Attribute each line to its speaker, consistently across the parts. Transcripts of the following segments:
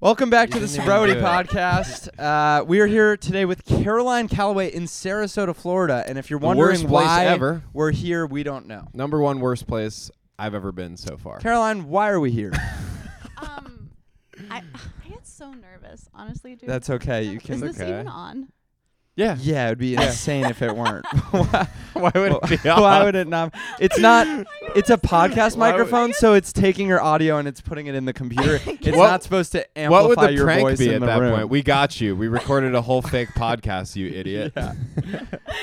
Speaker 1: Welcome back to
Speaker 2: You
Speaker 1: the
Speaker 2: didn't even
Speaker 1: Sobriety
Speaker 2: do it.
Speaker 1: Podcast. Uh, we are here today with Caroline Calloway in Sarasota, Florida. And if you're
Speaker 2: The
Speaker 1: wondering
Speaker 2: worst place
Speaker 1: why
Speaker 2: ever.
Speaker 1: we're here, we don't know.
Speaker 2: Number one worst place I've ever been so far.
Speaker 1: Caroline, why are we here?
Speaker 3: Um, I I get so nervous, honestly, dude.
Speaker 1: That's okay. You
Speaker 3: Is
Speaker 1: can.
Speaker 3: this
Speaker 2: okay.
Speaker 3: even on?
Speaker 2: yeah.
Speaker 1: Yeah, it'd be insane if it weren't. why,
Speaker 2: Why would it be?
Speaker 1: why would it not? It's not. It's a podcast
Speaker 2: Why would-
Speaker 1: microphone, so it's taking your audio and it's putting it in the computer. It's
Speaker 2: What-
Speaker 1: not supposed to amplify
Speaker 2: what would the
Speaker 1: your
Speaker 2: prank
Speaker 1: voice
Speaker 2: be
Speaker 1: in
Speaker 2: at
Speaker 1: the
Speaker 2: that
Speaker 1: room.
Speaker 2: point? We got you. We recorded a whole fake podcast, you idiot.
Speaker 1: Yeah.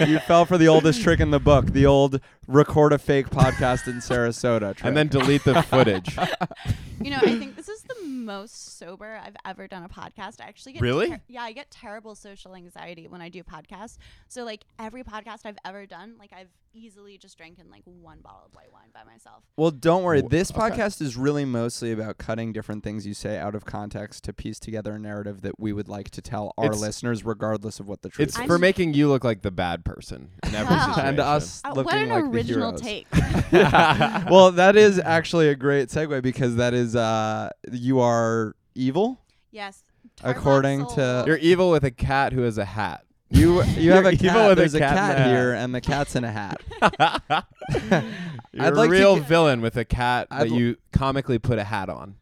Speaker 1: you fell for the oldest trick in the book, the old record a fake podcast in Sarasota trick.
Speaker 2: And then delete the footage.
Speaker 3: You know, I think this is the most sober I've ever done a podcast. I actually get
Speaker 2: Really?
Speaker 3: ter- yeah, I get terrible social anxiety when I do podcasts. So like every podcast I've ever done, like I've easily just drinking like one bottle of white wine by myself.
Speaker 1: well, don't worry.
Speaker 2: Wh-
Speaker 1: This
Speaker 2: okay.
Speaker 1: podcast is really mostly about cutting different things you say out of context to piece together a narrative that we would like to tell our
Speaker 2: It's-
Speaker 1: listeners, regardless of what the truth
Speaker 2: It's
Speaker 1: is.
Speaker 3: I'm-
Speaker 2: for making you look like the bad person in every
Speaker 3: Wow.
Speaker 2: situation.
Speaker 1: and us
Speaker 3: Uh,
Speaker 1: looking
Speaker 3: what an
Speaker 1: like
Speaker 3: original
Speaker 1: the heroes.
Speaker 3: take!
Speaker 1: Yeah. well, that is actually a great segue because that is uh, you are evil.
Speaker 3: yes,
Speaker 1: According to-
Speaker 2: You're evil with a cat who has a hat.
Speaker 1: You you have
Speaker 2: You're
Speaker 1: a
Speaker 2: evil
Speaker 1: cat.
Speaker 2: with a
Speaker 1: There's a
Speaker 2: cat in a
Speaker 1: cat
Speaker 2: hat.
Speaker 1: here, and the cat's in a hat.
Speaker 2: You're
Speaker 1: I'd
Speaker 2: a
Speaker 1: like to
Speaker 2: real
Speaker 1: g-
Speaker 2: villain with a cat
Speaker 1: I'd
Speaker 2: that
Speaker 1: l-
Speaker 2: you comically put a hat on.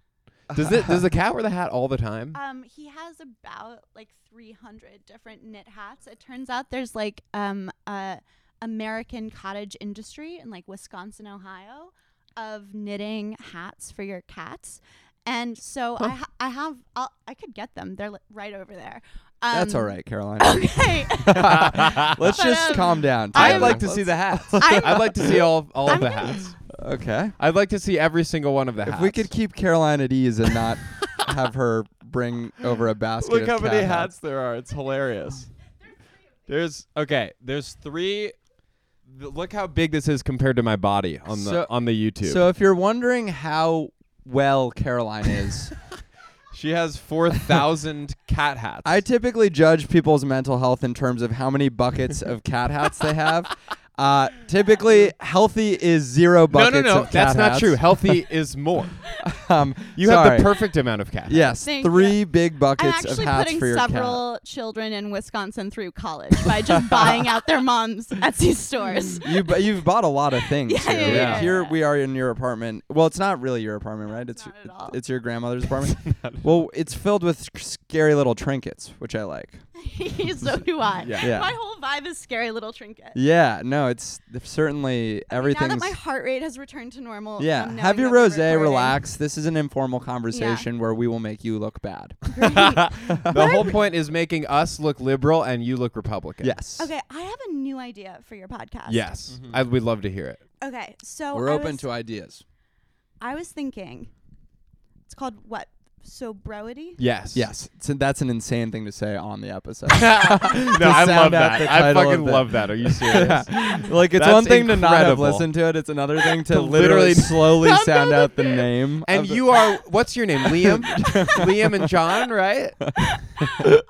Speaker 2: Does it? Does the cat wear the hat all the time?
Speaker 3: Um, he has about like 300 different knit hats. It turns out there's like um a American cottage industry in like Wisconsin, Ohio, of knitting hats for your cats. And so I ha- I have I'll, I could get them. They're li- right over there. Um,
Speaker 1: That's all right, Caroline.
Speaker 3: Okay.
Speaker 1: Let's
Speaker 3: But,
Speaker 1: just
Speaker 3: um,
Speaker 1: calm down.
Speaker 2: I'd
Speaker 1: Tyler.
Speaker 2: like to see the hats.
Speaker 3: I'm-
Speaker 2: I'd like to see all all of
Speaker 3: I'm
Speaker 2: the
Speaker 3: gonna-
Speaker 2: hats.
Speaker 1: Okay.
Speaker 2: I'd like to see every single one of the hats.
Speaker 1: If we could keep Caroline at ease and not have her bring over a basket.
Speaker 4: Look
Speaker 1: of
Speaker 4: how many
Speaker 1: cat
Speaker 4: hats there are. It's hilarious. There's okay. There's three.
Speaker 2: Th- look how big this is compared to my body on the
Speaker 1: So-
Speaker 2: on the YouTube.
Speaker 1: So if you're wondering how well Caroline is,
Speaker 4: She has four thousand cat hats.
Speaker 1: I typically judge people's mental health in terms of how many buckets of cat hats they have. Uh, typically, healthy is zero
Speaker 2: no,
Speaker 1: buckets.
Speaker 2: no, no,
Speaker 1: of cat
Speaker 2: that's not
Speaker 1: hats.
Speaker 2: true. Healthy is more.
Speaker 1: Um,
Speaker 2: You have
Speaker 1: sorry.
Speaker 2: the perfect amount of cat.
Speaker 1: Yes,
Speaker 3: Thank
Speaker 1: three big
Speaker 3: I'm
Speaker 1: buckets of
Speaker 3: actually
Speaker 1: hats
Speaker 3: putting
Speaker 1: for your cat.
Speaker 3: several children in Wisconsin through college by just buying out their moms at these stores.
Speaker 1: You bu- you've bought a lot of things.
Speaker 3: Yeah,
Speaker 1: here.
Speaker 3: yeah,
Speaker 1: We-
Speaker 2: yeah,
Speaker 1: Here
Speaker 3: yeah.
Speaker 1: we are in your apartment. Well, it's not really your apartment, right?
Speaker 3: it's
Speaker 1: it's
Speaker 3: not at all.
Speaker 1: it's your grandmother's apartment. well, it's filled with sc- scary little trinkets, which I like.
Speaker 3: so do I.
Speaker 2: Yeah.
Speaker 1: Yeah.
Speaker 3: My whole vibe is scary little trinket.
Speaker 1: Yeah, no, it's th- certainly
Speaker 3: Now that
Speaker 1: everything's.
Speaker 3: my heart rate has returned to normal.
Speaker 1: yeah,
Speaker 3: from
Speaker 1: have
Speaker 3: knowing
Speaker 1: your
Speaker 3: that we're
Speaker 1: rosé,
Speaker 3: recording.
Speaker 1: relax. This is an informal conversation where we will make you look bad.
Speaker 2: the whole point is making us look liberal and you look Republican.
Speaker 1: Yes.
Speaker 3: Okay, I have a new idea for your podcast.
Speaker 2: Yes. I, we'd love to hear it.
Speaker 3: Okay, so
Speaker 1: We're
Speaker 3: I
Speaker 1: open
Speaker 3: was,
Speaker 1: to ideas.
Speaker 3: I was thinking, it's called what? Sobriety.
Speaker 2: Yes.
Speaker 1: Yes, so that's an insane thing to say on the episode.
Speaker 2: no, I
Speaker 1: sound
Speaker 2: love
Speaker 1: out
Speaker 2: that.
Speaker 1: the
Speaker 2: I
Speaker 1: title of
Speaker 2: fucking
Speaker 1: the-
Speaker 2: love that. Are you serious?
Speaker 1: like it's
Speaker 2: That's
Speaker 1: one thing to not have
Speaker 2: incredible.
Speaker 1: listened to it; it's another thing to
Speaker 2: To
Speaker 1: literally,
Speaker 2: literally
Speaker 1: slowly
Speaker 2: not
Speaker 1: sound
Speaker 2: know
Speaker 1: out the name.
Speaker 2: and
Speaker 1: of the-
Speaker 2: you are what's your name? Liam? Liam and John, right?
Speaker 3: what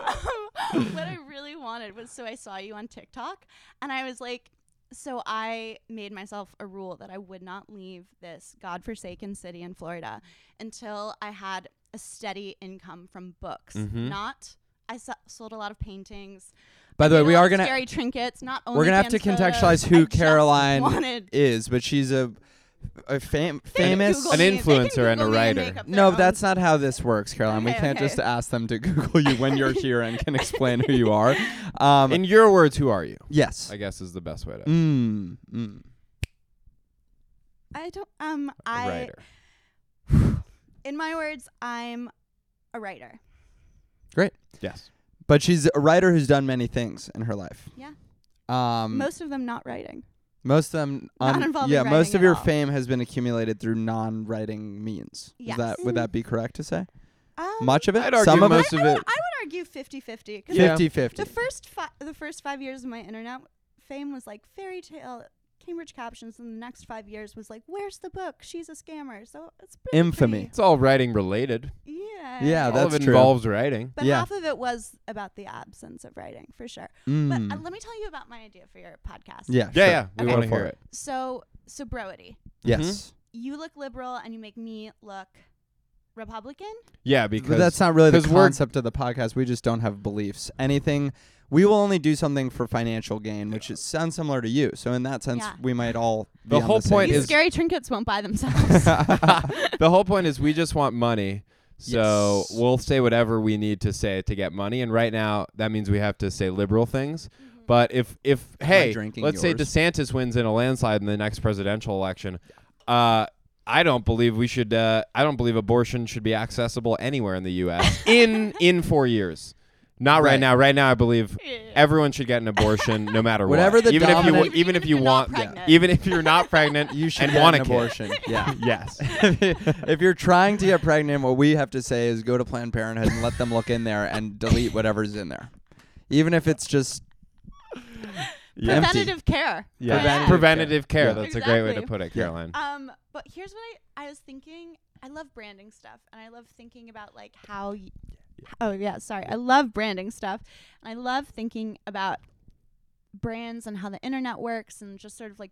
Speaker 3: I really wanted was so I saw you on TikTok and I was like, so I made myself a rule that I would not leave this godforsaken city in Florida until I had a steady income from books.
Speaker 1: Mm-hmm.
Speaker 2: Mhm.
Speaker 3: Not, I so- sold a lot of paintings.
Speaker 1: By the way,
Speaker 3: did a
Speaker 1: we
Speaker 3: lot
Speaker 1: are
Speaker 3: of
Speaker 1: gonna
Speaker 3: scary trinkets. Not only
Speaker 1: we're gonna have to contextualize who Caroline
Speaker 3: wanted.
Speaker 1: is, but she's a a fam-
Speaker 3: They can
Speaker 1: famous.
Speaker 3: Google
Speaker 2: An
Speaker 3: me. They can
Speaker 2: influencer and a
Speaker 3: Google me
Speaker 2: writer.
Speaker 3: make up their
Speaker 1: No,
Speaker 3: own-
Speaker 1: that's not how this works, Caroline. we
Speaker 3: Okay,
Speaker 1: can't
Speaker 3: okay.
Speaker 1: just ask them to Google you when you're here and can explain who you are. Um,
Speaker 2: In your words, who are you?
Speaker 1: yes.
Speaker 2: I guess is the best way to
Speaker 1: Mm, mm.
Speaker 3: I don't. Um, I.
Speaker 2: writer.
Speaker 3: In my words, I'm a writer.
Speaker 2: Yes.
Speaker 1: But she's a writer who's done many things in her life.
Speaker 3: Yeah.
Speaker 1: Um, most
Speaker 3: Most of them not writing.
Speaker 1: most of them.
Speaker 3: Not
Speaker 1: un-
Speaker 3: involving
Speaker 1: yeah, most of
Speaker 3: writing at
Speaker 1: your
Speaker 3: all.
Speaker 1: fame has been accumulated through non-writing means. Is
Speaker 3: Yes.
Speaker 1: that would that be correct to say?
Speaker 3: Um,
Speaker 1: Much of it.
Speaker 2: I'd argue
Speaker 1: Some of
Speaker 2: most
Speaker 3: I,
Speaker 2: of
Speaker 3: I
Speaker 2: it.
Speaker 3: Would, I would argue 50-50. 'cause
Speaker 1: it.
Speaker 2: Yeah.
Speaker 3: The
Speaker 1: 50-50.
Speaker 3: first fi- the first five years of my internet fame was like fairy tale Cambridge captions, and the next five years was like, "Where's the book? She's a scammer." So it's pretty
Speaker 1: Infamy.
Speaker 2: It's all writing related.
Speaker 3: pretty- yeah.
Speaker 1: Yeah,
Speaker 2: all
Speaker 1: that's
Speaker 2: of it
Speaker 1: true.
Speaker 2: involves writing.
Speaker 3: But
Speaker 1: yeah.
Speaker 3: half of it was about the absence of writing, for sure.
Speaker 1: Mm.
Speaker 3: But uh, let me tell you about my idea for your podcast.
Speaker 1: yeah.
Speaker 2: Yeah,
Speaker 1: sure.
Speaker 2: yeah. We
Speaker 3: Okay.
Speaker 2: want
Speaker 1: Go
Speaker 2: to
Speaker 1: for
Speaker 2: hear
Speaker 1: it.
Speaker 2: it. Mm-hmm.
Speaker 3: So sobriety.
Speaker 1: Yes.
Speaker 3: You look liberal, and you make me look Republican?
Speaker 2: Yeah,
Speaker 1: But
Speaker 2: because
Speaker 1: that's not really the
Speaker 2: 'cause we're-
Speaker 1: concept of the podcast. We just don't have beliefs. Anything we will only do something for financial gain, which is, sounds similar to you. So in that sense,
Speaker 3: Yeah.
Speaker 1: we might all be
Speaker 2: The
Speaker 1: on
Speaker 2: whole
Speaker 1: same
Speaker 2: point
Speaker 1: page.
Speaker 3: These
Speaker 2: is-
Speaker 3: scary trinkets won't buy themselves.
Speaker 2: the whole point is we just want money. So
Speaker 1: Yes.
Speaker 2: we'll say whatever we need to say to get money. And right now, that means we have to say liberal things. But if if hey, let's
Speaker 1: drinking
Speaker 2: say
Speaker 1: yours?
Speaker 2: DeSantis wins in a landslide in the next presidential election, uh, I don't believe we should. Uh, I don't believe abortion should be accessible anywhere in the U.S. in in four years. Not right.
Speaker 1: Right.
Speaker 2: now. Right now, I believe
Speaker 3: Yeah.
Speaker 2: everyone should get an abortion, no matter
Speaker 1: Whatever
Speaker 2: what.
Speaker 1: the
Speaker 2: even if you
Speaker 1: dominant-
Speaker 2: even, if you
Speaker 3: you're not
Speaker 2: want,
Speaker 3: pregnant.
Speaker 2: even if you're not pregnant, you should
Speaker 1: Should
Speaker 2: and
Speaker 1: get
Speaker 2: want
Speaker 1: an
Speaker 2: a kid.
Speaker 1: abortion. Yeah.
Speaker 2: Yes.
Speaker 1: if you're trying to get pregnant, what we have to say is go to Planned Parenthood and let them look in there and delete whatever's in there, even if it's just
Speaker 4: Yeah.
Speaker 1: Empty.
Speaker 3: Preventative care.
Speaker 4: Yeah.
Speaker 2: Preventative, care.
Speaker 1: Yeah.
Speaker 2: That's a great way to
Speaker 3: Exactly.
Speaker 2: put it,
Speaker 1: Yeah.
Speaker 2: Caroline.
Speaker 3: Um, but here's what I I was thinking. I love branding stuff, and I love thinking about like how. Y- oh yeah, sorry. I love branding stuff, and I love thinking about brands and how the internet works, and just sort of like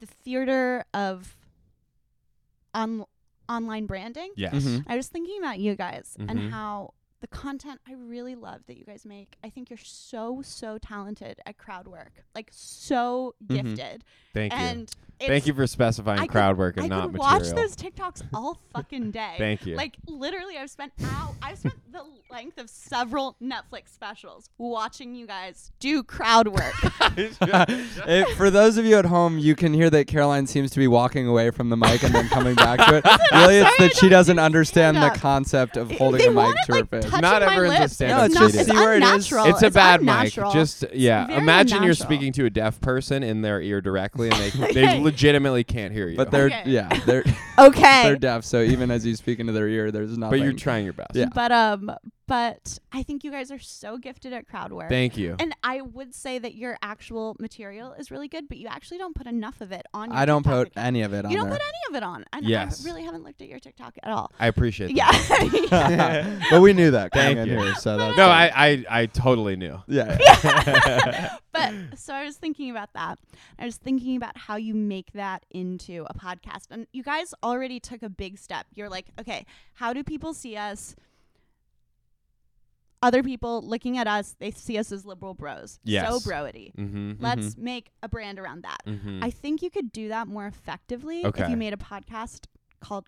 Speaker 3: the theater of on online branding.
Speaker 2: Yes.
Speaker 1: Mhm.
Speaker 3: I was thinking about you guys
Speaker 2: Mhm.
Speaker 3: and how the content I really love that you guys make. I think you're so so talented at crowd work, like so
Speaker 1: Mhm.
Speaker 3: gifted.
Speaker 2: Mm-hmm. Thank you.
Speaker 3: and it's-
Speaker 2: Thank you for specifying
Speaker 3: I could-
Speaker 2: crowd work and
Speaker 3: I
Speaker 2: not
Speaker 3: could
Speaker 2: material.
Speaker 3: watch those TikToks all fucking day.
Speaker 2: Thank you.
Speaker 3: Like literally, I've spent out. I've spent the length of several Netflix specials watching you guys do crowd work.
Speaker 1: If- for those of you at home, you can hear that Caroline seems to be walking away from the mic and then coming back to it. Really, it's
Speaker 3: sorry I
Speaker 1: that she
Speaker 3: don't
Speaker 1: doesn't
Speaker 3: do
Speaker 1: understand the
Speaker 3: stand-up.
Speaker 1: concept of holding
Speaker 3: they
Speaker 1: a mic
Speaker 3: want it,
Speaker 1: to
Speaker 3: like,
Speaker 1: her face.
Speaker 3: touching
Speaker 2: Not
Speaker 3: my
Speaker 2: everyone's a
Speaker 3: lips.
Speaker 2: stand-up
Speaker 1: No, it's
Speaker 3: not-
Speaker 1: just see where it is.
Speaker 3: unnatural.
Speaker 2: it's a bad
Speaker 3: unnatural.
Speaker 2: mic. Just yeah.
Speaker 3: very
Speaker 2: Imagine you're
Speaker 3: unnatural.
Speaker 2: speaking to a deaf person in their ear directly, and they they
Speaker 3: Okay.
Speaker 2: legitimately can't hear you.
Speaker 1: But they're
Speaker 3: Okay.
Speaker 1: yeah, they're
Speaker 3: okay.
Speaker 1: they're deaf. So even as you speak into their ear, there's nothing.
Speaker 2: but you're trying your best.
Speaker 1: Yeah.
Speaker 3: But um, but I think you guys are so gifted at crowd work.
Speaker 2: Thank you.
Speaker 3: and I would say that your actual material is really good, but you actually don't put enough of it on. Your
Speaker 1: I don't
Speaker 3: TikTok
Speaker 1: put any of it on
Speaker 3: account. You don't
Speaker 1: there.
Speaker 3: put any of it on, and
Speaker 2: Yes.
Speaker 3: I really haven't looked at your TikTok at all.
Speaker 2: I appreciate.
Speaker 3: Yeah.
Speaker 1: but we knew that coming
Speaker 2: Thank
Speaker 1: in
Speaker 2: you.
Speaker 1: here. So
Speaker 2: That.
Speaker 1: that's
Speaker 2: No,
Speaker 1: good.
Speaker 2: I, I I totally knew.
Speaker 1: yeah.
Speaker 3: but so I was thinking about that. I was thinking about how you make that into a podcast. And you guys already took a big step. You're like, okay, how do people see us? Other people looking at us, they see us as liberal bros. So
Speaker 2: Yes.
Speaker 3: broity.
Speaker 2: Mm-hmm.
Speaker 3: Let's make a brand around that.
Speaker 2: Mm-hmm.
Speaker 3: I think you could do that more effectively if
Speaker 2: Okay.
Speaker 3: you made a podcast called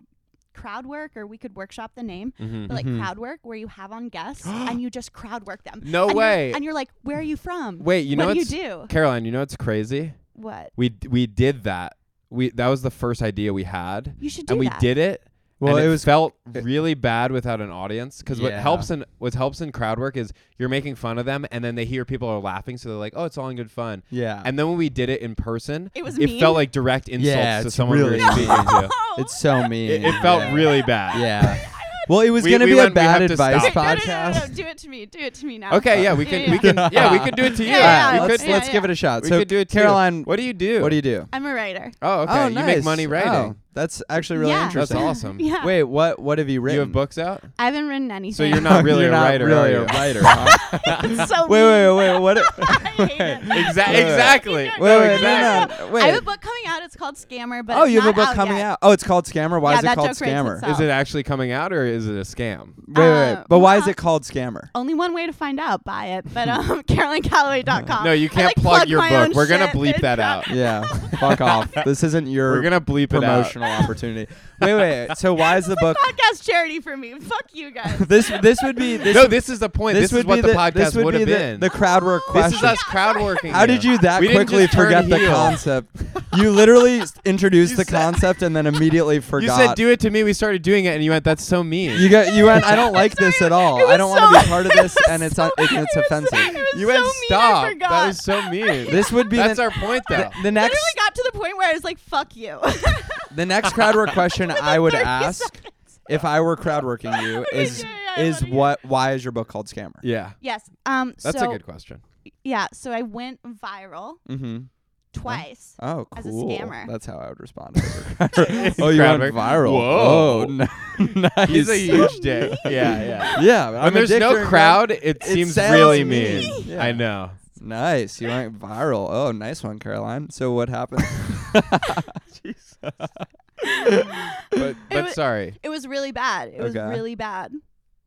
Speaker 3: Crowd Work, or we could workshop the name,
Speaker 2: mm-hmm.
Speaker 3: but like
Speaker 1: Mhm.
Speaker 3: crowd work where you have on guests and you just crowd work them.
Speaker 2: No
Speaker 3: And you're-
Speaker 2: way.
Speaker 3: and you're like, where are you from?
Speaker 2: Oh, Wait, you know
Speaker 3: what do you
Speaker 2: what's-
Speaker 3: do?
Speaker 2: Caroline, you know what's crazy?
Speaker 3: What?
Speaker 2: We d- we did that. We that was the first idea we had.
Speaker 3: You should do
Speaker 2: and we
Speaker 3: that.
Speaker 2: did it.
Speaker 1: Well,
Speaker 2: and
Speaker 1: it
Speaker 2: it,
Speaker 1: was-
Speaker 2: felt
Speaker 1: it-
Speaker 2: really bad without an audience because what
Speaker 1: Yeah.
Speaker 2: helps in what helps in crowd work is you're making fun of them and then they hear people are laughing so they're like oh it's all in good fun
Speaker 1: Yeah.
Speaker 2: and then when we did it in person
Speaker 3: It was Oh.
Speaker 2: it
Speaker 3: mean?
Speaker 2: felt like direct insults
Speaker 1: Uh. Yeah,
Speaker 2: to
Speaker 1: it's
Speaker 2: someone
Speaker 1: really
Speaker 2: we were speaking
Speaker 1: mean.
Speaker 2: to
Speaker 1: it's so mean.
Speaker 2: it, it felt
Speaker 1: yeah.
Speaker 2: really bad
Speaker 1: Yeah. Well, it was
Speaker 2: We-
Speaker 1: going to
Speaker 2: we
Speaker 1: be a
Speaker 2: went, we have
Speaker 1: bad
Speaker 2: to stop.
Speaker 1: advice
Speaker 2: Wait,
Speaker 3: no, no,
Speaker 1: podcast.
Speaker 3: no, no, no, Do it to me. Do it to me now.
Speaker 2: okay yeah we can
Speaker 3: Yeah,
Speaker 2: we
Speaker 3: yeah.
Speaker 2: can yeah we could do it to you
Speaker 3: Yeah,
Speaker 1: All right,
Speaker 3: yeah,
Speaker 2: we
Speaker 1: let's
Speaker 2: could
Speaker 3: yeah,
Speaker 1: let's
Speaker 3: yeah.
Speaker 1: give it a shot.
Speaker 2: we
Speaker 1: so
Speaker 2: could do it to you.
Speaker 1: Caroline,
Speaker 2: what do you do
Speaker 1: what do you do?
Speaker 3: I'm a writer.
Speaker 2: oh okay
Speaker 1: Oh,
Speaker 2: you make
Speaker 1: nice.
Speaker 2: money
Speaker 1: Oh,
Speaker 2: writing
Speaker 1: that's actually really
Speaker 3: Yeah.
Speaker 2: that's
Speaker 1: interesting.
Speaker 2: awesome
Speaker 3: Yeah.
Speaker 1: Wait, what what have you written?
Speaker 2: you have books out
Speaker 3: I haven't written anything.
Speaker 2: so you're not really
Speaker 1: You're
Speaker 2: a
Speaker 1: not
Speaker 2: writer
Speaker 1: really
Speaker 2: are
Speaker 1: a
Speaker 2: you?
Speaker 1: writer. huh?
Speaker 3: It's so
Speaker 1: wait,
Speaker 3: mean.
Speaker 1: wait, wait, what?
Speaker 3: I hate it.
Speaker 1: Wait,
Speaker 2: Exa-
Speaker 1: wait.
Speaker 2: exactly
Speaker 3: Wait,
Speaker 1: Wait,
Speaker 2: No,
Speaker 1: wait,
Speaker 2: exactly.
Speaker 1: no, no,
Speaker 3: I have a
Speaker 1: wait.
Speaker 3: book coming out. It's called Scammer, but
Speaker 1: Oh,
Speaker 3: it's
Speaker 1: you have a
Speaker 3: not
Speaker 1: book
Speaker 3: out
Speaker 1: coming
Speaker 3: yet.
Speaker 1: out. Oh, it's called Scammer. Why
Speaker 3: Yeah,
Speaker 1: is it
Speaker 3: that
Speaker 1: called
Speaker 3: joke rates
Speaker 1: Scammer?
Speaker 3: itself.
Speaker 2: Is it actually coming out or is it a scam?
Speaker 1: Wait, wait, wait.
Speaker 3: Uh,
Speaker 1: But why is
Speaker 3: well-
Speaker 1: it called Scammer?
Speaker 3: Only one way to find out. Buy it. But um, CarolineCalloway.com.
Speaker 2: No, you
Speaker 3: I,
Speaker 2: can't
Speaker 3: like,
Speaker 2: plug, your
Speaker 3: my
Speaker 2: book.
Speaker 3: own
Speaker 2: We're gonna
Speaker 3: shit.
Speaker 2: bleep
Speaker 3: It's
Speaker 2: that out.
Speaker 3: not-
Speaker 1: Yeah, fuck off. This isn't your
Speaker 2: We're gonna bleep it out.
Speaker 1: promotional opportunity. Wait, wait. wait. So why is the
Speaker 3: It's a
Speaker 1: book?
Speaker 3: podcast charity for me. Fuck you guys.
Speaker 1: This this would be this.
Speaker 2: no, this is the point. This,
Speaker 1: would
Speaker 2: is what
Speaker 1: be
Speaker 2: the, podcast
Speaker 1: this would
Speaker 2: would have
Speaker 1: be the-
Speaker 2: been.
Speaker 1: The crowd work question.
Speaker 2: this is us crowd working.
Speaker 1: How did you that
Speaker 2: We didn't
Speaker 1: quickly
Speaker 2: just turn
Speaker 1: forget the
Speaker 2: heel.
Speaker 1: concept? You literally s- introduced
Speaker 2: You
Speaker 1: the
Speaker 2: said-
Speaker 1: concept and then immediately
Speaker 2: You
Speaker 1: forgot.
Speaker 2: said do it to me. We started doing it, and you went, "That's so mean."
Speaker 1: You got you went. I don't like this at all. I
Speaker 3: was
Speaker 1: don't
Speaker 3: so-
Speaker 1: want to be part of
Speaker 3: it
Speaker 1: this,
Speaker 3: was
Speaker 1: and it's
Speaker 3: so-
Speaker 1: un- it-
Speaker 3: it
Speaker 1: it's
Speaker 3: was-
Speaker 1: offensive.
Speaker 3: it was
Speaker 2: You
Speaker 3: so
Speaker 2: went,
Speaker 3: mean, I
Speaker 2: "Stop." that
Speaker 3: forgot."
Speaker 2: was so mean.
Speaker 1: This would be
Speaker 2: That's
Speaker 1: the,
Speaker 2: our point, though.
Speaker 1: the, the next
Speaker 3: literally got to the point where I was like, "Fuck you."
Speaker 1: the next crowd work question I would
Speaker 3: 30
Speaker 1: ask if I were crowd working you
Speaker 3: Okay,
Speaker 1: is
Speaker 3: yeah, yeah, I
Speaker 1: is
Speaker 3: wanna hear.
Speaker 1: what why is your book called Scammer?
Speaker 2: yeah,
Speaker 3: yes. Um.
Speaker 2: that's
Speaker 3: so
Speaker 2: a good question.
Speaker 3: yeah. So I went viral
Speaker 1: Mm-hmm.
Speaker 3: twice.
Speaker 1: Oh,
Speaker 3: As a
Speaker 1: cool.
Speaker 3: scammer.
Speaker 1: That's how I would respond. oh, you
Speaker 2: Crowd
Speaker 1: went
Speaker 2: work.
Speaker 1: viral.
Speaker 2: Whoa.
Speaker 1: Oh, no.
Speaker 2: He's a
Speaker 1: nice.
Speaker 2: huge dick. Yeah, yeah.
Speaker 1: Yeah, but I'm
Speaker 2: When
Speaker 1: a
Speaker 2: there's
Speaker 1: dick
Speaker 2: no
Speaker 1: during
Speaker 2: crowd, it, seems
Speaker 1: sounds
Speaker 2: really
Speaker 1: mean.
Speaker 2: mean.
Speaker 1: Yeah.
Speaker 2: I know.
Speaker 1: Nice. You went viral. Oh, nice one, Caroline. So what happened?
Speaker 2: but but
Speaker 3: wa-
Speaker 2: sorry.
Speaker 3: It was really bad. It was
Speaker 1: Okay.
Speaker 3: really bad.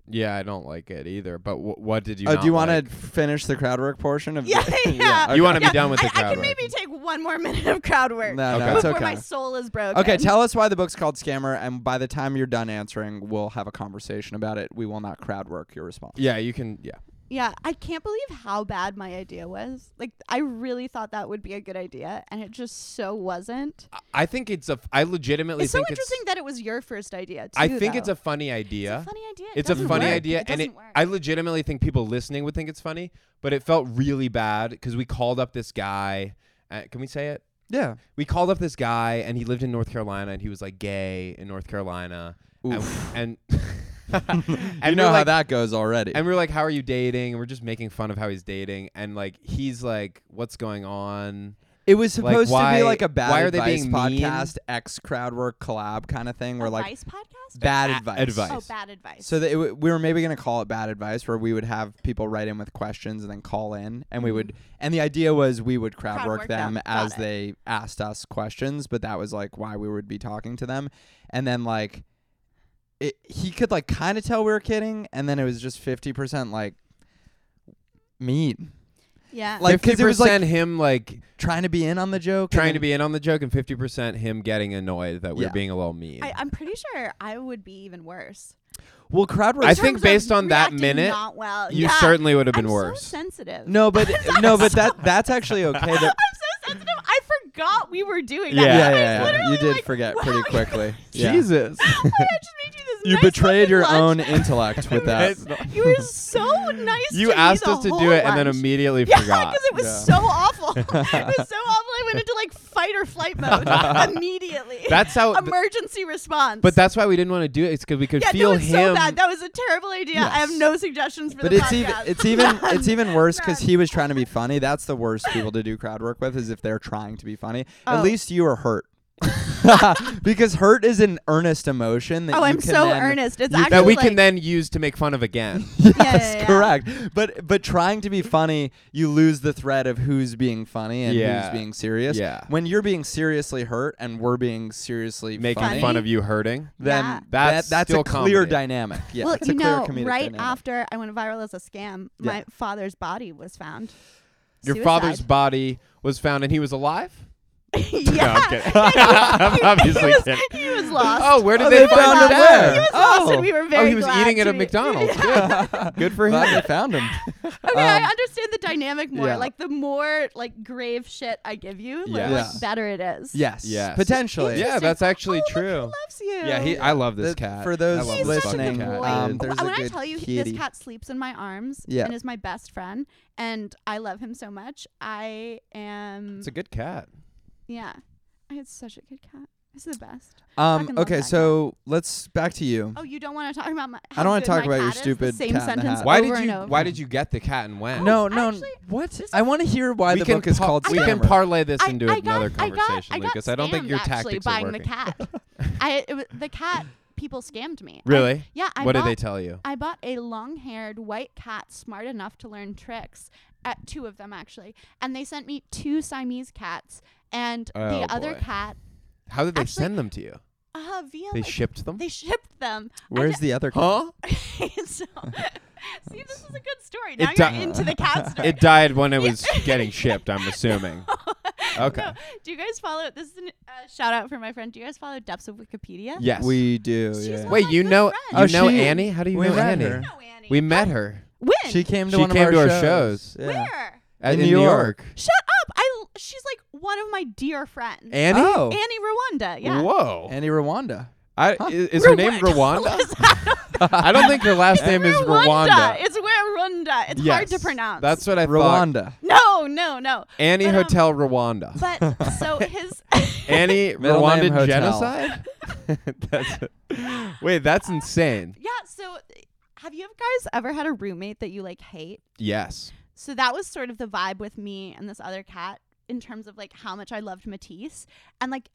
Speaker 2: Yeah, I don't like it either. But wh- what did you?
Speaker 1: Oh,
Speaker 2: not
Speaker 1: do you want
Speaker 2: like?
Speaker 1: to finish the crowd work portion of
Speaker 3: Yeah,
Speaker 1: the-
Speaker 3: yeah.
Speaker 2: You want
Speaker 1: okay.
Speaker 2: to be done with
Speaker 3: I,
Speaker 2: the
Speaker 3: I
Speaker 2: crowd
Speaker 3: can
Speaker 2: work.
Speaker 3: maybe take one more minute of crowd work
Speaker 1: No,
Speaker 2: Okay.
Speaker 1: no, it's
Speaker 3: before
Speaker 1: okay.
Speaker 3: my soul is broken.
Speaker 1: Okay, tell us why the book's called Scammer, and by the time you're done answering, we'll have a conversation about it. We will not crowd work your response.
Speaker 2: Yeah, you can. Yeah.
Speaker 3: yeah, I can't believe how bad my idea was. Like, I really thought that would be a good idea, and it just so wasn't.
Speaker 2: I- I think it's a. f- I legitimately
Speaker 3: it's so
Speaker 2: think
Speaker 3: interesting that it was your first idea. Too,
Speaker 2: it's. I think it's
Speaker 3: though.
Speaker 2: a funny idea.
Speaker 3: It's a funny idea. It
Speaker 2: It's a
Speaker 3: doesn't
Speaker 2: funny
Speaker 3: work.
Speaker 2: idea,
Speaker 3: It
Speaker 2: and it,
Speaker 3: doesn't work.
Speaker 2: I legitimately think people listening would think it's funny, but it felt really bad because we called up this guy. Uh, can we say it?
Speaker 1: Yeah.
Speaker 2: We called up this guy, and he lived in North Carolina, and he was like gay in North Carolina,
Speaker 1: Oof.
Speaker 2: and and,
Speaker 1: you
Speaker 2: and
Speaker 1: know
Speaker 2: we're
Speaker 1: how
Speaker 2: like,
Speaker 1: that goes already.
Speaker 2: and we we're like, how are you dating? And we're just making fun of how he's dating, and like he's like, what's going on?
Speaker 1: It was supposed to
Speaker 2: why-
Speaker 1: be like a bad
Speaker 2: why are they
Speaker 1: advice
Speaker 2: being mean?
Speaker 1: podcast X crowd work collab kind of thing. Where like
Speaker 3: Advice podcast.
Speaker 1: bad
Speaker 2: A-
Speaker 1: advice.
Speaker 2: advice.
Speaker 3: Oh, bad advice.
Speaker 1: So that it w- we were maybe gonna call it bad advice, where we would have people write in with questions and then call in, and we would. And the idea was we would crowd,
Speaker 3: Crowd
Speaker 1: work,
Speaker 3: work
Speaker 1: them
Speaker 3: them.
Speaker 1: as
Speaker 3: Got it.
Speaker 1: they asked us questions, but that was like why we would be talking to them, and then like, it, he could like kind of tell we were kidding, and then it was just fifty percent like mean,
Speaker 3: yeah.
Speaker 1: like because
Speaker 2: fifty
Speaker 1: it was like
Speaker 2: percent him like
Speaker 1: trying to be in on the joke, and
Speaker 2: trying to
Speaker 1: then-
Speaker 2: be in on the joke, and fifty percent him getting annoyed that we
Speaker 1: Yeah.
Speaker 2: we're being a little mean.
Speaker 3: I, I'm pretty sure I would be even worse.
Speaker 1: well crowd work.
Speaker 2: I
Speaker 3: In
Speaker 2: think
Speaker 3: terms of
Speaker 2: based on that
Speaker 3: reacting
Speaker 2: minute,
Speaker 3: not well.
Speaker 2: you
Speaker 3: Yeah.
Speaker 2: certainly would have been
Speaker 3: I'm
Speaker 2: worse.
Speaker 3: So sensitive.
Speaker 1: no, but no, but that that's actually okay.
Speaker 3: I'm so
Speaker 1: that-
Speaker 3: sensitive. I forgot we were doing that.
Speaker 4: Yeah.
Speaker 1: yeah,
Speaker 3: I was
Speaker 1: yeah, yeah.
Speaker 3: literally
Speaker 1: you did
Speaker 3: like,
Speaker 1: forget
Speaker 3: wow,
Speaker 1: pretty quickly. Yeah.
Speaker 4: Jesus.
Speaker 3: oh my God, I just made you this
Speaker 1: You
Speaker 3: nice
Speaker 1: betrayed
Speaker 3: fucking
Speaker 1: your own
Speaker 3: lunch.
Speaker 1: intellect with that.
Speaker 4: It's not-
Speaker 3: You were so nice.
Speaker 2: you
Speaker 3: to me
Speaker 2: asked
Speaker 3: the
Speaker 2: us to do
Speaker 3: whole
Speaker 2: it and then
Speaker 3: lunch.
Speaker 2: immediately
Speaker 3: Yeah,
Speaker 2: forgot.
Speaker 3: because it was
Speaker 1: Yeah.
Speaker 3: so awful. it was so awful. I went into like fight or flight mode immediately.
Speaker 2: That's how. th-
Speaker 3: emergency response.
Speaker 2: but that's why we didn't want to do it. It's because we could
Speaker 3: yeah,
Speaker 2: feel
Speaker 3: no, it's so
Speaker 2: him.
Speaker 3: bad. That was a terrible idea. I have
Speaker 1: Yes.
Speaker 3: no suggestions for
Speaker 1: But
Speaker 3: the
Speaker 1: it's
Speaker 3: podcast.
Speaker 1: even it's even it's even worse because
Speaker 3: None.
Speaker 1: he was trying to be funny. That's the worst people to do crowd work with is if they're trying to be funny.
Speaker 3: Oh.
Speaker 1: At least you are hurt. because hurt is an earnest emotion that
Speaker 3: oh,
Speaker 1: you
Speaker 3: I'm
Speaker 1: can
Speaker 3: so
Speaker 1: then-
Speaker 3: earnest. It's
Speaker 1: you can-
Speaker 3: actually
Speaker 2: that we
Speaker 3: like,
Speaker 2: can then use to make fun of again.
Speaker 1: Yes,
Speaker 3: yeah, yeah.
Speaker 1: correct. But but trying to be funny, you lose the thread of who's being funny and
Speaker 2: Yeah.
Speaker 1: who's being serious.
Speaker 2: Yeah.
Speaker 1: When you're being seriously hurt and we're being seriously
Speaker 2: Making
Speaker 1: funny,
Speaker 2: fun of you hurting.
Speaker 1: then
Speaker 3: Yeah.
Speaker 2: That's
Speaker 1: that, that's
Speaker 2: still
Speaker 1: a clear
Speaker 2: comedy.
Speaker 1: dynamic. Yeah,
Speaker 3: well,
Speaker 1: it's
Speaker 3: you
Speaker 1: a clear
Speaker 3: know,
Speaker 1: comedic
Speaker 3: right
Speaker 1: dynamic.
Speaker 3: after I went viral as a scam,
Speaker 1: Yeah.
Speaker 3: my father's body was found.
Speaker 2: Your
Speaker 3: Suicide.
Speaker 2: father's body was found and he was alive?
Speaker 3: yeah.
Speaker 2: No, I'm kidding. I'm obviously
Speaker 3: he, was,
Speaker 2: kidding.
Speaker 3: he was lost.
Speaker 2: Oh, where did
Speaker 1: Oh,
Speaker 2: they,
Speaker 1: they
Speaker 2: find
Speaker 1: found
Speaker 2: him
Speaker 1: him
Speaker 2: there?
Speaker 1: where?
Speaker 3: He was lost, and we were very
Speaker 2: oh, he was
Speaker 3: glad
Speaker 2: eating it
Speaker 3: to
Speaker 2: at
Speaker 3: be-
Speaker 2: McDonald's. Good. Good for him.
Speaker 1: Glad they found him.
Speaker 3: Okay, I
Speaker 1: Um,
Speaker 3: understand the dynamic more.
Speaker 1: yeah.
Speaker 3: Like the more like grave shit I give you, like,
Speaker 2: Yeah.
Speaker 3: like,
Speaker 1: Yeah.
Speaker 3: better it is.
Speaker 1: Yes.
Speaker 2: Yes.
Speaker 1: Potentially.
Speaker 2: Yeah,
Speaker 3: Interesting.
Speaker 2: that's actually
Speaker 3: Oh, look,
Speaker 2: true.
Speaker 3: he loves you.
Speaker 2: Yeah, he. I love this
Speaker 1: The-
Speaker 2: cat.
Speaker 1: for those
Speaker 2: I love
Speaker 3: He's
Speaker 2: this
Speaker 3: such a
Speaker 2: fucking
Speaker 1: listening,
Speaker 3: good
Speaker 2: cat,
Speaker 3: boy.
Speaker 1: um,
Speaker 2: dude.
Speaker 1: there's
Speaker 3: Wh-
Speaker 1: a
Speaker 3: when I
Speaker 1: good
Speaker 3: tell you
Speaker 1: kitty.
Speaker 3: this cat sleeps in my arms
Speaker 1: Yeah.
Speaker 3: and is my best friend, and I love him so much. I am.
Speaker 2: it's a good cat.
Speaker 3: yeah, I had such a good cat. He's the best.
Speaker 1: Um,
Speaker 3: fucking love
Speaker 1: okay,
Speaker 3: that
Speaker 1: so let's back to you.
Speaker 3: Oh, you don't want to talk about my.
Speaker 1: don't
Speaker 3: want
Speaker 1: wanna
Speaker 3: to
Speaker 1: talk about your stupid
Speaker 3: same
Speaker 1: cat in the
Speaker 3: sentence.
Speaker 1: hat.
Speaker 2: Why
Speaker 3: Uh, over
Speaker 2: did
Speaker 3: and
Speaker 2: you?
Speaker 3: over.
Speaker 2: Why did you get the cat and when?
Speaker 1: no,
Speaker 3: Oh,
Speaker 1: no.
Speaker 3: actually,
Speaker 1: what?
Speaker 3: this-
Speaker 1: I want to hear why
Speaker 2: we
Speaker 1: the
Speaker 2: can
Speaker 1: book is
Speaker 2: par-
Speaker 1: called
Speaker 2: We can
Speaker 1: Scammer.
Speaker 2: parlay this
Speaker 3: I-
Speaker 2: into
Speaker 3: I got-
Speaker 2: another
Speaker 3: I got-
Speaker 2: conversation,
Speaker 3: I got
Speaker 2: Lucas. I don't think
Speaker 3: scammed,
Speaker 2: your
Speaker 3: actually,
Speaker 2: tactics
Speaker 3: buying
Speaker 2: are
Speaker 3: the
Speaker 2: working.
Speaker 3: cat. I it, wa- the cat people scammed me. I-
Speaker 2: Really?
Speaker 3: yeah. I
Speaker 2: what
Speaker 3: bought,
Speaker 2: did they tell you?
Speaker 3: I bought a long-haired white cat smart enough to learn tricks. At two of them actually, and they sent me two Siamese cats and
Speaker 2: Oh,
Speaker 3: the other
Speaker 2: boy.
Speaker 3: cat
Speaker 2: How did they
Speaker 3: Actually-
Speaker 2: send them to you?
Speaker 3: uh, via
Speaker 2: They
Speaker 3: like,
Speaker 2: shipped them.
Speaker 3: they shipped them. I
Speaker 1: Where's the other? cat?
Speaker 2: Huh?
Speaker 3: d- so, see, this is a good story. Now
Speaker 2: It
Speaker 3: you're
Speaker 2: di-
Speaker 3: into the cat story.
Speaker 2: It died when it was getting shipped. I'm assuming. Okay.
Speaker 3: No. Do you guys follow? This is a uh, shout out for my friend. Do you guys follow Depths of Wikipedia?
Speaker 2: Yes.
Speaker 1: We do.
Speaker 3: She's
Speaker 1: yeah.
Speaker 3: one
Speaker 2: Wait,
Speaker 3: my
Speaker 2: you
Speaker 3: good
Speaker 2: know you
Speaker 3: friend.
Speaker 1: Oh,
Speaker 2: know
Speaker 1: she-
Speaker 2: Annie? How do you
Speaker 1: we
Speaker 2: know
Speaker 1: met
Speaker 2: Annie?
Speaker 1: her.
Speaker 3: No, Annie.
Speaker 2: We met her.
Speaker 3: When?
Speaker 1: She came to
Speaker 2: She
Speaker 1: one
Speaker 2: came
Speaker 1: of
Speaker 2: to
Speaker 1: our,
Speaker 2: our shows.
Speaker 1: Yeah.
Speaker 3: Where?
Speaker 2: At-
Speaker 1: In New York.
Speaker 3: Shut up! I. l- She's like one of my dear friends.
Speaker 2: Annie?
Speaker 1: Oh.
Speaker 3: Annie Rwanda. Yeah.
Speaker 2: Whoa.
Speaker 1: Annie Rwanda.
Speaker 2: I, i- Is her name Rwanda? I don't think her last name is Rwanda.
Speaker 3: It's where Rwanda. It's hard to
Speaker 2: Yes.
Speaker 3: pronounce.
Speaker 2: That's what I thought.
Speaker 1: Rwanda.
Speaker 3: no, no, no.
Speaker 2: Annie
Speaker 3: But, um,
Speaker 2: Hotel Rwanda.
Speaker 3: But so his.
Speaker 2: Annie
Speaker 1: Middle name
Speaker 2: Rwanda
Speaker 1: Hotel.
Speaker 2: genocide? that's Wait,
Speaker 3: Uh,
Speaker 2: that's insane.
Speaker 3: yeah. So, have you guys ever had a roommate that you like hate?
Speaker 2: Yes.
Speaker 3: so that was sort of the vibe with me and this other cat in terms of like how much I loved Matisse and like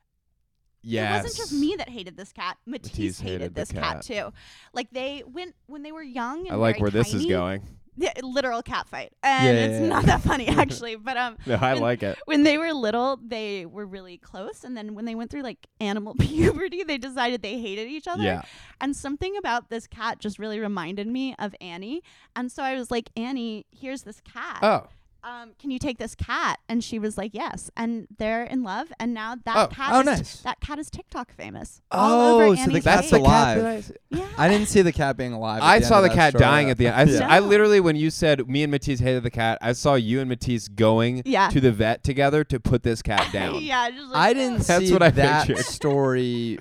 Speaker 2: Yes.
Speaker 3: it wasn't just me that hated this cat. Matisse,
Speaker 2: Matisse
Speaker 3: hated,
Speaker 2: hated the
Speaker 3: this cat.
Speaker 2: cat.
Speaker 3: too. Like they went when they were young. And
Speaker 2: I like
Speaker 3: very
Speaker 2: where this is
Speaker 3: tiny-
Speaker 2: going.
Speaker 3: yeah, literal cat fight, and
Speaker 1: Yeah,
Speaker 3: it's
Speaker 1: yeah,
Speaker 3: not that funny actually. But um,
Speaker 2: No, I
Speaker 3: And-
Speaker 2: like it.
Speaker 3: when they were little, they were really close, and then when they went through like animal puberty, they decided they hated each other.
Speaker 2: Yeah.
Speaker 3: And something about this cat just really reminded me of Annie, and so I was like, Annie, here's this cat.
Speaker 2: Oh,
Speaker 3: Um, can you take this cat? And she was like, yes. And they're in love, and now that
Speaker 2: Oh.
Speaker 3: cat
Speaker 1: Oh,
Speaker 3: is
Speaker 1: nice.
Speaker 3: that cat is TikTok famous. all over
Speaker 1: Oh, so the
Speaker 3: Annie's
Speaker 1: cat's
Speaker 3: face.
Speaker 2: that's the cat
Speaker 1: alive.
Speaker 2: that I,
Speaker 3: yeah.
Speaker 1: I didn't see the cat being alive. at
Speaker 2: I
Speaker 1: the
Speaker 2: saw
Speaker 1: end
Speaker 2: the
Speaker 1: of that
Speaker 2: cat
Speaker 1: story.
Speaker 2: dying at the end. I, s-
Speaker 1: Yeah.
Speaker 2: I
Speaker 3: No.
Speaker 2: literally, when you said me and Matisse hated the cat, I saw you and Matisse going
Speaker 3: Yeah.
Speaker 2: to the vet together to put this cat down.
Speaker 3: yeah. Just like,
Speaker 1: I
Speaker 3: "Ugh."
Speaker 1: didn't
Speaker 2: That's
Speaker 1: see
Speaker 2: what I
Speaker 1: that
Speaker 2: pictured.
Speaker 1: story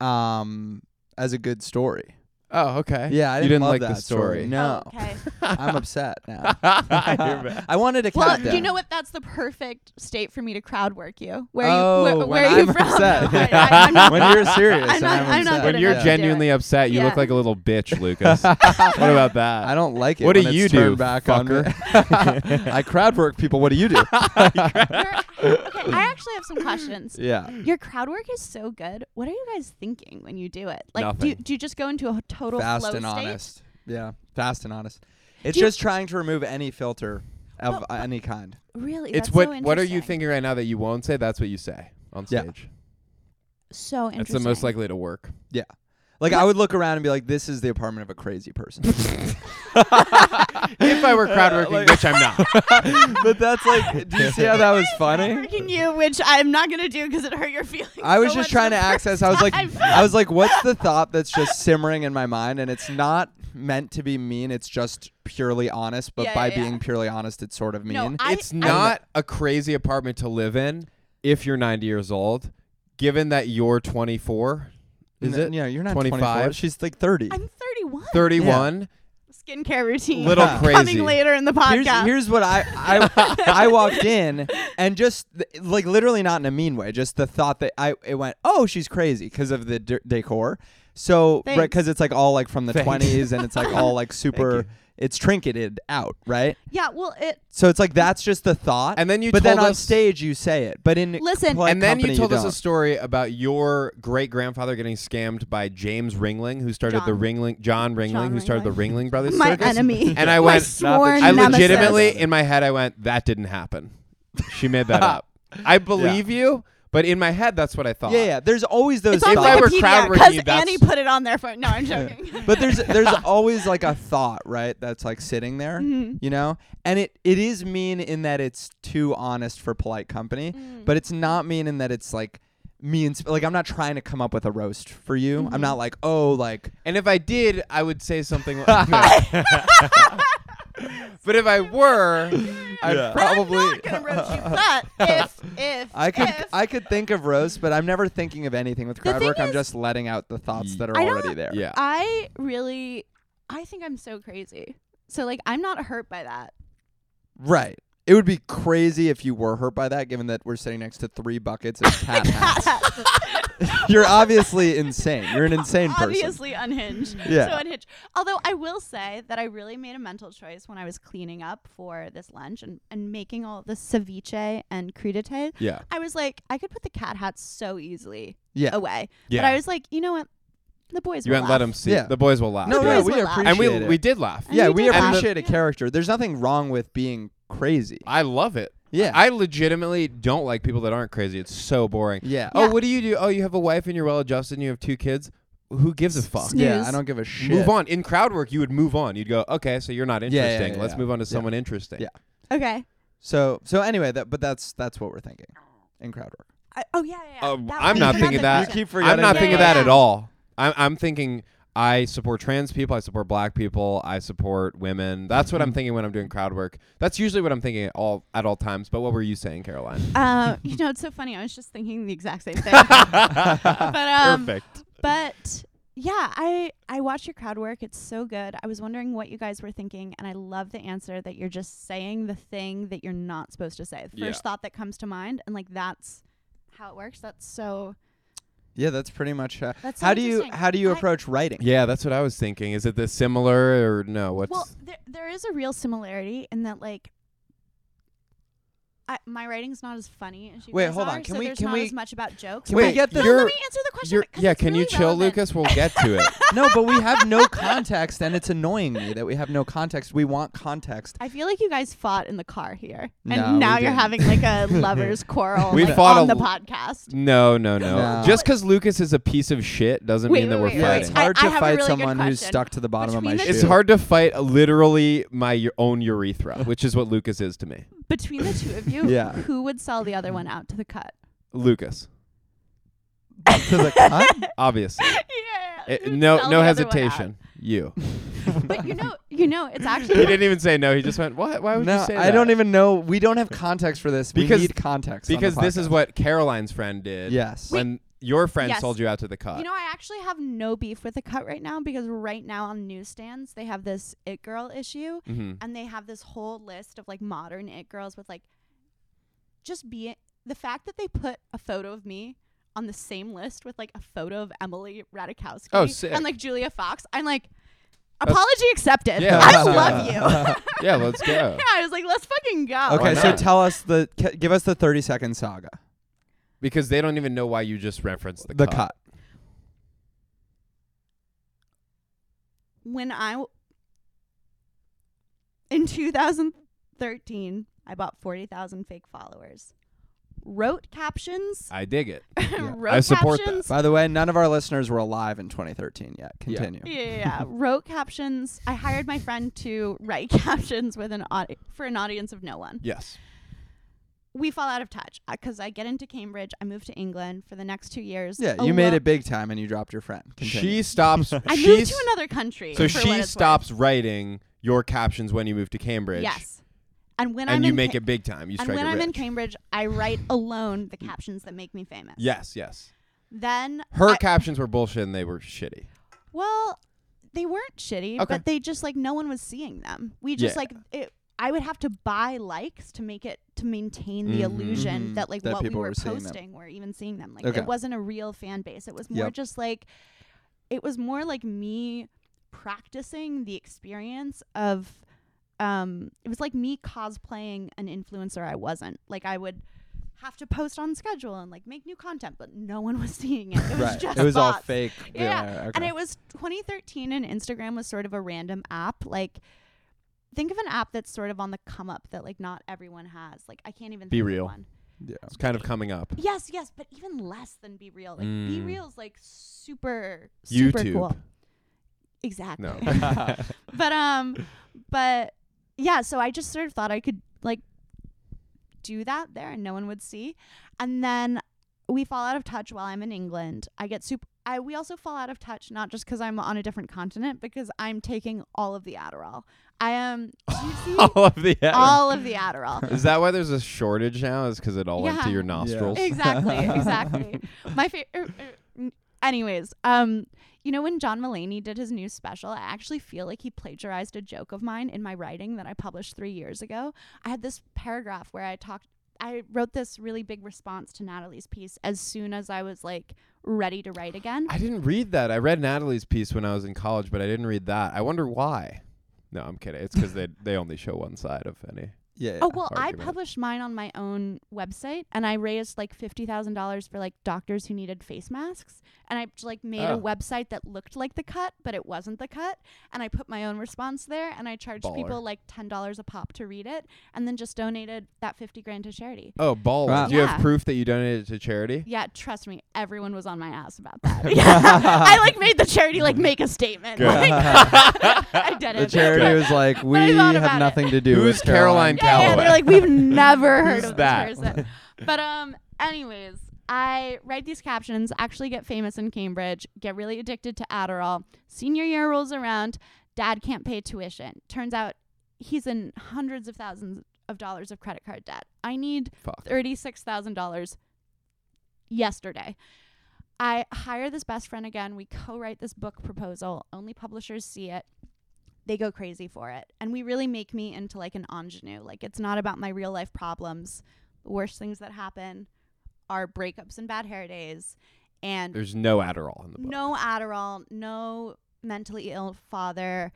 Speaker 1: um, as a good story.
Speaker 2: Oh, okay.
Speaker 1: Yeah, I
Speaker 2: You
Speaker 1: didn't,
Speaker 2: didn't
Speaker 1: love
Speaker 2: like the
Speaker 1: that
Speaker 2: story.
Speaker 1: No,
Speaker 3: Oh, okay.
Speaker 1: I'm upset now.
Speaker 2: I hear
Speaker 1: I wanted a cat.
Speaker 3: Well,
Speaker 1: death.
Speaker 3: you know what? That's the perfect state for me to crowd work you. Where
Speaker 1: Oh,
Speaker 3: you? Where,
Speaker 1: when
Speaker 3: where are you
Speaker 1: I'm
Speaker 3: from?
Speaker 1: upset.
Speaker 3: No, I- I- I'm not-
Speaker 1: when you're serious,
Speaker 3: I'm
Speaker 1: and
Speaker 3: not-
Speaker 1: I'm,
Speaker 3: I'm not
Speaker 1: upset.
Speaker 3: good
Speaker 2: when
Speaker 3: at
Speaker 2: you're
Speaker 3: that.
Speaker 2: genuinely upset, you
Speaker 3: Yeah.
Speaker 2: look like a little bitch, Lucas. what about that?
Speaker 1: I don't like it.
Speaker 2: What do
Speaker 1: when
Speaker 2: you
Speaker 1: it's
Speaker 2: do,
Speaker 1: turned back on me. I crowd work people. What do you do?
Speaker 3: you're- okay, I actually have some questions.
Speaker 1: yeah.
Speaker 3: Your crowd work is so good. What are you guys thinking when you do it? Like, do,
Speaker 2: Nothing.
Speaker 3: do you just go into a total
Speaker 1: fast
Speaker 3: flow
Speaker 1: and
Speaker 3: state?
Speaker 1: honest. Yeah, fast and honest. It's
Speaker 3: Do you-
Speaker 1: just trying to remove any filter of
Speaker 3: Well, uh, but-
Speaker 1: any kind.
Speaker 3: Really,
Speaker 2: it's
Speaker 3: that's
Speaker 2: what.
Speaker 3: So
Speaker 2: what are you
Speaker 3: interesting.
Speaker 2: thinking right now that you won't say? That's what you say on
Speaker 1: Yeah.
Speaker 2: stage.
Speaker 3: So interesting.
Speaker 2: That's the most likely to work.
Speaker 1: Like I would look around and be like, "This is the apartment of a crazy person."
Speaker 2: if I were crowd working,
Speaker 1: Uh, like-
Speaker 2: which I'm not.
Speaker 1: but that's like, do you see how that was funny?
Speaker 3: Working you, which I'm not gonna do because it hurt your feelings.
Speaker 1: I was
Speaker 3: so
Speaker 1: just
Speaker 3: much
Speaker 1: trying to
Speaker 3: the first
Speaker 1: access. I was like,
Speaker 3: time.
Speaker 1: I was like, what's the thought that's just simmering in my mind? And it's not meant to be mean. It's just purely honest. But
Speaker 3: Yeah,
Speaker 1: by
Speaker 3: yeah, yeah.
Speaker 1: being purely honest, it's sort of mean.
Speaker 3: No, I-
Speaker 2: it's not a crazy apartment to live in if you're 90 years old, given that you're 24, is
Speaker 1: N-
Speaker 2: it?
Speaker 1: Yeah, you're not
Speaker 2: 25?
Speaker 1: 25. She's like 30.
Speaker 3: I'm 31.
Speaker 2: 31.
Speaker 3: Skincare routine.
Speaker 2: Little crazy.
Speaker 3: Coming later in the podcast.
Speaker 1: here's, here's what I I, I walked in and just th- like literally not in a mean way, just the thought that I it went oh she's crazy because of the d- decor. So right
Speaker 3: Thanks.
Speaker 1: because it's like all like from the
Speaker 2: Thanks.
Speaker 1: twenties and it's like all like super it's trinketed out right.
Speaker 3: yeah. Well, it.
Speaker 1: So it's like that's just the thought.
Speaker 2: And then you
Speaker 1: but then
Speaker 2: told
Speaker 1: on
Speaker 2: us-
Speaker 1: stage you say it, but in
Speaker 3: Listen-
Speaker 1: polite
Speaker 2: and then you
Speaker 1: company,
Speaker 2: told us a
Speaker 1: don't.
Speaker 2: story about your great grandfather getting scammed by James Ringling, who started the
Speaker 3: John.
Speaker 2: Ringling, John Ringling,
Speaker 3: John
Speaker 2: who started the Ringling Brothers
Speaker 3: My
Speaker 2: Circus.
Speaker 3: enemy.
Speaker 2: And I
Speaker 3: My
Speaker 2: went,
Speaker 3: sworn
Speaker 2: I
Speaker 3: nemesis.
Speaker 2: legitimately, in my head, I went, that didn't happen. She made that up. I believe you, but in my head, that's what I thought.
Speaker 1: Yeah, yeah. There's always those.
Speaker 3: It's on
Speaker 2: If I
Speaker 1: thoughts.
Speaker 2: were
Speaker 3: Wikipedia
Speaker 2: crowd
Speaker 3: because
Speaker 2: working, that's-
Speaker 3: Annie put it on there for. No, I'm joking.
Speaker 1: but there's there's always like a thought right that's like sitting there
Speaker 3: Mm-hmm.
Speaker 1: you know and it it is mean in that it's too honest for polite company
Speaker 3: Mm.
Speaker 1: but it's not mean in that it's like mean sp- like i'm not trying to come up with a roast for you
Speaker 3: Mm-hmm.
Speaker 1: i'm not like oh like
Speaker 2: And if I did, I would say something like But if I were, I'd
Speaker 1: Yeah.
Speaker 2: probably
Speaker 3: I'm not gonna roast you, but if if
Speaker 1: i could
Speaker 3: if,
Speaker 1: i could think of roasts but i'm never thinking of anything with crowd
Speaker 3: thing
Speaker 1: work i'm
Speaker 3: is-
Speaker 1: just letting out the thoughts that are
Speaker 3: I
Speaker 1: already
Speaker 3: don't-
Speaker 1: there
Speaker 2: Yeah.
Speaker 3: I really, I think I'm so crazy. So like, I'm not hurt by that.
Speaker 1: right it would be crazy if you were hurt by that given that we're sitting next to three buckets of cat hats you're obviously insane you're an insane person
Speaker 3: Obviously unhinged.
Speaker 1: Yeah.
Speaker 3: So unhinged. Although I will say that I really made a mental choice when I was cleaning up for this lunch and, and making all the ceviche and crudite.
Speaker 2: Yeah.
Speaker 3: I was like, I could put the cat hat so easily
Speaker 1: Yeah.
Speaker 3: away.
Speaker 2: Yeah.
Speaker 3: But I was like, you know what? The boys
Speaker 2: You
Speaker 3: will
Speaker 2: went let
Speaker 3: laugh.
Speaker 2: them see.
Speaker 1: Yeah.
Speaker 2: The boys will laugh.
Speaker 1: No,
Speaker 3: The
Speaker 1: yeah,
Speaker 3: boys
Speaker 1: we
Speaker 3: will laugh.
Speaker 1: appreciate
Speaker 2: and we
Speaker 1: it.
Speaker 2: we did laugh.
Speaker 3: And
Speaker 1: yeah,
Speaker 3: we
Speaker 1: we
Speaker 3: did laugh.
Speaker 1: appreciate a
Speaker 3: Yeah.
Speaker 1: character. There's nothing wrong with being crazy.
Speaker 2: I love it.
Speaker 1: Yeah.
Speaker 2: I legitimately don't like people that aren't crazy. It's so boring.
Speaker 1: yeah.
Speaker 2: Oh,
Speaker 3: Yeah.
Speaker 2: what do you do? Oh, you have a wife and you're well adjusted and you have two kids. Who gives a fuck?
Speaker 3: Yeah.
Speaker 1: yeah,
Speaker 3: Snooze.
Speaker 1: I don't give a shit.
Speaker 2: Move on. In crowd work, you would move on. You'd go, okay, so you're not
Speaker 1: yeah,
Speaker 2: interesting.
Speaker 1: yeah,
Speaker 2: Let's
Speaker 1: yeah.
Speaker 2: move on to
Speaker 1: Yeah.
Speaker 2: someone interesting.
Speaker 1: Yeah.
Speaker 3: Okay.
Speaker 1: So so anyway, that but that's that's what we're thinking in crowd work.
Speaker 3: I, oh yeah, yeah. yeah.
Speaker 2: Uh, I'm
Speaker 3: That was
Speaker 2: not
Speaker 3: another
Speaker 2: thinking that.
Speaker 3: question.
Speaker 1: You keep
Speaker 2: I'm
Speaker 1: forgetting.
Speaker 2: not
Speaker 3: that.
Speaker 2: thinking
Speaker 3: Yeah,
Speaker 2: that
Speaker 3: yeah.
Speaker 2: at all. I'm, I'm thinking I support trans people. I support black people. I support women. That's
Speaker 1: Mm-hmm.
Speaker 2: what I'm thinking when I'm doing crowd work. That's usually what I'm thinking at all at all times. But what were you saying, Caroline?
Speaker 3: Uh, you know, it's so funny. I was just thinking the exact same thing. but um,
Speaker 2: Perfect.
Speaker 3: but yeah, I I watch your crowd work. It's so good. I was wondering what you guys were thinking, and I love the answer that you're just saying the thing that you're not supposed to say. The
Speaker 2: Yeah.
Speaker 3: first thought that comes to mind, and like that's how it works. That's so.
Speaker 1: Yeah, that's pretty much uh,
Speaker 3: That's so
Speaker 1: how do you
Speaker 3: interesting.
Speaker 1: how do you
Speaker 3: I-
Speaker 1: approach writing?
Speaker 2: Yeah, that's what I was thinking. Is it the similar or no? What's
Speaker 3: Well, there, there is a real similarity in that, like, I, my writing's not as funny as you
Speaker 1: Wait,
Speaker 3: guys
Speaker 1: hold on.
Speaker 3: are,
Speaker 1: Can
Speaker 3: so
Speaker 1: we-
Speaker 3: there's
Speaker 1: can
Speaker 3: not
Speaker 1: we-
Speaker 3: as much about jokes.
Speaker 1: Can we
Speaker 2: Wait,
Speaker 1: get
Speaker 3: but-
Speaker 1: this?
Speaker 3: No, let
Speaker 2: you're-
Speaker 3: me answer the question.
Speaker 2: You're,
Speaker 3: because
Speaker 2: yeah,
Speaker 3: it's
Speaker 2: can you
Speaker 3: really
Speaker 2: chill,
Speaker 3: relevant.
Speaker 2: Lucas? We'll get to it.
Speaker 1: no, but we have no context, and it's annoying me that we have no context. We want context.
Speaker 3: I feel like you guys fought in the car here, and
Speaker 1: No, we
Speaker 3: now you're
Speaker 1: didn't.
Speaker 3: having like a lovers' quarrel.
Speaker 2: We
Speaker 3: like,
Speaker 2: fought
Speaker 3: on
Speaker 2: a
Speaker 3: the
Speaker 2: l-
Speaker 3: podcast.
Speaker 2: No, no, no.
Speaker 1: No.
Speaker 2: Just because Lucas is a piece of shit doesn't
Speaker 3: Wait,
Speaker 2: mean that
Speaker 3: wait,
Speaker 2: we're
Speaker 3: wait,
Speaker 1: yeah,
Speaker 2: fighting.
Speaker 1: it's
Speaker 3: I-
Speaker 1: hard
Speaker 3: I
Speaker 1: to
Speaker 3: have a
Speaker 1: fight
Speaker 3: really good
Speaker 1: someone who's
Speaker 3: question.
Speaker 1: stuck to the bottom
Speaker 3: Between
Speaker 1: of my
Speaker 3: the
Speaker 1: shoe.
Speaker 2: It's hard to fight uh, literally my u- own urethra, which is what Lucas is to me.
Speaker 3: Between the two of you,
Speaker 1: Yeah.
Speaker 3: who would sell the other one out to the cut?
Speaker 2: Lucas,
Speaker 1: to the cut.
Speaker 2: obviously.
Speaker 3: yeah.
Speaker 2: It- no, no hesitation. You.
Speaker 3: But you know, you know, it's
Speaker 2: He
Speaker 3: actually
Speaker 2: didn't even say no. He just went. What? Why would you
Speaker 1: No,
Speaker 2: say that?
Speaker 1: I don't even know. We don't have context for this.
Speaker 2: Because-
Speaker 1: we need context on the
Speaker 2: Because this is
Speaker 1: podcast.
Speaker 2: what Caroline's friend did.
Speaker 1: Yes.
Speaker 2: When your friend
Speaker 3: Yes.
Speaker 2: sold you out to the cut.
Speaker 3: You know, I actually have no beef with the cut right now because right now on newsstands they have this it girl issue
Speaker 2: mm-hmm.
Speaker 3: and they have this whole list of like modern it girls with like just be the fact that they put a photo of me on the same list with like a photo of Emily Ratajkowski
Speaker 2: Oh, sick.
Speaker 3: and like Julia Fox. I'm like
Speaker 2: That's-
Speaker 3: apology accepted.
Speaker 2: Yeah,
Speaker 3: I
Speaker 1: let's go.
Speaker 3: love you.
Speaker 2: Yeah, let's go.
Speaker 3: yeah, I was like let's fucking go.
Speaker 1: Okay, so
Speaker 2: not?
Speaker 1: tell us the ca- give us the thirty second saga.
Speaker 2: Because they don't even know why you just referenced the,
Speaker 1: The
Speaker 2: cut.
Speaker 1: cut.
Speaker 3: when I w- in 2013 I bought 40,000 fake followers. Wrote captions.
Speaker 2: I dig it.
Speaker 3: wrote
Speaker 2: I support that.
Speaker 3: captions.
Speaker 1: By the way, none of our listeners were alive in 2013 yet.
Speaker 2: Yeah.
Speaker 1: Continue.
Speaker 3: Yeah, yeah, yeah. wrote captions. I hired my friend to write captions with an audi- for an audience of no one.
Speaker 2: Yes.
Speaker 3: We fall out of touch because I get into Cambridge. I move to England for the next two years.
Speaker 1: Yeah,
Speaker 3: A
Speaker 1: you made
Speaker 3: lo-
Speaker 1: it big time and you dropped your friend. Continue.
Speaker 2: She stops.
Speaker 3: I
Speaker 2: she
Speaker 3: moved to
Speaker 2: s-
Speaker 3: another country.
Speaker 2: So
Speaker 3: for what
Speaker 2: she
Speaker 3: it's
Speaker 2: stops writing your captions when you move to Cambridge.
Speaker 3: Worth. Yes. And when I'm
Speaker 2: And you
Speaker 3: in
Speaker 2: make
Speaker 3: Ca-
Speaker 2: it big time. You
Speaker 3: and
Speaker 2: strike
Speaker 3: when
Speaker 2: it
Speaker 3: I'm in
Speaker 2: rich.
Speaker 3: Cambridge, I write alone the captions that make me famous.
Speaker 2: Yes, yes.
Speaker 3: Then
Speaker 2: Her
Speaker 3: I-
Speaker 2: captions were bullshit and they were shitty.
Speaker 3: Well, they weren't shitty,
Speaker 2: Okay.
Speaker 3: but they just like no one was seeing them. We just
Speaker 2: Yeah.
Speaker 3: like it. I would have to buy likes to make it to maintain the
Speaker 2: Mhm.
Speaker 3: illusion
Speaker 1: Mhm.
Speaker 3: that like
Speaker 1: That
Speaker 3: what we
Speaker 1: people
Speaker 3: were,
Speaker 1: were seeing them.
Speaker 3: posting were even seeing them. Like
Speaker 1: Okay.
Speaker 3: it wasn't a real fan base. It was more
Speaker 1: Yep.
Speaker 3: just like it was more like me practicing the experience of um it was like me cosplaying an influencer I wasn't. Like I would have to post on schedule and like make new content, but no one was seeing it. It was
Speaker 1: right.
Speaker 3: just
Speaker 1: it was all
Speaker 3: bots.
Speaker 1: fake.
Speaker 3: Yeah,
Speaker 1: okay.
Speaker 3: And it was 2013, and Instagram was sort of a random app. Like, think of an app that's sort of on the come up that like not everyone has. Like, I can't even
Speaker 2: Be
Speaker 3: think
Speaker 2: real.
Speaker 3: Of one.
Speaker 1: yeah.
Speaker 2: It's kind of coming up.
Speaker 3: Yes, yes, but even less than Be Real. Like, Be
Speaker 2: Mm.
Speaker 3: Real's like super, super
Speaker 2: YouTube.
Speaker 3: cool. Exactly.
Speaker 2: No.
Speaker 3: but um, but yeah. So I just sort of thought I could like do that there, and no one would see. And then we fall out of touch while I'm in England. I get super. I we also fall out of touch not just because I'm on a different continent, because I'm taking all of the Adderall. I am. Do you see
Speaker 2: all of the
Speaker 3: all of the Adderall?
Speaker 2: Is that why there's a shortage now? Is because it all went to
Speaker 3: Yeah.
Speaker 2: your
Speaker 3: Yeah.
Speaker 2: nostrils?
Speaker 3: Exactly, exactly. My favorite. Anyways, um, you know when John Mulaney did his new special, I actually feel like he plagiarized a joke of mine in my writing that I published three years ago. I had this paragraph where I talked. I wrote this really big response to Natalie's piece as soon as I was like ready to write again.
Speaker 2: I didn't read that. I read Natalie's piece when I was in college, but I didn't read that. I wonder why. No, I'm kidding. It's because they they only show one side of any.
Speaker 1: Yeah. yeah.
Speaker 3: Oh well, I
Speaker 2: argument.
Speaker 3: published mine on my own website, and I raised like fifty thousand dollars for like doctors who needed face masks, and I j- like made
Speaker 2: Oh.
Speaker 3: a website that looked like the cut, but it wasn't the cut, and I put my own response there, and I charged people
Speaker 2: Baller.
Speaker 3: like ten dollars a pop to read it, and then just donated that fifty grand to charity.
Speaker 2: Oh, baller!
Speaker 1: Wow.
Speaker 2: Do you have
Speaker 3: Yeah.
Speaker 2: proof that you donated to charity?
Speaker 3: Yeah, trust me, everyone was on my ass about that. Yeah. I like made the charity like make a statement.
Speaker 2: Good.
Speaker 3: Like, I did
Speaker 1: the
Speaker 3: it.
Speaker 1: charity was like, we
Speaker 3: thought
Speaker 1: have
Speaker 3: about it.
Speaker 1: nothing to do
Speaker 2: Who's
Speaker 1: with Caroline.
Speaker 2: Caroline
Speaker 3: Yeah, yeah, they're
Speaker 2: Calloway.
Speaker 3: like, we've never heard
Speaker 2: Who's
Speaker 3: of
Speaker 2: that?
Speaker 3: this person. But um, anyways, I write these captions, actually get famous in Cambridge, get really addicted to Adderall. Senior year rolls around, dad can't pay tuition. Turns out he's in hundreds of thousands of dollars of credit card debt. I need
Speaker 2: Fuck.
Speaker 3: $36,000 yesterday. I hire this best friend again. We co write this book proposal. Only publishers see it. They go crazy for it. And we really make me into like an ingenue. Like, it's not about my real life problems. The worst things that happen are breakups and bad hair days. And
Speaker 2: There's no Adderall in the book.
Speaker 3: no Adderall, no mentally ill father,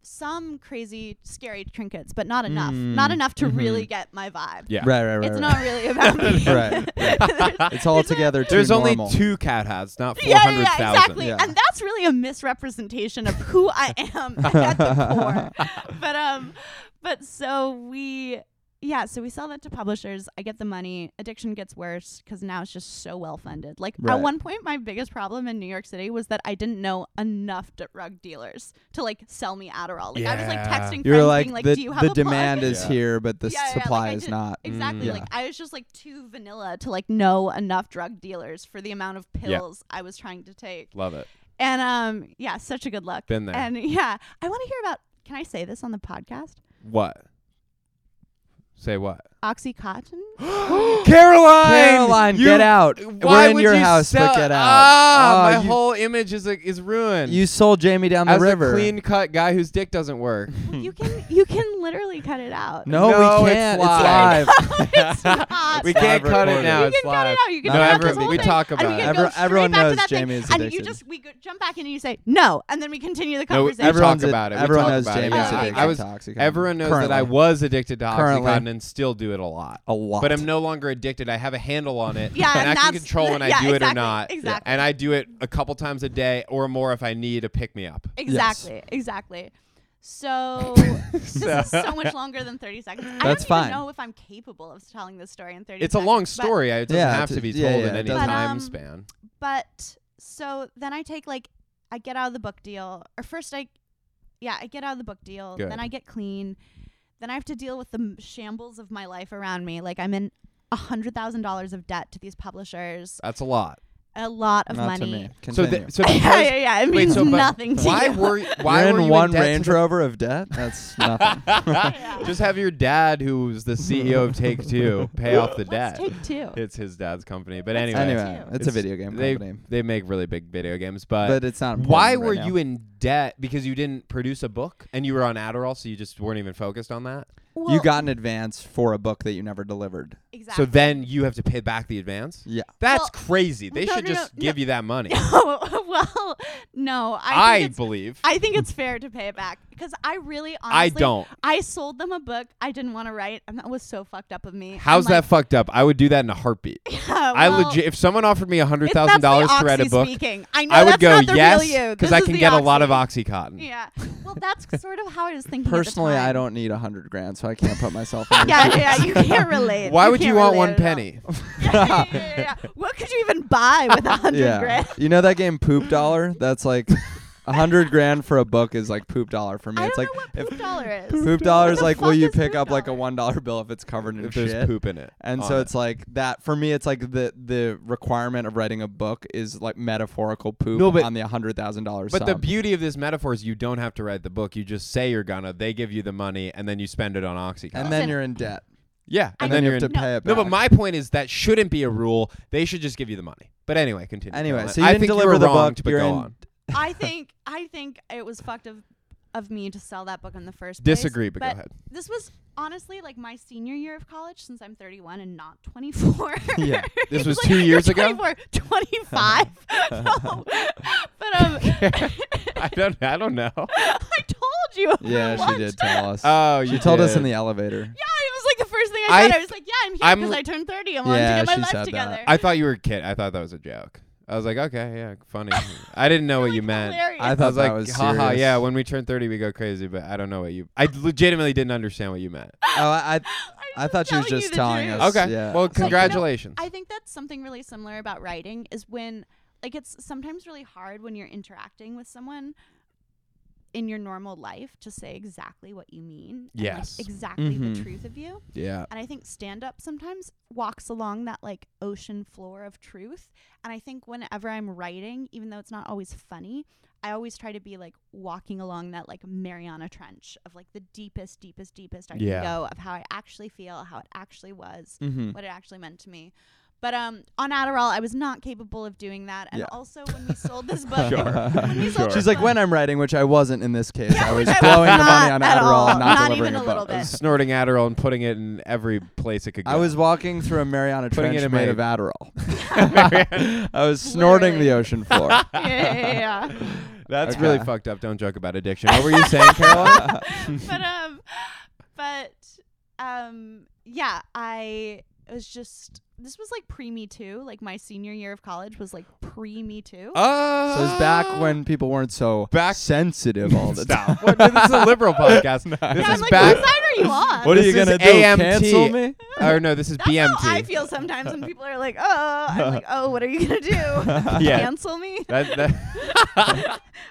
Speaker 3: some crazy, scary trinkets, but not enough. Not
Speaker 1: Mm,
Speaker 3: enough to
Speaker 2: mm-hmm.
Speaker 1: mhm.
Speaker 3: really get my vibe.
Speaker 2: Yeah.
Speaker 1: Right, right, right.
Speaker 3: It's
Speaker 1: right.
Speaker 3: not really about me.
Speaker 1: Right.
Speaker 3: There's-
Speaker 1: It's all together too
Speaker 2: There's only
Speaker 1: normal.
Speaker 2: two cat hats, not four
Speaker 3: Yeah, yeah,
Speaker 2: hundred thousand.
Speaker 3: yeah, exactly.
Speaker 1: Yeah.
Speaker 3: And that's really a misrepresentation of who I am at the core. But um, but so we, yeah, so we sell that to publishers. I get the money. Addiction gets worse because now it's just so well funded. Like
Speaker 1: Right.
Speaker 3: at one point, my biggest problem in New York City was that I didn't know enough d- drug dealers to like sell me Adderall. Like I was like
Speaker 2: Yeah.
Speaker 3: texting
Speaker 1: You're
Speaker 3: friends,
Speaker 1: like,
Speaker 3: being like,
Speaker 1: the,
Speaker 3: "Do you have
Speaker 1: the
Speaker 3: a plug?"
Speaker 1: demand is
Speaker 2: Yeah.
Speaker 1: here, but the
Speaker 3: Yeah, yeah, like,
Speaker 1: supply
Speaker 3: I
Speaker 1: is
Speaker 3: did-
Speaker 1: not.
Speaker 3: Exactly.
Speaker 2: Mm.
Speaker 3: Like I was just like too vanilla to like know enough drug dealers for the amount of pills I was trying to take.
Speaker 2: Love it.
Speaker 3: And um, yeah, such a good look.
Speaker 2: Been there.
Speaker 3: And yeah, I want to hear about. Can I say this on the podcast?
Speaker 2: What? Say what?
Speaker 3: OxyContin.
Speaker 2: Caroline!
Speaker 1: Caroline,
Speaker 2: You-
Speaker 1: get out.
Speaker 2: Why
Speaker 1: We're in
Speaker 2: would
Speaker 1: your
Speaker 2: you
Speaker 1: house,
Speaker 2: sell-
Speaker 1: but get out.
Speaker 2: Ah,
Speaker 1: Oh,
Speaker 2: my
Speaker 1: you,
Speaker 2: whole image is like, is ruined.
Speaker 1: you sold Jamie down the
Speaker 2: As
Speaker 1: river.
Speaker 2: a clean cut guy whose dick doesn't work.
Speaker 3: you can you can literally cut it out.
Speaker 1: no,
Speaker 2: No,
Speaker 1: we
Speaker 2: it's
Speaker 1: can't.
Speaker 2: live.
Speaker 3: it's not.
Speaker 2: we
Speaker 1: It's live
Speaker 2: can't cut it
Speaker 1: recorded.
Speaker 2: now.
Speaker 3: You
Speaker 2: it's
Speaker 3: can cut
Speaker 2: live.
Speaker 3: it out. You
Speaker 1: No,
Speaker 3: can cut
Speaker 1: every-
Speaker 3: out this whole
Speaker 1: we
Speaker 3: thing.
Speaker 2: talk
Speaker 3: and
Speaker 2: about
Speaker 3: we
Speaker 2: it.
Speaker 3: can
Speaker 1: Every-
Speaker 3: go straight
Speaker 1: everyone
Speaker 3: back to
Speaker 1: knows
Speaker 3: that thing,
Speaker 1: Jamie's
Speaker 3: And you
Speaker 1: addicted.
Speaker 3: just we go, jump back in and you say no, and then we continue the
Speaker 2: No, we-
Speaker 3: conversation.
Speaker 1: Everyone's ad-
Speaker 2: talk about it. We
Speaker 1: Everyone
Speaker 2: talk
Speaker 1: knows
Speaker 2: about it.
Speaker 1: Jamie's
Speaker 3: Yeah.
Speaker 1: addicted
Speaker 3: I
Speaker 2: was-
Speaker 1: to OxyContin.
Speaker 2: Everyone knows that I
Speaker 1: Currently.
Speaker 2: was addicted to
Speaker 1: Currently.
Speaker 2: OxyContin and still do it a lot.
Speaker 1: a lot.
Speaker 2: But I'm no longer addicted. I have a handle on it.
Speaker 3: Yeah,
Speaker 2: and I
Speaker 3: and
Speaker 2: can
Speaker 3: that's-
Speaker 2: control when
Speaker 3: yeah,
Speaker 2: I do it or
Speaker 3: exactly,
Speaker 2: not.
Speaker 3: exactly.
Speaker 2: And I do it a couple times a day or more if I need a pick me up.
Speaker 3: Exactly. Exactly. So this is so much longer than 30 seconds. I don't
Speaker 1: That's
Speaker 3: even
Speaker 1: fine.
Speaker 3: know if I'm capable of telling this story in 30
Speaker 2: It's a
Speaker 3: seconds.
Speaker 2: long
Speaker 3: but-
Speaker 2: story. It doesn't
Speaker 1: Yeah,
Speaker 2: have to
Speaker 1: it's-
Speaker 2: be told
Speaker 1: yeah, yeah,
Speaker 2: in
Speaker 1: it
Speaker 2: any
Speaker 1: doesn't-
Speaker 3: But,
Speaker 2: time
Speaker 3: um,
Speaker 2: span.
Speaker 3: but so then I take like I get out of the book deal, or first I, yeah, I get out of the book deal.
Speaker 2: Good.
Speaker 3: Then I get clean. Then I have to deal with the m- shambles of my life around me. Like I'm in a hundred thousand dollars of debt to these publishers,
Speaker 2: That's a lot.
Speaker 3: a lot of
Speaker 1: Not
Speaker 3: money.
Speaker 1: to me.
Speaker 2: So,
Speaker 1: Continue.
Speaker 2: th- so
Speaker 3: yeah,
Speaker 2: because
Speaker 3: yeah, yeah. It
Speaker 2: Wait,
Speaker 3: means
Speaker 2: so but
Speaker 3: nothing to
Speaker 2: why
Speaker 3: you.
Speaker 2: were why
Speaker 1: You're
Speaker 2: were
Speaker 1: in
Speaker 2: you
Speaker 1: one
Speaker 2: in debt to
Speaker 1: Range
Speaker 2: the-
Speaker 1: Rover of debt? That's nothing.
Speaker 2: Just have your dad, who's the CEO of Take Two, pay off the
Speaker 3: Let's
Speaker 2: debt.
Speaker 3: take two.
Speaker 2: It's his dad's company, but
Speaker 3: Let's
Speaker 2: anyway,
Speaker 3: take
Speaker 1: anyway,
Speaker 3: Two.
Speaker 1: it's, a video game
Speaker 2: They
Speaker 1: company,
Speaker 2: they make really big video games, but,
Speaker 1: but it's not.
Speaker 2: why
Speaker 1: important
Speaker 2: were
Speaker 1: right now.
Speaker 2: you in debt? Because you didn't produce a book and you were on Adderall, so you just weren't even focused on that.
Speaker 1: you
Speaker 3: Well,
Speaker 1: got an advance for a book that you never delivered.
Speaker 3: exactly.
Speaker 2: So then you have to pay back the advance.
Speaker 1: Yeah.
Speaker 2: That's
Speaker 3: Well,
Speaker 2: crazy. They
Speaker 3: no,
Speaker 2: should
Speaker 3: no, no,
Speaker 2: just
Speaker 3: no.
Speaker 2: give you that money.
Speaker 3: well, no, I
Speaker 2: I,
Speaker 3: think it's
Speaker 2: believe.
Speaker 3: I think it's fair to pay it back because I really honestly
Speaker 2: I don't.
Speaker 3: I sold them a book I didn't want to write and that was so fucked up of me.
Speaker 2: How's that fucked up? I would do that in a heartbeat. I legit. If someone offered me a hundred thousand dollars to write a book,
Speaker 3: Speaking. I know
Speaker 2: I would
Speaker 3: that's
Speaker 2: go
Speaker 3: not the real
Speaker 2: yes
Speaker 3: you.
Speaker 2: because
Speaker 3: This
Speaker 2: I
Speaker 3: is
Speaker 2: can
Speaker 3: the
Speaker 2: get a lot of
Speaker 3: oxy.
Speaker 2: OxyContin.
Speaker 3: Yeah. Well, that's sort of how I was thinking. at the
Speaker 1: Personally, I
Speaker 3: time.
Speaker 1: don't need a hundred grand, so I can't put myself. in
Speaker 3: Yeah,
Speaker 1: this-
Speaker 3: yeah, yeah, you can't relate.
Speaker 2: Why would you
Speaker 3: can't
Speaker 2: want
Speaker 3: relate
Speaker 2: one
Speaker 3: at all.
Speaker 2: penny?
Speaker 3: yeah, yeah, yeah, yeah. What could you even buy with a hundred grand?
Speaker 1: You know that game Poop Dollar? That's like a hundred grand for a book is like Poop Dollar for me.
Speaker 3: I
Speaker 1: it's
Speaker 3: don't
Speaker 1: like
Speaker 3: know
Speaker 1: if
Speaker 3: what poop dollar is.
Speaker 1: Poop Dollar is
Speaker 3: the
Speaker 1: like, will
Speaker 3: fuck
Speaker 1: you
Speaker 3: is
Speaker 1: pick
Speaker 3: poop
Speaker 1: up like a
Speaker 3: dollar?
Speaker 1: one dollar bill if it's covered in
Speaker 2: if
Speaker 1: shit?
Speaker 2: there's poop in it.
Speaker 1: And
Speaker 2: on
Speaker 1: so
Speaker 2: it.
Speaker 1: it's like that for me. It's like the the requirement of writing a book is like metaphorical poop
Speaker 2: No, but-
Speaker 1: on the hundred thousand dollars.
Speaker 2: But the beauty of this metaphor is you don't have to write the book. You just say you're gonna. They give you the money, and then you spend it on OxyContin.
Speaker 1: and
Speaker 3: Listen.
Speaker 1: then you're in debt,
Speaker 2: yeah,
Speaker 1: and then you have
Speaker 2: you're
Speaker 1: to
Speaker 2: in.
Speaker 3: No.
Speaker 1: pay it
Speaker 2: No,
Speaker 1: back.
Speaker 2: but my point is that shouldn't be a rule. They should just give you the money. But anyway, continue.
Speaker 1: anyway,
Speaker 2: Caroline.
Speaker 1: so you
Speaker 2: I
Speaker 1: didn't
Speaker 2: think you
Speaker 1: deliver
Speaker 2: were
Speaker 1: the
Speaker 2: wronged,
Speaker 1: book.
Speaker 2: but
Speaker 1: you're
Speaker 2: go
Speaker 1: in
Speaker 2: on.
Speaker 3: I think I think it was fucked of of me to sell that book in the first place.
Speaker 2: Disagree, but, go ahead.
Speaker 3: This was honestly like my senior year of college since I'm 31 and not 24.
Speaker 1: Yeah.
Speaker 2: This
Speaker 3: It's
Speaker 2: was
Speaker 3: like,
Speaker 2: two
Speaker 3: "You're
Speaker 2: years ago?"
Speaker 3: 24, 25. no. But um
Speaker 2: I don't. I don't know.
Speaker 3: I told you.
Speaker 1: Yeah, she
Speaker 3: What?
Speaker 1: did tell us.
Speaker 2: Oh,
Speaker 1: she
Speaker 2: you
Speaker 1: told us in
Speaker 2: did.
Speaker 1: the elevator.
Speaker 3: Yeah, it was like the first thing I said.
Speaker 2: I-
Speaker 3: I was like, yeah, I'm
Speaker 2: I'm-
Speaker 3: here because I turned 30. I'm
Speaker 1: Yeah, she
Speaker 3: wanting to get my
Speaker 1: said that.
Speaker 3: life together.
Speaker 2: I thought you were a kid. I thought that was a joke. I was like, okay, yeah, funny. I didn't know what you
Speaker 3: Like,
Speaker 2: meant.
Speaker 3: hilarious.
Speaker 1: I
Speaker 2: I
Speaker 1: thought
Speaker 2: was
Speaker 1: that
Speaker 2: like,
Speaker 1: was
Speaker 2: haha,
Speaker 1: serious.
Speaker 2: yeah. When we turn thirty, we go crazy. But I don't know what you. I legitimately didn't understand what you meant.
Speaker 1: Oh, I
Speaker 3: I'm
Speaker 1: I, I thought she was
Speaker 3: telling you
Speaker 1: just
Speaker 3: the
Speaker 1: telling
Speaker 3: truth.
Speaker 1: us.
Speaker 2: Okay.
Speaker 1: Yeah.
Speaker 2: Well,
Speaker 3: you know,
Speaker 2: congratulations.
Speaker 3: I think that's something really similar about writing is when like it's sometimes really hard when you're interacting with someone in your normal life to say exactly what you mean. and, like,
Speaker 2: Yes. Mm-hmm.
Speaker 3: exactly
Speaker 1: Mhm.
Speaker 3: the truth of you.
Speaker 2: yeah.
Speaker 3: And I think stand up sometimes walks along that like ocean floor of truth. And I think whenever I'm writing, even though it's not always funny, I always try to be like walking along that like Mariana Trench of like the deepest, deepest, deepest I
Speaker 2: Yeah.
Speaker 3: can go of how I actually feel, how it actually was,
Speaker 1: Mm-hmm.
Speaker 3: what it actually meant to me. But um, on Adderall, I was not capable of doing that. And
Speaker 1: Yeah.
Speaker 3: also, when we sold this book,
Speaker 2: Sure.
Speaker 3: when we sold
Speaker 2: Sure.
Speaker 3: this
Speaker 1: She's like,
Speaker 3: book-
Speaker 1: when I'm writing, which I wasn't in this case.
Speaker 3: Yeah,
Speaker 1: I was
Speaker 3: which I was
Speaker 1: blowing the money
Speaker 3: not
Speaker 1: on
Speaker 3: at
Speaker 1: Adderol,
Speaker 3: all.
Speaker 1: and
Speaker 3: Not
Speaker 1: not, delivering
Speaker 3: even a little
Speaker 1: book.
Speaker 3: bit.
Speaker 2: Snorting Adderall and putting it in every place it could go.
Speaker 1: I was walking through a Mariana
Speaker 2: Putting it
Speaker 1: Trench
Speaker 2: in
Speaker 1: made
Speaker 2: my-
Speaker 1: of Adderall. I was snorting the
Speaker 3: Literally.
Speaker 1: ocean floor.
Speaker 3: yeah, yeah, yeah, yeah.
Speaker 4: That's
Speaker 2: That's really
Speaker 1: Okay.
Speaker 2: fucked up. Don't joke about addiction. What were you saying, Caroline?
Speaker 3: but um, but um, yeah, I it was just this was like pre Me Too. Like my senior year of college was like pre Me Too.
Speaker 2: Uh,
Speaker 1: So it's back when people weren't so
Speaker 2: Back-
Speaker 1: sensitive all the time.
Speaker 2: Stop. What- this is a liberal podcast. This
Speaker 3: yeah, I'm
Speaker 2: is
Speaker 3: like,
Speaker 2: back.
Speaker 3: what side are you on?
Speaker 4: What are
Speaker 2: This
Speaker 4: you
Speaker 2: is
Speaker 4: gonna do?
Speaker 2: AMT.
Speaker 4: Cancel me?
Speaker 2: or no, this is
Speaker 3: That's
Speaker 2: BMT.
Speaker 3: how I feel sometimes when people are like, "Oh," I'm like, "Oh, what are you gonna do?
Speaker 2: Yeah.
Speaker 3: Cancel me?
Speaker 2: That- that-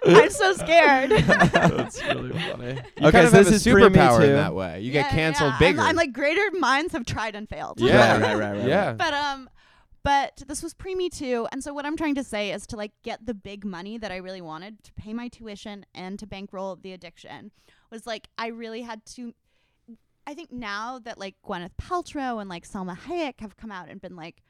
Speaker 3: I'm so scared."
Speaker 4: That's really funny.
Speaker 2: you
Speaker 1: Okay,
Speaker 2: kind
Speaker 1: so
Speaker 2: of have
Speaker 1: this
Speaker 2: a
Speaker 1: is pre-Me
Speaker 2: superpower in
Speaker 1: Too.
Speaker 2: that way. You
Speaker 3: Yeah,
Speaker 2: get canceled
Speaker 3: yeah.
Speaker 2: bigger.
Speaker 3: I'm, I'm like, greater minds have tried and failed.
Speaker 2: Yeah.
Speaker 1: Right, right, right, right,
Speaker 2: yeah.
Speaker 1: right.
Speaker 3: but um but this was pre me too and so what i'm trying to say is to like get the big money that i really wanted to pay my tuition and to bankroll the addiction was like i really had to i think now that like gwyneth paltrow and like selma hayek have come out and been like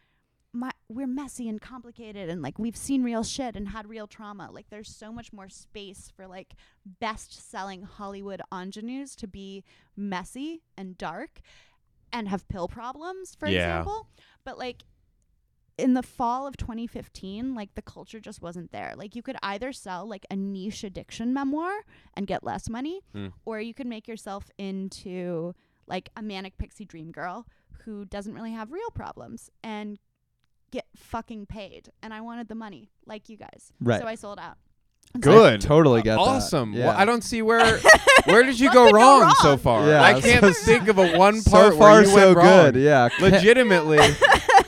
Speaker 3: my, we're messy and complicated and like we've seen real shit and had real trauma like there's so much more space for like best selling hollywood ingenues to be messy and dark and have pill problems for
Speaker 2: Yeah.
Speaker 3: example but like in the fall of 2015 like the culture just wasn't there like you could either sell like a niche addiction memoir and get less money
Speaker 2: Mm.
Speaker 3: or you could make yourself into like a manic pixie dream girl who doesn't really have real problems and get fucking paid and i wanted the money like you guys
Speaker 1: Right.
Speaker 3: so i sold out
Speaker 2: Good.
Speaker 1: I totally get
Speaker 2: awesome.
Speaker 1: that. Yeah.
Speaker 2: Well, I don't see where where did you go
Speaker 3: What could go
Speaker 2: wrong,
Speaker 3: wrong?
Speaker 2: so far?
Speaker 1: Yeah,
Speaker 2: I can't
Speaker 1: so-
Speaker 2: think of a one
Speaker 1: So
Speaker 2: part
Speaker 1: far,
Speaker 2: where you
Speaker 1: so
Speaker 2: went wrong.
Speaker 1: good. Yeah.
Speaker 2: Legitimately,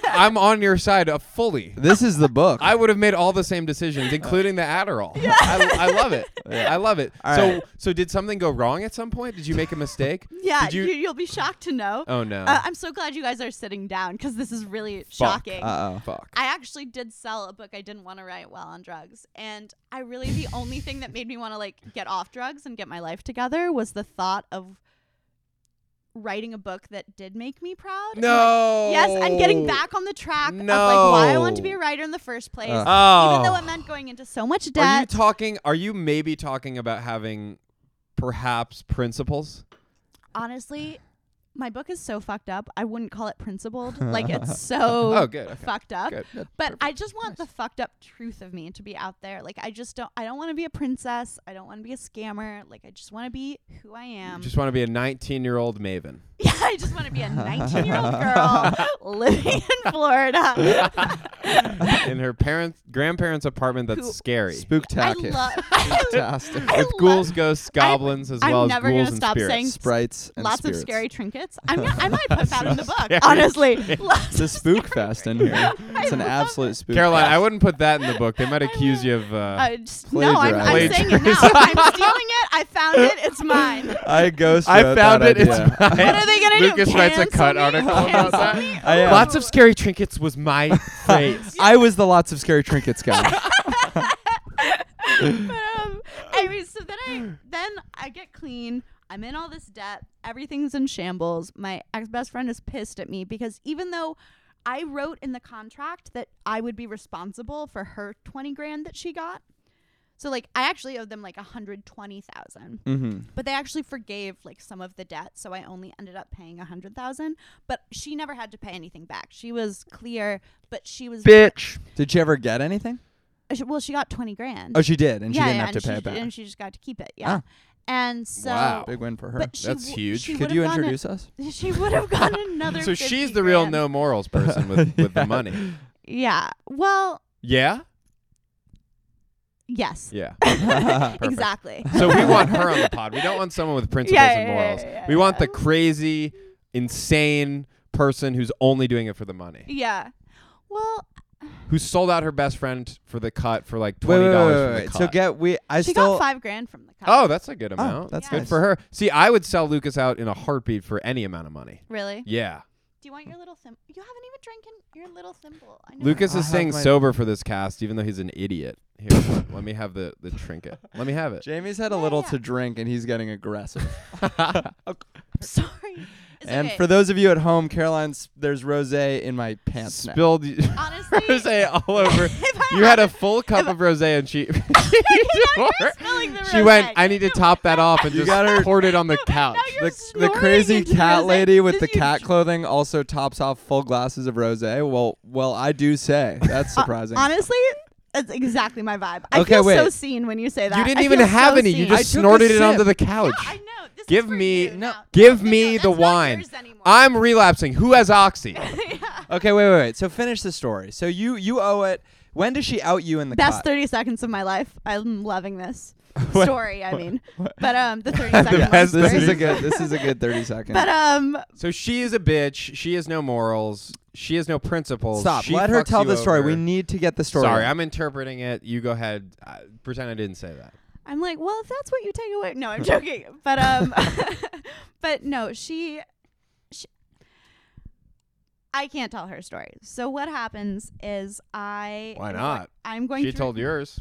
Speaker 2: I'm on your side uh, fully.
Speaker 1: This is the book.
Speaker 2: I would have made all the same decisions, including the Adderall. I, I love it. I love it.
Speaker 1: All
Speaker 2: so,
Speaker 1: right.
Speaker 2: so did something go wrong at some point? Did you make a mistake?
Speaker 3: yeah
Speaker 2: Did you-
Speaker 3: you, you'll be shocked to know
Speaker 2: Oh no.
Speaker 3: uh, i'm so glad you guys are sitting down because this is really shocking
Speaker 1: Uh oh.
Speaker 2: Fuck.
Speaker 3: I actually did sell a book I didn't want to write while on drugs. And I really, the only thing that made me want to like get off drugs and get my life together was the thought of writing a book that did make me proud. and, like,
Speaker 2: No.
Speaker 3: yes, and getting back on the track of like why I want to be a writer in the first place.
Speaker 1: Ugh.
Speaker 2: Oh.
Speaker 3: Even though it meant going into so much
Speaker 2: Are you
Speaker 3: debt.
Speaker 2: talking? Are you maybe talking about having perhaps principles?
Speaker 3: Honestly, my book is so fucked up. I wouldn't call it principled. Like it's so
Speaker 2: Oh, good. Okay.
Speaker 3: fucked up.
Speaker 2: Good. good.
Speaker 3: But I just want the fucked up truth of me to be out there. Like I just don't I don't want to be a princess. I don't want to be a scammer. Like I just want to be who I am.
Speaker 2: Just want to be a 19 year old maven.
Speaker 3: yeah, I just want to be a 19-year-old girl living in Florida.
Speaker 2: in her parents grandparents apartment that's
Speaker 3: Who-
Speaker 2: scary
Speaker 3: I
Speaker 1: Spooktacular.
Speaker 3: love
Speaker 1: Fantastic.
Speaker 2: with
Speaker 3: I love-
Speaker 2: ghouls ghosts goblins as
Speaker 3: I'm
Speaker 2: well as
Speaker 3: never gonna
Speaker 2: ghouls and
Speaker 3: stop
Speaker 2: spirits
Speaker 3: saying
Speaker 1: Sprites and
Speaker 3: lots
Speaker 1: spirits.
Speaker 3: of scary trinkets. I'm gonna, I might put that in the book.
Speaker 2: Scary
Speaker 3: Honestly. Lots
Speaker 1: It's a
Speaker 3: of
Speaker 1: spook
Speaker 3: scary
Speaker 1: fest in
Speaker 3: trinkets.
Speaker 1: here.
Speaker 3: I
Speaker 1: It's an
Speaker 3: love
Speaker 1: absolute
Speaker 3: it.
Speaker 1: spook.
Speaker 2: caroline
Speaker 1: fest.
Speaker 2: i wouldn't put that in the book they might
Speaker 3: I
Speaker 2: accuse you of uh,
Speaker 3: Uh, just, no, I'm, I'm saying it now.
Speaker 2: Plagiarized.
Speaker 3: I'm stealing it. I found it. It's mine.
Speaker 1: I ghosted.
Speaker 2: I found
Speaker 1: that
Speaker 2: it. It's
Speaker 1: Idea.
Speaker 2: mine.
Speaker 3: What are they gonna do?
Speaker 2: Lucas writes a
Speaker 3: Cancel
Speaker 2: cut
Speaker 3: me?
Speaker 2: article about
Speaker 3: Cancel
Speaker 2: that. uh,
Speaker 3: me?
Speaker 1: I am.
Speaker 2: lots of scary trinkets was my phrase
Speaker 1: I was the lots of scary trinkets guy.
Speaker 3: but um, anyway, so then I then I get clean. I'm in all this debt. Everything's in shambles. My ex best friend is pissed at me because even though I wrote in the contract that I would be responsible for her twenty grand that she got, so like I actually owed them like a hundred twenty thousand
Speaker 1: mm-hmm.
Speaker 3: but they actually forgave like some of the debt so i only ended up paying a hundred thousand but she never had to pay anything back she was clear but she was
Speaker 1: Bitch. Did you ever get anything?
Speaker 3: Uh, she- well she got 20 grand
Speaker 1: Oh, she did, and
Speaker 3: yeah,
Speaker 1: she didn't
Speaker 3: yeah,
Speaker 1: have to
Speaker 3: and
Speaker 1: pay
Speaker 3: she,
Speaker 1: it back.
Speaker 3: and she just got to keep it yeah
Speaker 1: Ah.
Speaker 3: and so
Speaker 2: Wow.
Speaker 1: Big win for her.
Speaker 3: but she
Speaker 2: That's
Speaker 3: w-
Speaker 2: huge.
Speaker 3: she
Speaker 1: Could
Speaker 3: would've
Speaker 1: you
Speaker 3: gotten-
Speaker 1: introduce us?
Speaker 3: she would have gotten another
Speaker 2: so she's
Speaker 3: 50
Speaker 2: the real
Speaker 3: grand.
Speaker 2: no morals person with, with the money
Speaker 3: yeah well
Speaker 2: yeah
Speaker 3: yes
Speaker 2: yeah
Speaker 1: Ah,
Speaker 3: exactly
Speaker 2: so we want her on the pod we don't want someone with principles
Speaker 3: Yeah,
Speaker 2: and
Speaker 3: yeah,
Speaker 2: morals
Speaker 3: yeah, yeah,
Speaker 2: we want
Speaker 3: yeah.
Speaker 2: the crazy insane person who's only doing it for the money
Speaker 3: yeah well
Speaker 2: who sold out her best friend for the cut for like
Speaker 1: Wait,
Speaker 2: twenty
Speaker 1: wait,
Speaker 2: dollars
Speaker 1: wait,
Speaker 2: for the
Speaker 1: wait.
Speaker 2: cut.
Speaker 1: So get we. I
Speaker 3: she
Speaker 1: still.
Speaker 3: got five grand from the cop
Speaker 2: oh, that's a good amount.
Speaker 1: that's
Speaker 2: good
Speaker 1: nice.
Speaker 2: for her. See, I would sell Lucas out in a heartbeat for any amount of money.
Speaker 3: really
Speaker 2: Yeah,
Speaker 3: do you want your little thimble you haven't even drinking your little thimble I know
Speaker 2: Lucas
Speaker 1: I
Speaker 2: is
Speaker 1: have
Speaker 2: staying
Speaker 1: my-
Speaker 2: sober for this cast, even though he's an idiot. Here, let me have the the trinket. Let me have it.
Speaker 1: Jamie's had a
Speaker 3: Yeah,
Speaker 1: little
Speaker 3: yeah.
Speaker 1: to drink, and he's getting aggressive.
Speaker 3: sorry It's
Speaker 1: and
Speaker 3: okay.
Speaker 1: for those of you at home, Caroline's there's rosé in my pants now.
Speaker 2: Spilled
Speaker 3: Honestly,
Speaker 2: rosé all over.
Speaker 3: if I
Speaker 2: You had a
Speaker 3: wasn't-
Speaker 2: full cup
Speaker 3: I-
Speaker 2: of rosé, and she
Speaker 3: spilling the
Speaker 2: she went.
Speaker 3: rosé.
Speaker 2: I need to top that off, and
Speaker 1: You
Speaker 2: just
Speaker 1: got her-
Speaker 2: poured it on the
Speaker 3: No,
Speaker 2: couch.
Speaker 3: now you're
Speaker 1: The, the
Speaker 3: snorting
Speaker 1: crazy
Speaker 3: into the
Speaker 1: cat
Speaker 3: rosé.
Speaker 1: lady with
Speaker 3: This
Speaker 1: the
Speaker 3: you
Speaker 1: cat
Speaker 3: dr-
Speaker 1: clothing also tops off full glasses of rosé. Well, well, I do say that's
Speaker 3: Uh,
Speaker 1: surprising.
Speaker 3: honestly, That's exactly my vibe. I
Speaker 1: Okay,
Speaker 3: feel so
Speaker 1: wait.
Speaker 3: seen when you say that.
Speaker 2: You didn't
Speaker 3: I
Speaker 2: even
Speaker 3: feel
Speaker 2: have
Speaker 3: so
Speaker 2: any. You
Speaker 3: seen.
Speaker 1: I
Speaker 2: just
Speaker 1: took a
Speaker 2: snorted it
Speaker 1: sip.
Speaker 2: onto the
Speaker 3: No,
Speaker 2: couch.
Speaker 3: I know. This
Speaker 2: Give
Speaker 3: is for
Speaker 2: me-
Speaker 3: you
Speaker 1: no,
Speaker 3: now.
Speaker 2: give
Speaker 3: No, no,
Speaker 2: me
Speaker 3: that's
Speaker 2: the
Speaker 3: not
Speaker 2: wine.
Speaker 3: yours anymore.
Speaker 2: I'm relapsing. Who has oxy?
Speaker 1: Okay, wait, wait, wait. So finish the story. So you you owe it. When does she out you in the
Speaker 3: Best
Speaker 1: cut?
Speaker 3: thirty seconds of my life. I'm loving this story. I mean, but um, the thirty second
Speaker 2: best
Speaker 1: this
Speaker 3: life story.
Speaker 1: is a good. This is a good thirty seconds.
Speaker 3: But um,
Speaker 2: so she is a bitch. She has no morals. She has no principles.
Speaker 1: Stop.
Speaker 2: She
Speaker 1: Let her
Speaker 2: fucks
Speaker 1: tell
Speaker 2: you
Speaker 1: the story. We
Speaker 2: over.
Speaker 1: need to get the story.
Speaker 2: Sorry, I'm interpreting it. You go ahead. Uh, pretend I didn't say that.
Speaker 3: I'm like, well, if that's what you take away, no, I'm joking. But um, but no, she, she, I can't tell her story. So what happens is I
Speaker 2: Why
Speaker 3: am go-
Speaker 2: not?
Speaker 3: I'm going.
Speaker 2: She
Speaker 3: to
Speaker 2: told yours.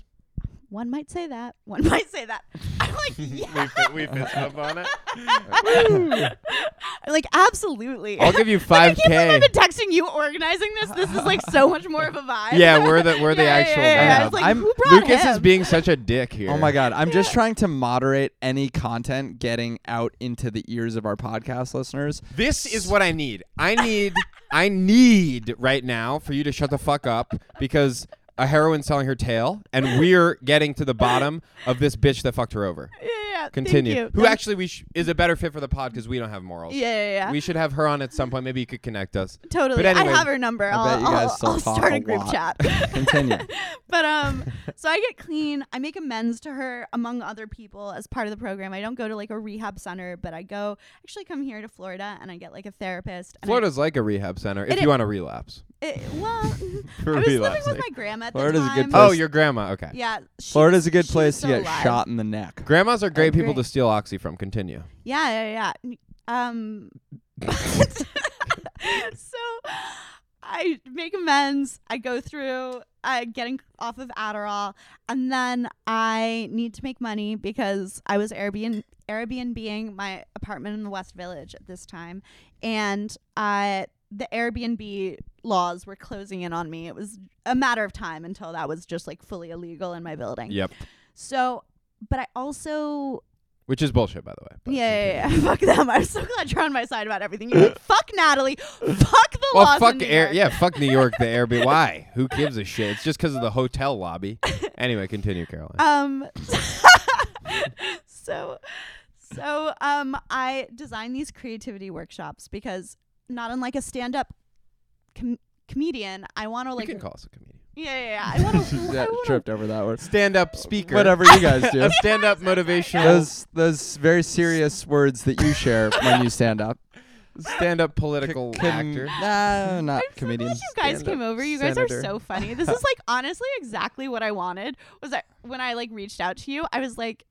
Speaker 3: One might say that. One might say that. I'm like, yeah.
Speaker 2: we fist up on it.
Speaker 3: I'm like, absolutely.
Speaker 2: I'll give you
Speaker 3: Like, I
Speaker 2: five
Speaker 3: can't believe
Speaker 2: k.
Speaker 3: I've been texting you organizing this. This is like so much more of a vibe.
Speaker 2: Yeah, we're the we're the
Speaker 3: Yeah, yeah,
Speaker 2: actual.
Speaker 3: Yeah, yeah,
Speaker 1: vibe.
Speaker 3: It's like,
Speaker 1: I'm-
Speaker 3: who brought
Speaker 2: Lucas
Speaker 3: him?
Speaker 2: is being such a dick here.
Speaker 1: Oh my god, I'm just trying to moderate any content getting out into the ears of our podcast listeners.
Speaker 2: This is what I need. I need I need right now for you to shut the fuck up because a heroine's telling her tale and we're getting to the bottom of this bitch that fucked her over.
Speaker 3: yeah, yeah, yeah. Thank
Speaker 2: Continue.
Speaker 3: you.
Speaker 2: Who
Speaker 3: That-
Speaker 2: actually we sh- is a better fit for the pod because we don't have morals.
Speaker 3: Yeah, yeah, yeah.
Speaker 2: We should have her on at some point. Maybe you could connect us.
Speaker 3: Totally.
Speaker 2: But anyway,
Speaker 3: I have her number. I'll,
Speaker 1: I bet you guys
Speaker 3: I'll-
Speaker 1: still
Speaker 3: I'll
Speaker 1: talk
Speaker 3: start
Speaker 1: a
Speaker 3: a group
Speaker 1: lot.
Speaker 3: chat.
Speaker 1: Continue.
Speaker 3: but um so I get clean. I make amends to her among other people as part of the program. I don't go to like a rehab center, but I go actually come here to Florida and I get like a therapist. And I-
Speaker 2: Florida's like a rehab center if
Speaker 3: It
Speaker 2: you
Speaker 3: i-
Speaker 2: want to relapse.
Speaker 3: it- well, I
Speaker 4: For
Speaker 3: was living
Speaker 4: relapsing.
Speaker 3: with my grandma at
Speaker 1: Florida's
Speaker 3: the
Speaker 1: a
Speaker 3: time.
Speaker 1: good
Speaker 2: Oh,
Speaker 1: Yes.
Speaker 2: your grandma. Okay.
Speaker 3: Yeah. she
Speaker 1: Florida's
Speaker 3: was-
Speaker 1: a good
Speaker 3: she was
Speaker 1: place to
Speaker 3: still
Speaker 1: get
Speaker 3: alive.
Speaker 1: shot in the neck.
Speaker 2: Grandmas are great people
Speaker 3: Agree.
Speaker 2: to steal oxy from. Continue.
Speaker 3: Yeah, yeah, yeah. N- Um, so I make amends. I go through uh, getting off of Adderall, and then I need to make money because I was Airbnb Airbnbing my apartment in the West Village at this time, and uh, the Airbnb laws were closing in on me. It was a matter of time until that was just like fully illegal in my building.
Speaker 2: Yep.
Speaker 3: So, but I also
Speaker 2: Which is bullshit, by the way. but
Speaker 3: yeah,
Speaker 2: continue.
Speaker 3: yeah, yeah. Fuck them. I'm so glad you're on my side about everything. You're like, fuck Natalie. Fuck the
Speaker 2: Well,
Speaker 3: laws
Speaker 2: fuck
Speaker 3: in New
Speaker 2: Air.
Speaker 3: York.
Speaker 2: Yeah, fuck New York. The Airbnb. Why? Who gives a shit? It's just because of the hotel lobby. Anyway, continue, Caroline.
Speaker 3: Um. so, so um, I design these creativity workshops because not unlike a stand-up com- comedian, I want to
Speaker 2: you
Speaker 3: like.
Speaker 2: can call us a comedian.
Speaker 3: yeah, yeah, yeah. I want to.
Speaker 1: That tripped over that word.
Speaker 2: Stand up speaker.
Speaker 1: Whatever you guys do.
Speaker 2: A stand up motivational.
Speaker 1: Those those very serious words that you share when you stand up.
Speaker 2: Stand up political
Speaker 1: Com-
Speaker 2: actor.
Speaker 1: No, not
Speaker 3: I'm so glad
Speaker 1: comedian.
Speaker 3: you guys
Speaker 1: Stand-up
Speaker 3: came over. You guys
Speaker 1: senator.
Speaker 3: are so funny. This is like honestly exactly what I wanted. Was that when I like reached out to you, I was like,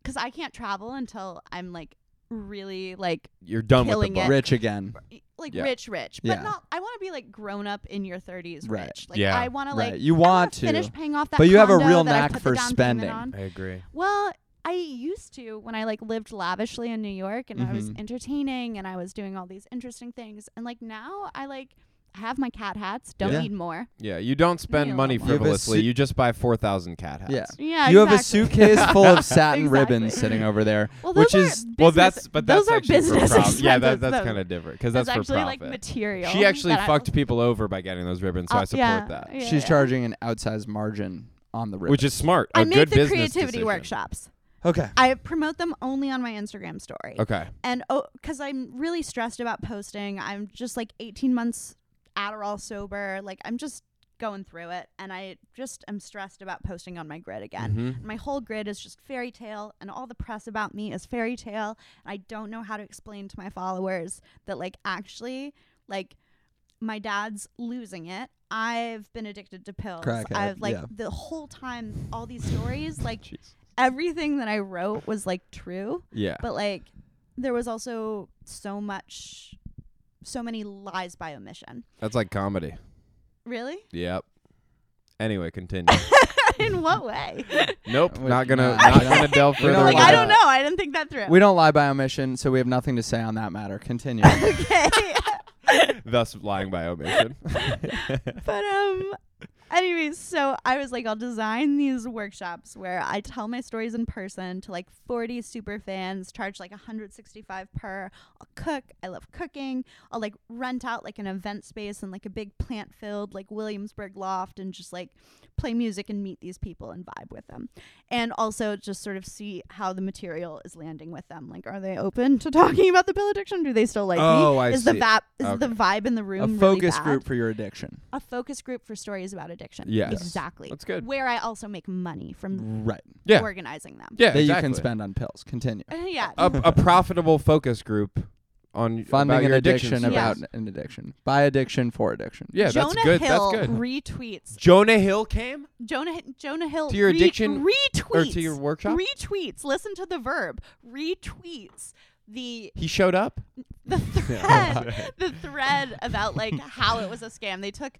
Speaker 3: because I can't travel until I'm like really like
Speaker 2: You're done
Speaker 3: Killing
Speaker 2: with the
Speaker 3: it.
Speaker 2: book.
Speaker 1: rich again.
Speaker 3: like
Speaker 2: Yeah.
Speaker 3: rich, rich, but
Speaker 1: Yeah.
Speaker 3: not. I want to be like grown up in your 30s,
Speaker 1: Right.
Speaker 3: rich. Like
Speaker 2: Yeah.
Speaker 3: I want to like
Speaker 1: right. You
Speaker 3: I wanna
Speaker 1: want to.
Speaker 3: finish paying off that.
Speaker 1: But you have a
Speaker 3: condo
Speaker 1: real
Speaker 3: that I
Speaker 1: knack
Speaker 3: put the
Speaker 1: for
Speaker 3: down payment
Speaker 1: spending.
Speaker 3: on.
Speaker 2: I agree.
Speaker 3: Well, I used to when I like lived lavishly in New York and I was
Speaker 1: Mhm.
Speaker 3: entertaining and I was doing all these interesting things, and like now I like have my cat hats. Don't
Speaker 1: Yeah.
Speaker 3: need more.
Speaker 2: Yeah, you don't spend
Speaker 3: Yeah.
Speaker 2: money
Speaker 3: You have a
Speaker 2: frivolously.
Speaker 1: su-
Speaker 2: you just buy 4,000 cat hats.
Speaker 1: Yeah.
Speaker 3: Yeah,
Speaker 1: you have a
Speaker 3: exactly.
Speaker 1: suitcase full of satin ribbons
Speaker 3: Exactly.
Speaker 1: sitting over there,
Speaker 3: Well,
Speaker 1: which
Speaker 3: those are
Speaker 1: is
Speaker 2: Well,
Speaker 3: business-
Speaker 2: that's but
Speaker 3: those
Speaker 2: that's
Speaker 3: are
Speaker 2: actually for
Speaker 3: business
Speaker 2: profit. Yeah, that,
Speaker 3: expenses,
Speaker 2: that's
Speaker 3: though.
Speaker 2: kind of different because
Speaker 3: That's,
Speaker 2: that's, for
Speaker 3: actually
Speaker 2: profit.
Speaker 3: like material.
Speaker 2: she actually
Speaker 3: that I-
Speaker 2: fucked people over by getting those ribbons, so
Speaker 3: Uh,
Speaker 2: I support
Speaker 3: yeah,
Speaker 2: that.
Speaker 3: yeah,
Speaker 1: she's
Speaker 3: yeah.
Speaker 1: charging an outsized margin on the ribbon.
Speaker 2: Which is smart. A
Speaker 3: I
Speaker 2: good
Speaker 3: make the
Speaker 2: business
Speaker 3: creativity
Speaker 2: decision.
Speaker 3: workshops.
Speaker 1: okay.
Speaker 3: I promote them only on my Instagram story.
Speaker 2: Okay.
Speaker 3: and oh, because I'm really stressed about posting. I'm just like 18 months Adderall sober. Like I'm just going through it, and I just am stressed about posting on my grid again.
Speaker 2: Mhm.
Speaker 3: And My whole grid is just fairy tale, and all the press about me is fairy tale. And I don't know how to explain to my followers that like actually, like my dad's losing it. I've been addicted to pills.
Speaker 1: Crackhead,
Speaker 3: I've like
Speaker 1: yeah.
Speaker 3: the whole time, all these stories, like
Speaker 2: Jeez.
Speaker 3: everything that I wrote was like true
Speaker 2: Yeah.
Speaker 3: but like there was also so much so many lies by omission
Speaker 2: That's like comedy.
Speaker 3: really
Speaker 2: Yep. Anyway, continue.
Speaker 3: in what way
Speaker 2: nope.
Speaker 1: Wait,
Speaker 2: Not
Speaker 1: no,
Speaker 2: gonna not
Speaker 1: we don't-
Speaker 2: gonna delve
Speaker 1: we don't
Speaker 2: further.
Speaker 3: like
Speaker 2: into
Speaker 3: i don't know
Speaker 1: Uh,
Speaker 2: that.
Speaker 3: i didn't think that through
Speaker 1: We don't lie by omission, so we have nothing to say on that matter. Continue.
Speaker 3: okay
Speaker 2: Thus lying by omission.
Speaker 3: but um Anyways, so I was like, I'll design these workshops where I tell my stories in person to like 40 super fans, charge like 165 per. I'll cook. I love cooking. I'll like rent out like an event space and like a big plant filled like Williamsburg loft and just like play music and meet these people and vibe with them. And also just sort of see how the material is landing with them. Like, are they open to talking about the pill addiction? Do they still like
Speaker 2: Oh,
Speaker 3: me?
Speaker 2: I
Speaker 3: is
Speaker 2: see.
Speaker 3: the vap is
Speaker 2: Okay.
Speaker 3: the vibe in the room
Speaker 1: a
Speaker 3: really
Speaker 1: focus
Speaker 3: bad?
Speaker 1: group for your addiction.
Speaker 3: a focus group for stories about addiction.
Speaker 2: Yes.
Speaker 3: Exactly.
Speaker 2: That's good.
Speaker 3: Where I also make money from
Speaker 1: Right.
Speaker 2: Yeah.
Speaker 3: organizing them.
Speaker 2: Yeah,
Speaker 1: that
Speaker 2: exactly.
Speaker 1: you can spend on pills. Continue.
Speaker 3: Uh, yeah.
Speaker 2: a, a profitable focus group on about
Speaker 1: Funding an
Speaker 2: your
Speaker 1: addiction,
Speaker 2: addictions.
Speaker 1: about an addiction. By addiction for addiction.
Speaker 2: Yeah,
Speaker 3: Jonah
Speaker 2: that's good.
Speaker 3: Hill
Speaker 2: That's good.
Speaker 3: retweets.
Speaker 2: Jonah Hill came
Speaker 3: Jonah Jonah Hill
Speaker 2: To your
Speaker 3: re-
Speaker 2: addiction-
Speaker 3: retweets
Speaker 2: or to your workshop.
Speaker 3: retweets. Listen to the verb retweets the
Speaker 2: he showed up.
Speaker 3: the thread the thread about like how it was a scam. They took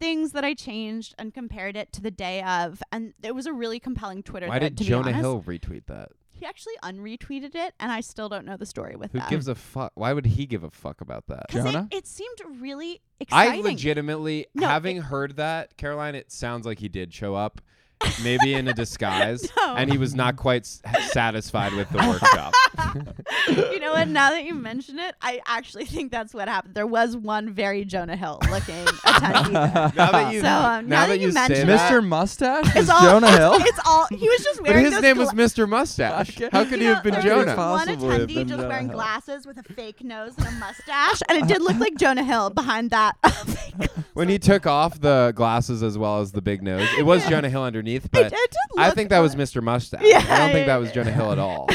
Speaker 3: things that I changed and compared it to the day of, and it was a really compelling Twitter.
Speaker 2: Why
Speaker 3: thread,
Speaker 2: did
Speaker 3: to be
Speaker 2: Jonah
Speaker 3: honest.
Speaker 2: Hill retweet that?
Speaker 3: He actually unretweeted it, and I still don't know the story with
Speaker 2: Who
Speaker 3: that.
Speaker 2: gives a fuck? Why would he give a fuck about that?
Speaker 3: Because
Speaker 1: Jonah?
Speaker 3: It, it seemed really
Speaker 2: I
Speaker 3: exciting.
Speaker 2: legitimately,
Speaker 3: No,
Speaker 2: having heard that, Caroline, it sounds like he did show up, maybe in a disguise,
Speaker 3: No.
Speaker 2: and he was not quite s- satisfied with the workshop.
Speaker 3: you know what? Now that you mention it, I actually think that's what happened. There was one very Jonah Hill looking attendee. there.
Speaker 2: Now that you,
Speaker 3: So, um, now that you
Speaker 2: say
Speaker 3: mention
Speaker 2: that-
Speaker 1: Mr. Mustache
Speaker 3: It's
Speaker 1: is
Speaker 3: all
Speaker 1: Jonah
Speaker 3: it's,
Speaker 1: Hill.
Speaker 3: It's all he was just
Speaker 2: But
Speaker 3: wearing.
Speaker 2: his
Speaker 3: those
Speaker 2: name was
Speaker 3: gla-
Speaker 2: Mr. Mustache.
Speaker 1: Okay.
Speaker 2: How could he
Speaker 3: you know,
Speaker 2: have been
Speaker 3: there was
Speaker 2: Jonah?
Speaker 3: One
Speaker 1: Possibly have
Speaker 3: attendee
Speaker 1: been
Speaker 3: just
Speaker 1: Jonah
Speaker 3: wearing
Speaker 1: Hill.
Speaker 3: glasses with a fake nose and a mustache, and it did look like Jonah Hill behind that. Oh fake nose.
Speaker 2: When he took off the glasses as well as the big nose, it was Jonah Hill underneath, but
Speaker 3: it did
Speaker 2: I
Speaker 3: look
Speaker 2: think that was
Speaker 3: like-
Speaker 2: Mr. Mustache.
Speaker 3: Yeah,
Speaker 2: I don't think that was
Speaker 3: yeah,
Speaker 2: Jonah Hill at all.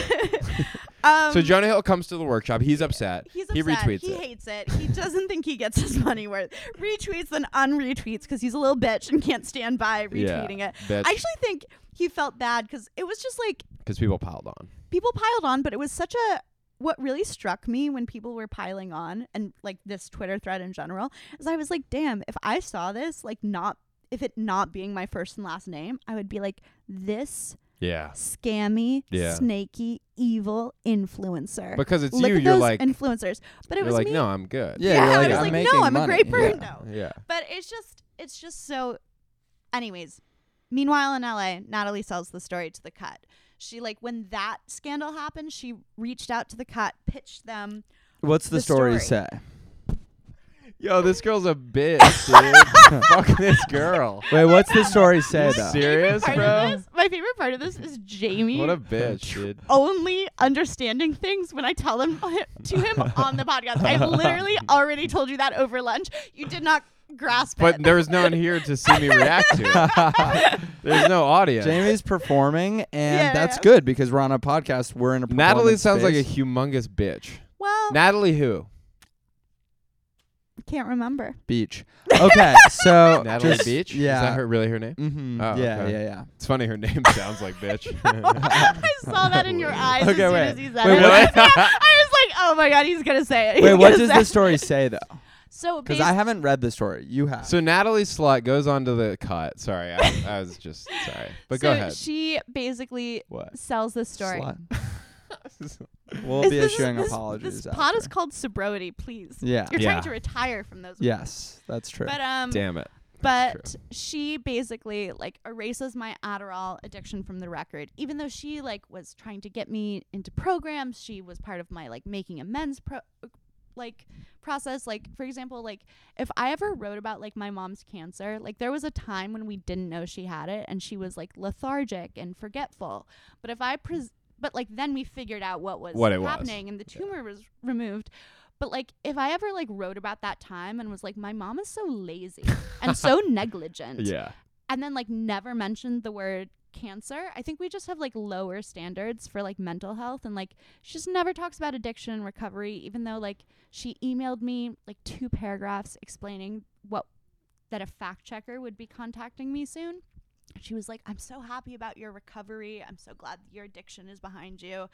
Speaker 3: um,
Speaker 2: so Jonah Hill comes to the workshop. He's upset.
Speaker 3: He's
Speaker 2: He
Speaker 3: upset.
Speaker 2: retweets
Speaker 3: he
Speaker 2: it.
Speaker 3: hates it. He doesn't think he gets his money worth. Retweets then unretweets because he's a little bitch and can't stand by
Speaker 2: Yeah,
Speaker 3: retweeting it.
Speaker 2: bitch.
Speaker 3: I actually think he felt bad because it was just like
Speaker 2: Because people piled on.
Speaker 3: people piled on, but it was such a what really struck me when people were piling on and like this Twitter thread in general is I was like, damn, if I saw this, like not if it not being my first and last name, I would be like, this
Speaker 2: Yeah.
Speaker 3: scammy,
Speaker 2: Yeah.
Speaker 3: snaky, evil influencer.
Speaker 2: Because it's
Speaker 3: Look
Speaker 2: you,
Speaker 3: at
Speaker 2: you're
Speaker 3: those
Speaker 2: like,
Speaker 3: influencers. But
Speaker 2: you're
Speaker 3: it was
Speaker 2: like,
Speaker 3: me.
Speaker 2: no, I'm good.
Speaker 1: Yeah, you're
Speaker 3: I
Speaker 1: like,
Speaker 3: was
Speaker 1: I'm
Speaker 3: like,
Speaker 1: making
Speaker 3: no, I'm
Speaker 1: money.
Speaker 3: a great
Speaker 1: Yeah.
Speaker 3: person. No.
Speaker 2: Yeah.
Speaker 3: But it's just, it's just so. Anyways, meanwhile in LA, Natalie sells the story to the Cut. She like when that scandal happened, she reached out to the Cut, pitched them.
Speaker 1: What's the,
Speaker 3: The
Speaker 1: story,
Speaker 3: story.
Speaker 1: say?
Speaker 2: Yo, this girl's a bitch, dude. Fuck this girl.
Speaker 1: Wait, what's the story say
Speaker 2: You
Speaker 1: though?
Speaker 2: serious,
Speaker 3: Part
Speaker 2: bro?
Speaker 3: of this, my favorite part of this is Jamie.
Speaker 2: What a bitch, dude.
Speaker 3: only understanding things when I tell them to him on the podcast. I literally already told you that over lunch. You did not grasp
Speaker 2: But
Speaker 3: it.
Speaker 2: there was no one here to see me react to it. There's no audience.
Speaker 1: Jamie's performing, and
Speaker 3: Yeah,
Speaker 1: that's
Speaker 3: yeah.
Speaker 1: good because we're on a podcast. We're in a
Speaker 2: Natalie
Speaker 1: performance
Speaker 2: sounds like a
Speaker 1: space.
Speaker 2: humongous bitch.
Speaker 3: well,
Speaker 2: Natalie who?
Speaker 3: can't remember.
Speaker 1: beach. Okay, so
Speaker 2: Natalie
Speaker 1: just-
Speaker 2: Beach?
Speaker 1: Yeah.
Speaker 2: Is that her, really her name?
Speaker 1: hmm
Speaker 2: Oh,
Speaker 1: yeah,
Speaker 2: okay.
Speaker 1: yeah, yeah.
Speaker 2: It's funny her name sounds like bitch.
Speaker 3: I saw that in your eyes as
Speaker 1: Okay,
Speaker 3: soon
Speaker 1: wait.
Speaker 3: as he said
Speaker 1: Wait,
Speaker 3: it.
Speaker 1: what?
Speaker 3: I was like, oh my god, he's gonna say it. He's
Speaker 1: Wait, what
Speaker 3: gonna
Speaker 1: does
Speaker 3: say
Speaker 1: the
Speaker 3: it.
Speaker 1: story say though?
Speaker 3: So
Speaker 1: Because
Speaker 3: basically,
Speaker 1: I haven't read the story. You have.
Speaker 2: so Natalie Slut goes on to the cut. Sorry, I, I was just sorry. But
Speaker 3: so
Speaker 2: go ahead.
Speaker 3: she basically
Speaker 2: what?
Speaker 3: sells this story.
Speaker 1: Slut. We'll
Speaker 3: Is
Speaker 1: be
Speaker 3: this-
Speaker 1: issuing
Speaker 3: this-
Speaker 1: apologies.
Speaker 3: This pod is
Speaker 1: after.
Speaker 3: called sobriety, please.
Speaker 1: Yeah.
Speaker 3: You're
Speaker 2: Yeah.
Speaker 3: trying to retire from those.
Speaker 1: Yes, that's true.
Speaker 3: But um,
Speaker 2: Damn it.
Speaker 3: but she basically like erases my Adderall addiction from the record even though she like was trying to get me into programs she was part of my like making amends pro like process like for example like if i ever wrote about like my mom's cancer like there was a time when we didn't know she had it and she was like lethargic and forgetful but if i pres- but like then we figured out what was
Speaker 2: What it was.
Speaker 3: happening and the tumor was removed but like if i ever like wrote about that time and was like my mom is so lazy and so negligent
Speaker 2: Yeah.
Speaker 3: and then like never mentioned the word cancer i think we just have like lower standards for like mental health and like she just never talks about addiction and recovery even though like she emailed me like two paragraphs explaining what that a fact checker would be contacting me soon she was like i'm so happy about your recovery i'm so glad that your addiction is behind you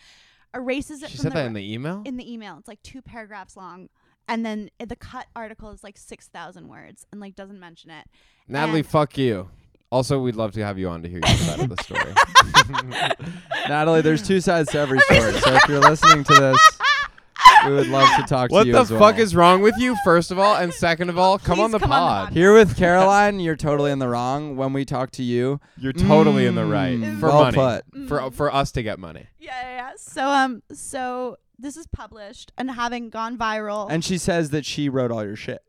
Speaker 3: erases it
Speaker 2: She
Speaker 3: from
Speaker 2: said
Speaker 3: the
Speaker 2: that in the email?
Speaker 3: in the email. It's like two paragraphs long. And then uh, the cut article is like 6,000 words and like doesn't mention it.
Speaker 2: Natalie,
Speaker 3: and-
Speaker 2: fuck you. Also, we'd love to have you on to hear your side of the story.
Speaker 1: Natalie, there's two sides to every story. so if you're listening to this, we would love to talk
Speaker 2: What
Speaker 1: to you.
Speaker 2: the
Speaker 1: as
Speaker 2: fuck
Speaker 1: well.
Speaker 2: is wrong with you? First of all, and second of all, come
Speaker 3: Please
Speaker 2: on the
Speaker 3: come on the
Speaker 2: pod.
Speaker 3: pod.
Speaker 1: here with Caroline? You're totally in the wrong. When we talk to you,
Speaker 2: You're totally in the
Speaker 1: Mm,
Speaker 2: right for
Speaker 1: well
Speaker 2: money.
Speaker 1: put.
Speaker 2: For
Speaker 3: Mm.
Speaker 2: for us to get money.
Speaker 3: yeah, yeah, yeah. So um, so this is published and having gone viral.
Speaker 1: and she says that she wrote all your shit.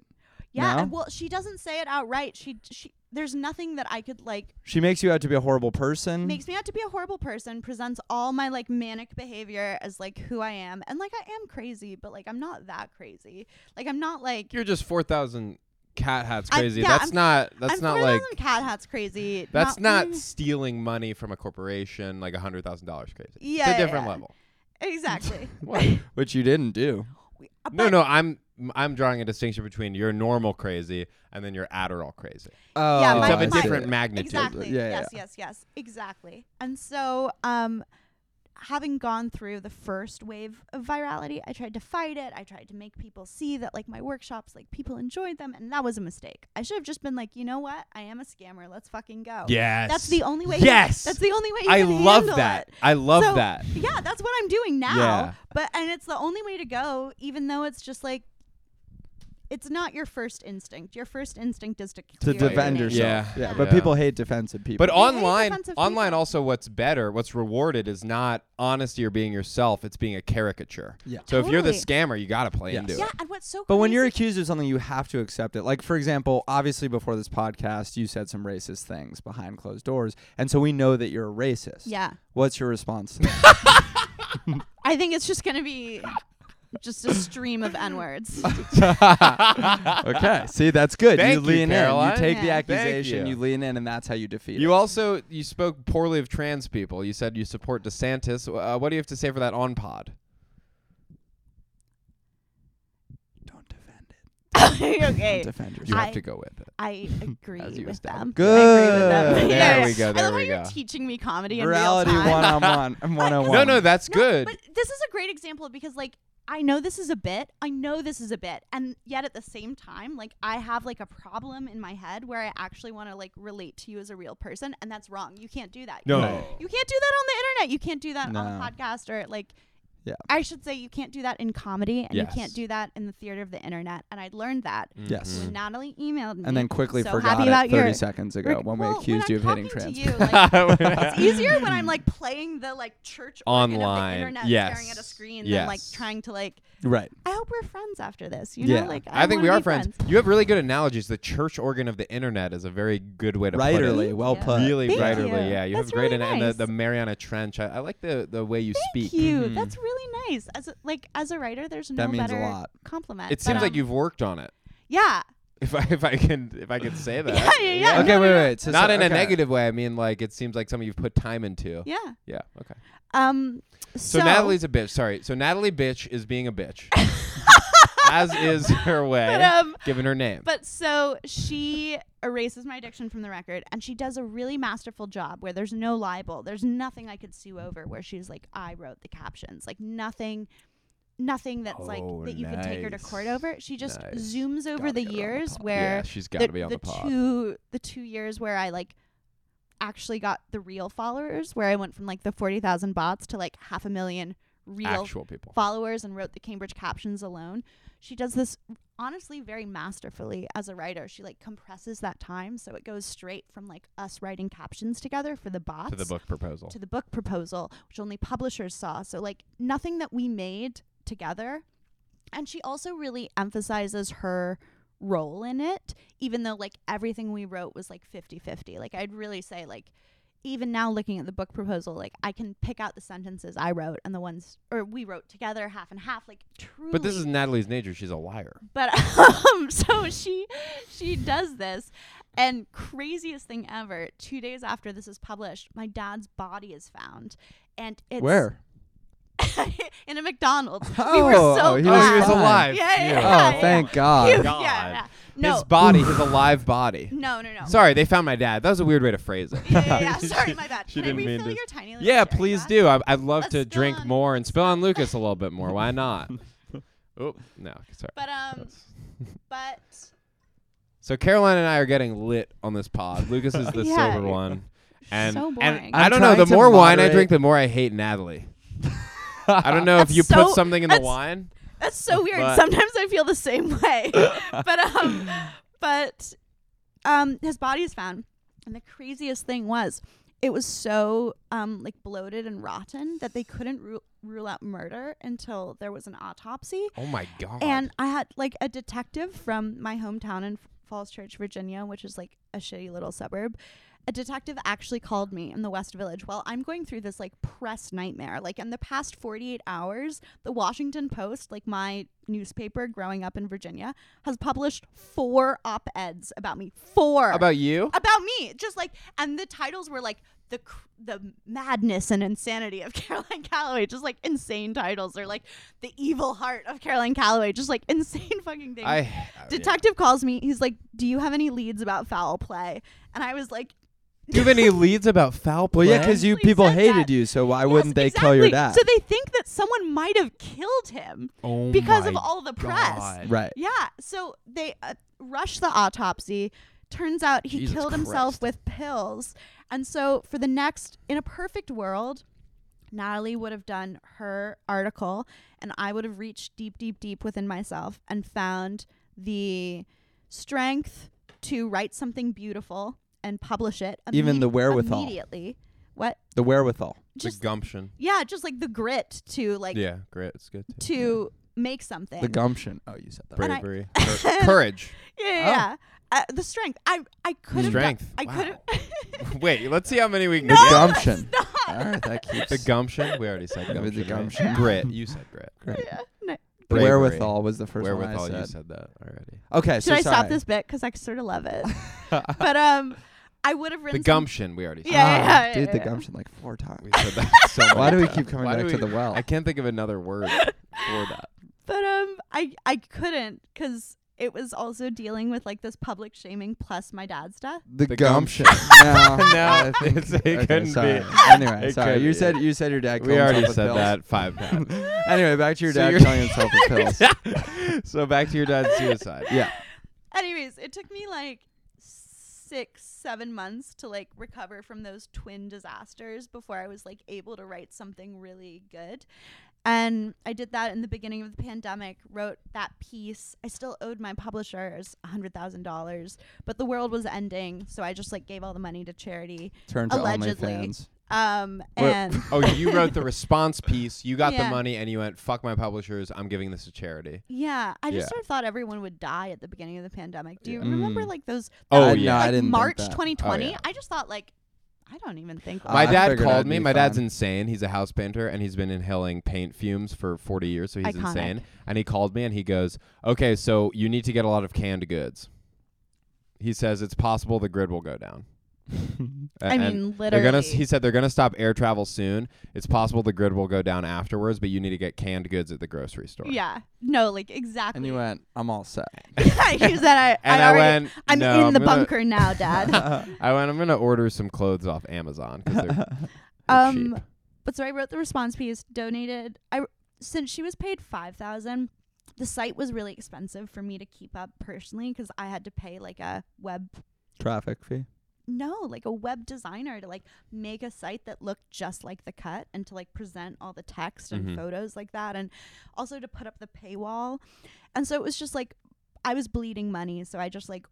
Speaker 3: yeah,
Speaker 1: no?
Speaker 3: and well, she doesn't say it outright. She she. There's nothing that I could like
Speaker 1: She makes you out to be a horrible
Speaker 2: Mm.
Speaker 1: person.
Speaker 3: makes me out to be a horrible person. Presents all my like manic behavior as like who I am, and like I am crazy, but like I'm not that crazy. Like I'm not like
Speaker 2: You're just four thousand cat hats
Speaker 3: I'm-
Speaker 2: crazy.
Speaker 3: yeah,
Speaker 2: that's
Speaker 3: I'm-
Speaker 2: not. That's
Speaker 3: I'm
Speaker 2: not
Speaker 3: 4,000
Speaker 2: like.
Speaker 3: cat hats crazy.
Speaker 2: That's not
Speaker 3: mm,
Speaker 2: stealing money from a corporation like a hundred thousand dollars crazy.
Speaker 3: Yeah,
Speaker 2: it's
Speaker 3: yeah,
Speaker 2: a different
Speaker 3: yeah.
Speaker 2: level.
Speaker 3: exactly.
Speaker 1: which you didn't do.
Speaker 3: We-
Speaker 2: No,
Speaker 3: but-
Speaker 2: no, I'm I'm drawing a distinction between your normal crazy and then your Adderall crazy.
Speaker 1: Oh,
Speaker 3: Yeah,
Speaker 2: It's
Speaker 3: my-
Speaker 2: of a
Speaker 3: my-
Speaker 2: different magnitude.
Speaker 3: Exactly.
Speaker 1: Yeah,
Speaker 3: yes, yes, yes. Exactly. And so, um, having gone through the first wave of virality, I tried to fight it. I tried to make people see that like my workshops, like people enjoyed them, and that was a mistake. I should have just been like, you know what? I am a scammer. Let's fucking go.
Speaker 2: Yes.
Speaker 3: That's the only way.
Speaker 2: Yes.
Speaker 3: That's the only way. You
Speaker 2: I
Speaker 3: can
Speaker 2: love
Speaker 3: handle
Speaker 2: that.
Speaker 3: it.
Speaker 2: I love
Speaker 3: So-
Speaker 2: that.
Speaker 3: Yeah, that's what I'm doing now.
Speaker 2: Yeah.
Speaker 3: But and it's the only way to go, even though it's just like. It's not your first instinct. Your first instinct is to
Speaker 1: to
Speaker 3: clear your
Speaker 1: defend
Speaker 3: name.
Speaker 1: yourself.
Speaker 2: Yeah.
Speaker 1: yeah. But
Speaker 2: Yeah.
Speaker 1: people hate defensive people.
Speaker 2: But
Speaker 3: hate
Speaker 2: online,
Speaker 3: defensive
Speaker 2: online
Speaker 3: people.
Speaker 2: also, what's better, what's rewarded is not honesty or being yourself. It's being a caricature.
Speaker 1: Yeah.
Speaker 2: So if you're the
Speaker 3: Totally.
Speaker 2: scammer, you gotta play into
Speaker 1: Yes.
Speaker 3: Yeah,
Speaker 2: it.
Speaker 3: and what's so
Speaker 1: But when you're
Speaker 3: crazy-
Speaker 1: accused of something, you have to accept it. Like, for example, obviously before this podcast, you said some racist things behind closed doors. And so we know that you're a racist.
Speaker 3: yeah,
Speaker 1: What's your response? to that?
Speaker 3: I think it's just gonna be just a stream of n words.
Speaker 1: okay. See, that's good.
Speaker 2: Thank
Speaker 1: you
Speaker 2: you,
Speaker 1: lean in. You
Speaker 2: Caroline.
Speaker 1: take the
Speaker 3: Yeah.
Speaker 2: Thank
Speaker 1: accusation, you.
Speaker 2: you.
Speaker 1: lean in, and that's how you defeat
Speaker 2: You
Speaker 1: it.
Speaker 2: also you spoke poorly of trans people. You said you support DeSantis. Uh, what do you have to say for that on pod?
Speaker 1: Don't defend it.
Speaker 3: okay,
Speaker 1: Don't defend yourself.
Speaker 2: You have
Speaker 3: I-
Speaker 2: to go with it.
Speaker 3: I agree
Speaker 2: As you
Speaker 3: with
Speaker 2: established.
Speaker 3: them.
Speaker 1: Good.
Speaker 3: I agree with them.
Speaker 1: There
Speaker 3: Yeah,
Speaker 2: we
Speaker 3: yeah.
Speaker 2: go,
Speaker 3: I
Speaker 2: there
Speaker 3: love
Speaker 2: we
Speaker 3: how you're
Speaker 2: go.
Speaker 3: teaching me comedy in
Speaker 1: Reality
Speaker 3: real time.
Speaker 1: one on one. and One on one.
Speaker 2: No, no, that's
Speaker 3: No,
Speaker 2: good.
Speaker 3: But this is a great example because like I know this is a bit. I know this is a bit. And yet at the same time, like I have like a problem in my head where I actually want to like relate to you as a real person and that's wrong. You can't do that.
Speaker 2: No.
Speaker 1: No.
Speaker 3: You can't do that on the internet. You can't do that on
Speaker 1: No.
Speaker 3: a podcast or like
Speaker 1: Yeah.
Speaker 3: I should say you can't do that in comedy and you
Speaker 2: Yes.
Speaker 3: can't do that in the theater of the internet. And I learned that
Speaker 1: Yes.
Speaker 3: when Natalie emailed me.
Speaker 1: Mm. And then quickly
Speaker 3: so
Speaker 1: forgot
Speaker 3: happy about
Speaker 1: it 30
Speaker 3: your-
Speaker 1: seconds ago
Speaker 3: Rick-
Speaker 1: when
Speaker 3: well,
Speaker 1: we accused
Speaker 3: I'm
Speaker 1: you of hitting
Speaker 3: talking
Speaker 1: trans.
Speaker 3: to you, like, it's easier when I'm like playing the like church organ
Speaker 2: Online,
Speaker 3: of the internet, staring at a
Speaker 2: yes,
Speaker 3: screen, than like
Speaker 2: yes.
Speaker 3: trying to like.
Speaker 1: right.
Speaker 3: I hope we're friends after this. You know,
Speaker 1: Yeah.
Speaker 3: like
Speaker 2: I think
Speaker 3: wanna
Speaker 2: we
Speaker 3: be
Speaker 2: are friends. You have really good analogies. The church organ of the internet is a very good way to put it.
Speaker 1: Writerly.
Speaker 3: Thank
Speaker 1: Well
Speaker 3: you.
Speaker 1: put.
Speaker 2: Really
Speaker 3: Thank
Speaker 2: writerly,
Speaker 3: you.
Speaker 2: yeah. You
Speaker 3: That's
Speaker 2: have great
Speaker 3: really
Speaker 2: ana-
Speaker 3: nice.
Speaker 2: and the, the Mariana Trench. I, I like the the way you
Speaker 3: Thank
Speaker 2: speak. Mm-hmm.
Speaker 3: you.
Speaker 1: Mhm.
Speaker 3: That's really nice. As a, like as a writer, there's no
Speaker 1: That means a
Speaker 3: better
Speaker 1: lot.
Speaker 3: compliment.
Speaker 2: It
Speaker 3: But,
Speaker 2: seems like
Speaker 3: um,
Speaker 2: you've worked on it.
Speaker 3: Yeah.
Speaker 2: If I if I can if I can say that.
Speaker 3: Yeah, yeah, yeah.
Speaker 1: Okay,
Speaker 3: No,
Speaker 1: wait,
Speaker 3: no,
Speaker 1: wait. so-
Speaker 2: Not
Speaker 1: so-
Speaker 2: in a
Speaker 1: okay.
Speaker 2: negative way. I mean, like it seems like something you've put time into.
Speaker 3: Yeah.
Speaker 2: Yeah. Okay.
Speaker 3: Um. So,
Speaker 2: Oh. So, Natalie's a bitch. Sorry. So Natalie bitch is being a bitch, as is her way,
Speaker 3: But, um,
Speaker 2: given her name.
Speaker 3: But so she erases my addiction from the record, and she does a really masterful job where there's no libel, there's nothing I could sue over. Where she's like, I wrote the captions, like nothing, nothing that's
Speaker 2: Oh,
Speaker 3: like that you could take her to court
Speaker 2: nice.
Speaker 3: over. She just
Speaker 2: Nice.
Speaker 3: zooms over
Speaker 1: Gotta
Speaker 3: the
Speaker 1: get her on the
Speaker 3: years
Speaker 1: pod.
Speaker 3: where
Speaker 2: yeah, she's got to
Speaker 3: the,
Speaker 2: be on the,
Speaker 3: the,
Speaker 2: pod.
Speaker 3: two the two years where I like actually got the real followers, where I went from like the forty thousand bots to like half a million real
Speaker 2: Actual people.
Speaker 3: followers and wrote the Cambridge captions alone. She does this honestly very masterfully as a writer. She like compresses that time so it goes straight from like us writing captions together for the bots
Speaker 2: To the book proposal.
Speaker 3: to the book proposal, which only publishers saw. So like nothing that we made together. And she also really emphasizes her role in it, even though like everything we wrote was like 50-50. Like I'd really say like even now looking at the book proposal, like I can pick out the sentences I wrote and the ones or we wrote together half and half, like truly
Speaker 2: But this is Natalie's nature. She's a liar.
Speaker 3: but um, so she she does this, and craziest thing ever. Two days after this is published, my dad's body is found, and it's
Speaker 1: Where?
Speaker 3: in a McDonald's. we were so
Speaker 1: Oh, he was
Speaker 2: Oh,
Speaker 3: glad.
Speaker 2: he was
Speaker 1: fine.
Speaker 2: alive.
Speaker 3: Yeah, yeah,
Speaker 2: Phew.
Speaker 3: yeah,
Speaker 1: oh,
Speaker 3: yeah.
Speaker 1: thank God.
Speaker 3: Phew,
Speaker 2: God.
Speaker 3: Yeah, yeah. No,
Speaker 2: His body, his alive body.
Speaker 3: no, no, no.
Speaker 2: Sorry, they found my dad. That was a weird way to phrase it.
Speaker 3: Yeah, yeah, yeah. Sorry, my bad.
Speaker 4: She
Speaker 3: Can
Speaker 4: didn't
Speaker 3: I
Speaker 4: mean
Speaker 3: refill
Speaker 4: to-
Speaker 3: your tiny little
Speaker 2: Yeah,
Speaker 3: sherry
Speaker 2: please
Speaker 3: glass?
Speaker 2: do. I, I'd love
Speaker 3: Let's
Speaker 2: to
Speaker 3: spill
Speaker 2: drink
Speaker 3: on-
Speaker 2: more and spill on Lucas a little bit more. Why not? oh no, sorry.
Speaker 3: But um, but
Speaker 2: So Caroline and I are getting lit on this pod. Lucas is the
Speaker 3: Yeah.
Speaker 2: silver one, and
Speaker 3: so boring.
Speaker 2: and I
Speaker 1: I'm
Speaker 2: don't know.
Speaker 1: trying
Speaker 2: The
Speaker 1: to
Speaker 2: more wine I
Speaker 1: moderate-
Speaker 2: drink, the more I hate Natalie. I don't know if
Speaker 3: That's
Speaker 2: you
Speaker 3: so-
Speaker 2: put something in the
Speaker 3: that's-
Speaker 2: wine.
Speaker 3: That's so weird.
Speaker 4: But-
Speaker 3: Sometimes I feel the same way. but um but um his body is found. And the craziest thing was it was so um like bloated and rotten that they couldn't rule rule out murder until there was an autopsy.
Speaker 2: Oh my god.
Speaker 3: And I had like a detective from my hometown in F- Falls Church, Virginia, which is like a shitty little suburb. A detective actually called me in the West Village while I'm going through this like press nightmare. Like in the past 48 hours, the Washington Post, like my newspaper growing up in Virginia, has published four op eds about me. Four
Speaker 2: about you?
Speaker 3: about me just like and the titles were like the cr- the madness and insanity of caroline calloway just like insane titles or like the evil heart of caroline calloway just like insane fucking things
Speaker 2: I
Speaker 3: detective calls me he's like do you have any leads about foul play and i was like
Speaker 2: Do you have any leads about foul play?
Speaker 1: Well, yeah, because you
Speaker 3: Exactly
Speaker 1: people
Speaker 3: said
Speaker 1: hated
Speaker 3: that.
Speaker 1: you, so why
Speaker 3: "Yes,
Speaker 1: wouldn't they kill your dad?
Speaker 3: exactly." so they think that someone might have killed him
Speaker 2: oh
Speaker 3: because
Speaker 2: my
Speaker 3: of all the press
Speaker 2: God.
Speaker 1: right.
Speaker 3: Yeah. So they uh, rush the autopsy. Turns out he
Speaker 2: Jesus
Speaker 3: killed himself
Speaker 2: Christ.
Speaker 3: with pills. And so, for the next, in a perfect world, Natalie would have done her article, and I would have reached deep, deep, deep within myself and found the strength to write something beautiful and publish it.
Speaker 1: Even the wherewithal.
Speaker 3: Immediately. What?
Speaker 1: The wherewithal.
Speaker 2: The
Speaker 3: Just
Speaker 2: gumption.
Speaker 3: yeah, just like the grit to like
Speaker 2: Yeah, great. It's good. too.
Speaker 3: to make something.
Speaker 1: The gumption. Oh, you said that.
Speaker 3: And I-
Speaker 2: Bravery. Cour- courage.
Speaker 3: Yeah, yeah,
Speaker 1: Oh.
Speaker 3: yeah. Uh, the strength. I I could have
Speaker 2: Strength.
Speaker 3: I
Speaker 2: Wow.
Speaker 3: could have.
Speaker 2: Wait, let's see how many we can
Speaker 1: The
Speaker 2: get.
Speaker 1: gumption. All right, that keeps
Speaker 2: The gumption. We already said
Speaker 1: It
Speaker 2: gumption.
Speaker 1: was the
Speaker 2: right?
Speaker 1: gumption.
Speaker 2: Grit. You said grit.
Speaker 1: Great.
Speaker 3: no.
Speaker 1: The
Speaker 2: Bravery.
Speaker 1: wherewithal was the first
Speaker 2: Wherewithal.
Speaker 1: one I
Speaker 2: You
Speaker 1: said.
Speaker 2: said that already.
Speaker 1: Okay,
Speaker 3: Should
Speaker 1: so
Speaker 3: I
Speaker 1: sorry.
Speaker 3: stop this bit? Because I sort of love it. but um, I would have
Speaker 2: The
Speaker 3: written some-
Speaker 2: gumption. We already.
Speaker 3: Yeah, yeah,
Speaker 1: Ah,
Speaker 3: yeah,
Speaker 1: dude,
Speaker 3: yeah,
Speaker 1: the
Speaker 3: yeah.
Speaker 1: gumption like four times.
Speaker 2: Said. We said that. So
Speaker 1: Why do
Speaker 2: many
Speaker 1: we
Speaker 2: times.
Speaker 1: keep coming
Speaker 2: Why
Speaker 1: back
Speaker 2: do
Speaker 1: to
Speaker 2: we-
Speaker 1: the well?
Speaker 2: I can't think of another word for that.
Speaker 3: But um, I I couldn't because it was also dealing with like this public shaming plus my dad's death.
Speaker 1: the,
Speaker 2: The
Speaker 1: gumption.
Speaker 2: gumption.
Speaker 1: no,
Speaker 2: No,
Speaker 1: I think-
Speaker 2: it's- it
Speaker 1: okay,
Speaker 2: couldn't
Speaker 1: sorry.
Speaker 2: be.
Speaker 1: Anyway,
Speaker 2: It
Speaker 1: sorry.
Speaker 2: couldn't
Speaker 1: You
Speaker 2: be.
Speaker 1: said you said your dad.
Speaker 2: We
Speaker 1: killed
Speaker 2: already
Speaker 1: himself with
Speaker 2: said
Speaker 1: pills.
Speaker 2: that five times.
Speaker 1: Anyway, back to your
Speaker 2: So
Speaker 1: dad
Speaker 2: you're-
Speaker 1: killing himself with pills.
Speaker 2: so back to your dad's suicide.
Speaker 1: Yeah.
Speaker 3: Anyways, it took me like six seven months to like recover from those twin disasters before I was like able to write something really good. And I did that in the beginning of the pandemic, wrote that piece. I still owed my publishers $100,000, but the world was ending, so I just like gave all the money to charity.
Speaker 1: Turn to
Speaker 3: Allegedly.
Speaker 1: OnlyFans.
Speaker 3: Um
Speaker 1: Wait.
Speaker 3: and
Speaker 2: Oh, you wrote the response piece. You got
Speaker 3: Yeah.
Speaker 2: the money, and you went, "Fuck my publishers. I'm giving this to charity."
Speaker 3: yeah, I just
Speaker 2: Yeah.
Speaker 3: sort of thought everyone would die at the beginning of the pandemic. Do you
Speaker 1: Yeah.
Speaker 3: remember
Speaker 1: Mm.
Speaker 3: like those
Speaker 2: Oh,
Speaker 1: Uh,
Speaker 3: that,
Speaker 2: yeah.
Speaker 1: No, I
Speaker 3: like,
Speaker 1: didn't think
Speaker 3: March
Speaker 1: that.
Speaker 3: 2020?
Speaker 2: yeah.
Speaker 3: I just thought like I don't even think
Speaker 1: Uh,
Speaker 2: my
Speaker 1: I
Speaker 2: dad
Speaker 1: figured I'd
Speaker 2: called me.
Speaker 1: be
Speaker 2: My dad's
Speaker 1: fine.
Speaker 2: insane. He's a house painter and he's been inhaling paint fumes for 40 years, so he's
Speaker 3: Iconic.
Speaker 2: insane. And he called me and he goes, "Okay, so you need to get a lot of canned goods." He says it's possible the grid will go down. A-
Speaker 3: I
Speaker 2: and
Speaker 3: mean,
Speaker 2: they're
Speaker 3: literally.
Speaker 2: gonna. He said they're gonna stop air travel soon. It's possible the grid will go down afterwards, but you need to get canned goods at the grocery store.
Speaker 3: yeah. No, like exactly.
Speaker 1: And you went, I'm all set.
Speaker 3: He said, I,
Speaker 2: And
Speaker 3: I
Speaker 2: I,
Speaker 3: already-
Speaker 2: went.
Speaker 3: I'm
Speaker 2: "No,
Speaker 3: in the
Speaker 2: gonna-
Speaker 3: bunker now, Dad.
Speaker 2: I went. I'm gonna order some clothes off Amazon because they're, they're
Speaker 3: Um,
Speaker 2: cheap.
Speaker 3: but so I wrote the response piece, donated. I since she was paid five thousand, the site was really expensive for me to keep up personally because I had to pay like a web
Speaker 1: Traffic fee.
Speaker 3: no like a web designer to like make a site that looked just like the cut and to like present all the text and
Speaker 2: Mhm.
Speaker 3: photos like that and also to put up the paywall and so it was just like i was bleeding money so i just like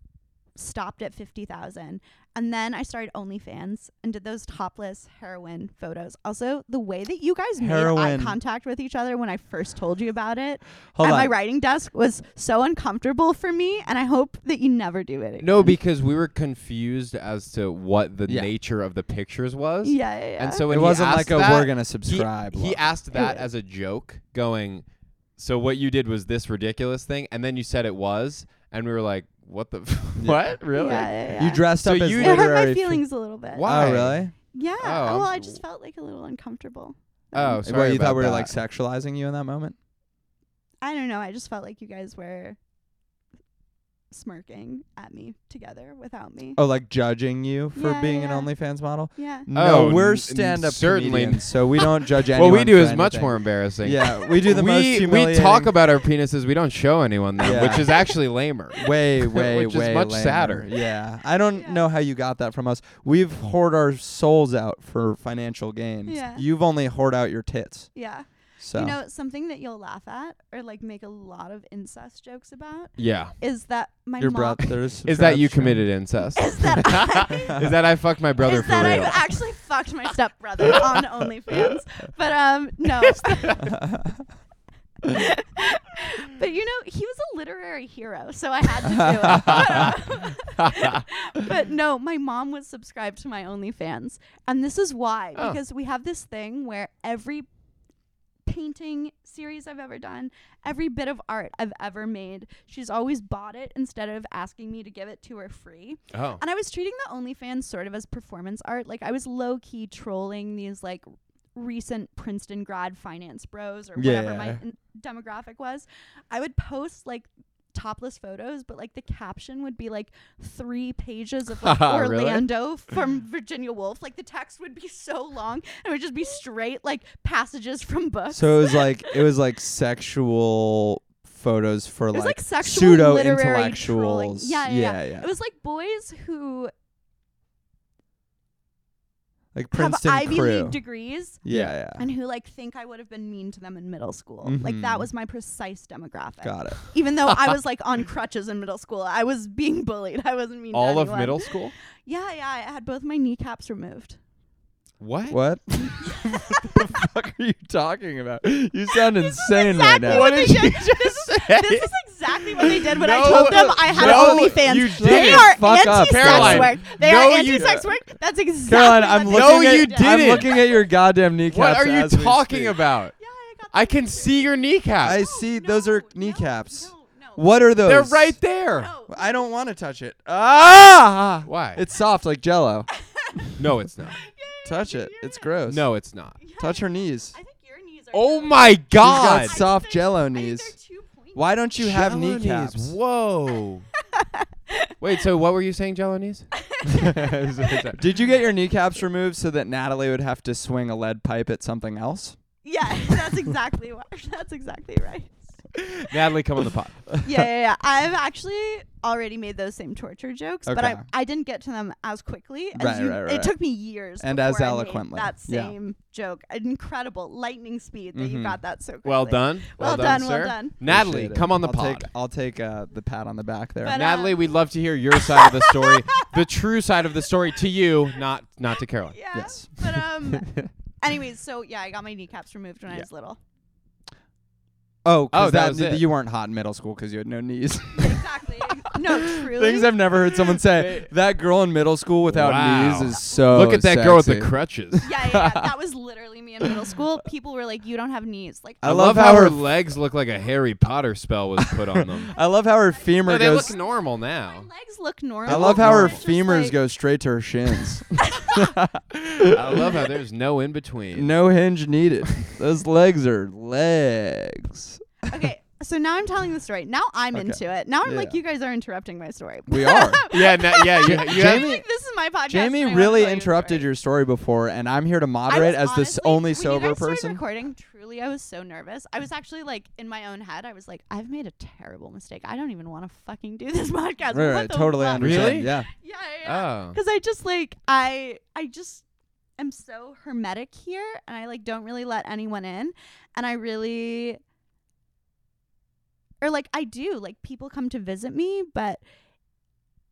Speaker 3: stopped at 50,000 and then i started onlyfans and did those topless heroin photos also the way that you guys made
Speaker 1: Heroin.
Speaker 3: eye contact with each other when i first told you about it
Speaker 1: Hold
Speaker 3: at
Speaker 1: on.
Speaker 3: my writing desk was so uncomfortable for me and i hope that you never do it again.
Speaker 2: No, because we were confused as to what the
Speaker 1: Yeah.
Speaker 2: nature of the pictures was.
Speaker 3: yeah, yeah, yeah.
Speaker 2: And so when
Speaker 1: It
Speaker 2: he
Speaker 1: wasn't
Speaker 2: asked
Speaker 1: like a
Speaker 2: that,
Speaker 1: we're gonna
Speaker 2: he-
Speaker 1: subscribe.
Speaker 2: He,
Speaker 1: look.
Speaker 2: asked that
Speaker 3: Yeah.
Speaker 2: as a joke, going, "So what you did was this ridiculous thing," and then you said it was, and we were like, "What the? F-
Speaker 1: Yeah.
Speaker 2: what really?
Speaker 3: Yeah, yeah, yeah.
Speaker 1: you dressed
Speaker 2: So
Speaker 1: up as
Speaker 2: you-
Speaker 3: it
Speaker 1: literary.
Speaker 3: hurt my
Speaker 1: fi-
Speaker 3: feelings a little bit.
Speaker 2: Why?
Speaker 1: Oh, really?
Speaker 3: Yeah.
Speaker 2: Oh,
Speaker 3: well,
Speaker 2: I'm
Speaker 3: I
Speaker 2: s-
Speaker 3: just felt like a little uncomfortable.
Speaker 2: Oh,
Speaker 3: Um,
Speaker 2: sorry
Speaker 1: well, you thought
Speaker 2: about
Speaker 1: we were
Speaker 2: that.
Speaker 1: like sexualizing you in that moment.
Speaker 3: I don't know. I just felt like you guys were smirking at me together without me.
Speaker 1: Oh, like judging you for
Speaker 3: Yeah,
Speaker 1: being
Speaker 3: yeah.
Speaker 1: an OnlyFans model?
Speaker 3: Yeah.
Speaker 1: No,
Speaker 2: Oh,
Speaker 1: we're
Speaker 2: n-
Speaker 1: stand-up
Speaker 2: certainly
Speaker 1: comedians, so we don't judge anyone.
Speaker 2: what we do
Speaker 1: for
Speaker 2: is much
Speaker 1: anything.
Speaker 2: more embarrassing.
Speaker 1: Yeah, we do the most
Speaker 2: we we
Speaker 1: humiliating-
Speaker 2: talk about our penises. We don't show anyone them,
Speaker 1: Yeah.
Speaker 2: which is actually lamer.
Speaker 1: way, way,
Speaker 2: Which is
Speaker 1: way
Speaker 2: much
Speaker 1: lamer.
Speaker 2: sadder.
Speaker 1: Yeah, I don't
Speaker 3: Yeah.
Speaker 1: know how you got that from us. We've hoard our souls out for financial gains.
Speaker 3: Yeah.
Speaker 1: You've only hoard out your tits.
Speaker 3: Yeah.
Speaker 1: So
Speaker 3: You know, something that you'll laugh at or like make a lot of incest jokes about
Speaker 2: Yeah.
Speaker 3: is that my
Speaker 1: your
Speaker 3: mom
Speaker 1: brother's
Speaker 2: Is that
Speaker 1: subtraction.
Speaker 2: you committed incest?
Speaker 3: is that I,
Speaker 2: Is that I fucked my brother
Speaker 3: is
Speaker 2: for
Speaker 3: that
Speaker 2: real?
Speaker 3: I actually fucked my stepbrother on OnlyFans. But um no. but you know, he was a literary hero, so I had to do it. but no, my mom was subscribed to my OnlyFans, and this is why
Speaker 2: Oh.
Speaker 3: because we have this thing where every painting series I've ever done, every bit of art I've ever made, she's always bought it instead of asking me to give it to her free.
Speaker 2: oh.
Speaker 3: And I was treating the OnlyFans sort of as performance art, like I was low key trolling these like recent Princeton grad finance bros or whatever my
Speaker 1: Yeah.
Speaker 3: in- demographic was. I would post like topless photos, but like the caption would be like three pages of like
Speaker 2: Really?
Speaker 3: Orlando from Virginia Woolf. Like the text would be so long and it would just be straight like passages from books.
Speaker 1: So it was like it was like sexual photos for
Speaker 3: it was like, sexual
Speaker 1: pseudo
Speaker 3: literary trolling.
Speaker 1: intellectuals.
Speaker 3: Yeah, yeah, yeah,
Speaker 1: yeah.
Speaker 3: It was like boys who
Speaker 1: Like Princeton
Speaker 3: have Ivy
Speaker 1: crew.
Speaker 3: League degrees
Speaker 1: yeah, yeah.
Speaker 3: and who like think I would have been mean to them in middle school. Like that
Speaker 1: Mhm.
Speaker 3: was my precise demographic.
Speaker 1: Got it.
Speaker 3: Even though I was like on crutches in middle school, I was being bullied. I wasn't mean.
Speaker 2: All
Speaker 3: to
Speaker 2: of
Speaker 3: anyone.
Speaker 2: middle school?
Speaker 3: Yeah, yeah. I had both my kneecaps removed.
Speaker 2: What?
Speaker 1: What? the fuck are you talking about? You sound insane right
Speaker 3: exactly
Speaker 1: now.
Speaker 3: what they did. This, this is exactly what they did when I
Speaker 2: No,
Speaker 3: told them I had
Speaker 2: no,
Speaker 3: OnlyFans.
Speaker 2: you
Speaker 3: they
Speaker 2: didn't.
Speaker 3: are
Speaker 1: Fuck up,
Speaker 3: anti-sex
Speaker 2: Caroline.
Speaker 3: work. They
Speaker 2: No,
Speaker 3: are
Speaker 2: you-
Speaker 3: anti-sex work. That's exactly.
Speaker 1: Caroline,
Speaker 3: what
Speaker 1: I'm
Speaker 3: they
Speaker 1: looking
Speaker 2: No,
Speaker 1: at
Speaker 2: you
Speaker 1: I'm
Speaker 2: didn't.
Speaker 1: looking at your goddamn kneecaps.
Speaker 2: What are you
Speaker 1: as we
Speaker 2: talking
Speaker 1: speak.
Speaker 2: about?
Speaker 3: Yeah, I got.
Speaker 2: I can see your kneecap.
Speaker 1: I see those are kneecaps.
Speaker 3: No, no,
Speaker 1: What are those?
Speaker 2: They're right there.
Speaker 3: no.
Speaker 1: I don't want to touch it. Ah!
Speaker 2: Why?
Speaker 1: It's soft like jello.
Speaker 2: no, it's not.
Speaker 1: touch it. It's gross.
Speaker 2: No, it's not.
Speaker 3: Yeah,
Speaker 1: Touch her knees.
Speaker 3: I think your knees are.
Speaker 2: Oh
Speaker 3: too-
Speaker 2: my
Speaker 1: got
Speaker 2: god.
Speaker 3: I think
Speaker 1: soft
Speaker 3: they're-
Speaker 1: jello
Speaker 3: I think
Speaker 1: knees.
Speaker 3: they're too pointy.
Speaker 1: Why don't you have
Speaker 2: Jello knees.
Speaker 1: kneecaps?
Speaker 2: Whoa. Wait, so what were you saying, Jello knees?
Speaker 1: Did you get your kneecaps removed so that Natalie would have to swing a lead pipe at something else?
Speaker 3: Yeah, that's exactly what. That's exactly right.
Speaker 2: Natalie, come on the pot.
Speaker 3: Yeah, yeah, yeah. I've actually already made those same torture jokes, but I,
Speaker 1: Okay.
Speaker 3: I didn't get to them as quickly. As
Speaker 1: Right,
Speaker 3: you,
Speaker 1: right,
Speaker 3: It
Speaker 1: right.
Speaker 3: took me years
Speaker 1: And as
Speaker 3: before I made
Speaker 1: eloquently.
Speaker 3: that
Speaker 1: Yeah.
Speaker 3: same joke. An incredible lightning speed that you
Speaker 1: Mhm.
Speaker 3: got that so quickly.
Speaker 2: Well done.
Speaker 3: Well, done. well
Speaker 2: sir.
Speaker 3: done.
Speaker 2: Natalie,
Speaker 1: Appreciate it.
Speaker 2: come on the
Speaker 1: I'll
Speaker 2: pod.
Speaker 1: Take, I'll take uh, the pat on the back there.
Speaker 3: But, uh,
Speaker 2: Natalie, we'd love to hear your side of the story, the true side of the story to you, not not to Caroline.
Speaker 3: Yeah.
Speaker 1: Yes.
Speaker 3: But um. anyways, so yeah, I got my kneecaps removed when I
Speaker 2: Yeah.
Speaker 3: was little.
Speaker 1: oh, 'cause
Speaker 2: Oh, that
Speaker 1: that,
Speaker 2: was it.
Speaker 1: you weren't hot in middle school because you had no knees.
Speaker 3: Exactly. no, truly.
Speaker 1: Things I've never heard someone say. That girl in middle school without
Speaker 2: Wow.
Speaker 1: knees is so.
Speaker 2: Look at that girl with the
Speaker 1: Oh, sexy.
Speaker 2: crutches.
Speaker 3: yeah, yeah, yeah. That was literally me in middle school. People were like, "You don't have knees." Like,
Speaker 1: I
Speaker 2: I
Speaker 1: love
Speaker 2: love
Speaker 1: how
Speaker 2: how her
Speaker 1: her-
Speaker 2: legs look like a Harry Potter spell was put on them.
Speaker 1: I love how her femur
Speaker 2: No, Oh, they
Speaker 1: goes.
Speaker 2: look normal now.
Speaker 3: my legs look normal.
Speaker 1: I love how her
Speaker 3: It's just
Speaker 1: femurs
Speaker 3: like-
Speaker 1: go straight to her shins.
Speaker 2: I love how there's no in between.
Speaker 1: no hinge needed. Those legs are legs.
Speaker 3: Okay, so now I'm telling the story. Now I'm
Speaker 1: Okay.
Speaker 3: into it. Now I'm like,
Speaker 1: Yeah.
Speaker 3: you guys are interrupting my story.
Speaker 1: We are.
Speaker 2: Yeah, no, yeah, you, you have-
Speaker 3: I think this is my podcast.
Speaker 1: Jamie
Speaker 3: and I wanna
Speaker 1: really
Speaker 3: tell you a
Speaker 1: interrupted
Speaker 3: story.
Speaker 1: your story before, and I'm here to
Speaker 3: I
Speaker 1: moderate
Speaker 3: was
Speaker 1: as the s-
Speaker 3: honestly-
Speaker 1: only
Speaker 3: when you
Speaker 1: sober
Speaker 3: guys started
Speaker 1: person.
Speaker 3: Recording. Truly, I was so nervous. I was actually like in my own head. I was like, I've made a terrible mistake. I don't even want to fucking do this podcast.
Speaker 1: Right,
Speaker 3: What
Speaker 1: right,
Speaker 3: the
Speaker 1: totally
Speaker 3: fuck?
Speaker 1: understand.
Speaker 2: Really?
Speaker 1: Yeah.
Speaker 3: Yeah, yeah.
Speaker 2: Oh.
Speaker 3: Because I just like I I just am so hermetic here, and I like don't really let anyone in, and I really or like I do like people come to visit me, but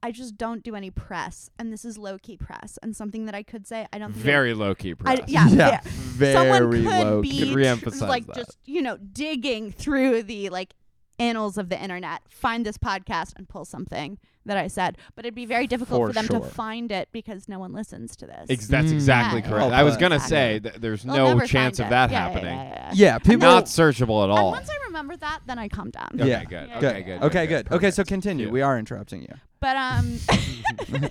Speaker 3: I just don't do any press, and this is low key press, and something that I could say I don't think I-
Speaker 2: Very low key
Speaker 3: I,
Speaker 2: press.
Speaker 3: yeah,
Speaker 1: yeah.
Speaker 3: ve-
Speaker 1: Very
Speaker 3: someone could
Speaker 1: low.
Speaker 3: be
Speaker 1: key.
Speaker 2: Could
Speaker 3: tr-
Speaker 2: reemphasize
Speaker 3: like
Speaker 2: that.
Speaker 3: just you know digging through the like annals of the internet, find this podcast and pull something that I said, but it'd be very difficult for,
Speaker 1: For
Speaker 3: them
Speaker 1: sure.
Speaker 3: to find it because no one listens to this.
Speaker 2: Ex- that's
Speaker 1: Mm.
Speaker 2: exactly
Speaker 3: Yeah.
Speaker 2: correct.
Speaker 1: Oh,
Speaker 2: I was
Speaker 1: but-
Speaker 2: gonna
Speaker 3: Exactly.
Speaker 2: say that there's
Speaker 3: They'll
Speaker 2: no
Speaker 3: never
Speaker 2: chance of
Speaker 3: find it.
Speaker 2: that
Speaker 3: Yeah, yeah,
Speaker 2: happening.
Speaker 3: yeah, yeah, yeah.
Speaker 1: Yeah, people.
Speaker 2: Not searchable at
Speaker 3: And
Speaker 2: all.
Speaker 3: once I remembered that, then I calmed down.
Speaker 2: Okay,
Speaker 1: Yeah.
Speaker 2: good.
Speaker 3: Yeah.
Speaker 2: Okay,
Speaker 1: good.
Speaker 2: good.
Speaker 1: Okay, good. Okay, so continue.
Speaker 2: Yeah.
Speaker 1: We are interrupting you.
Speaker 3: But um, I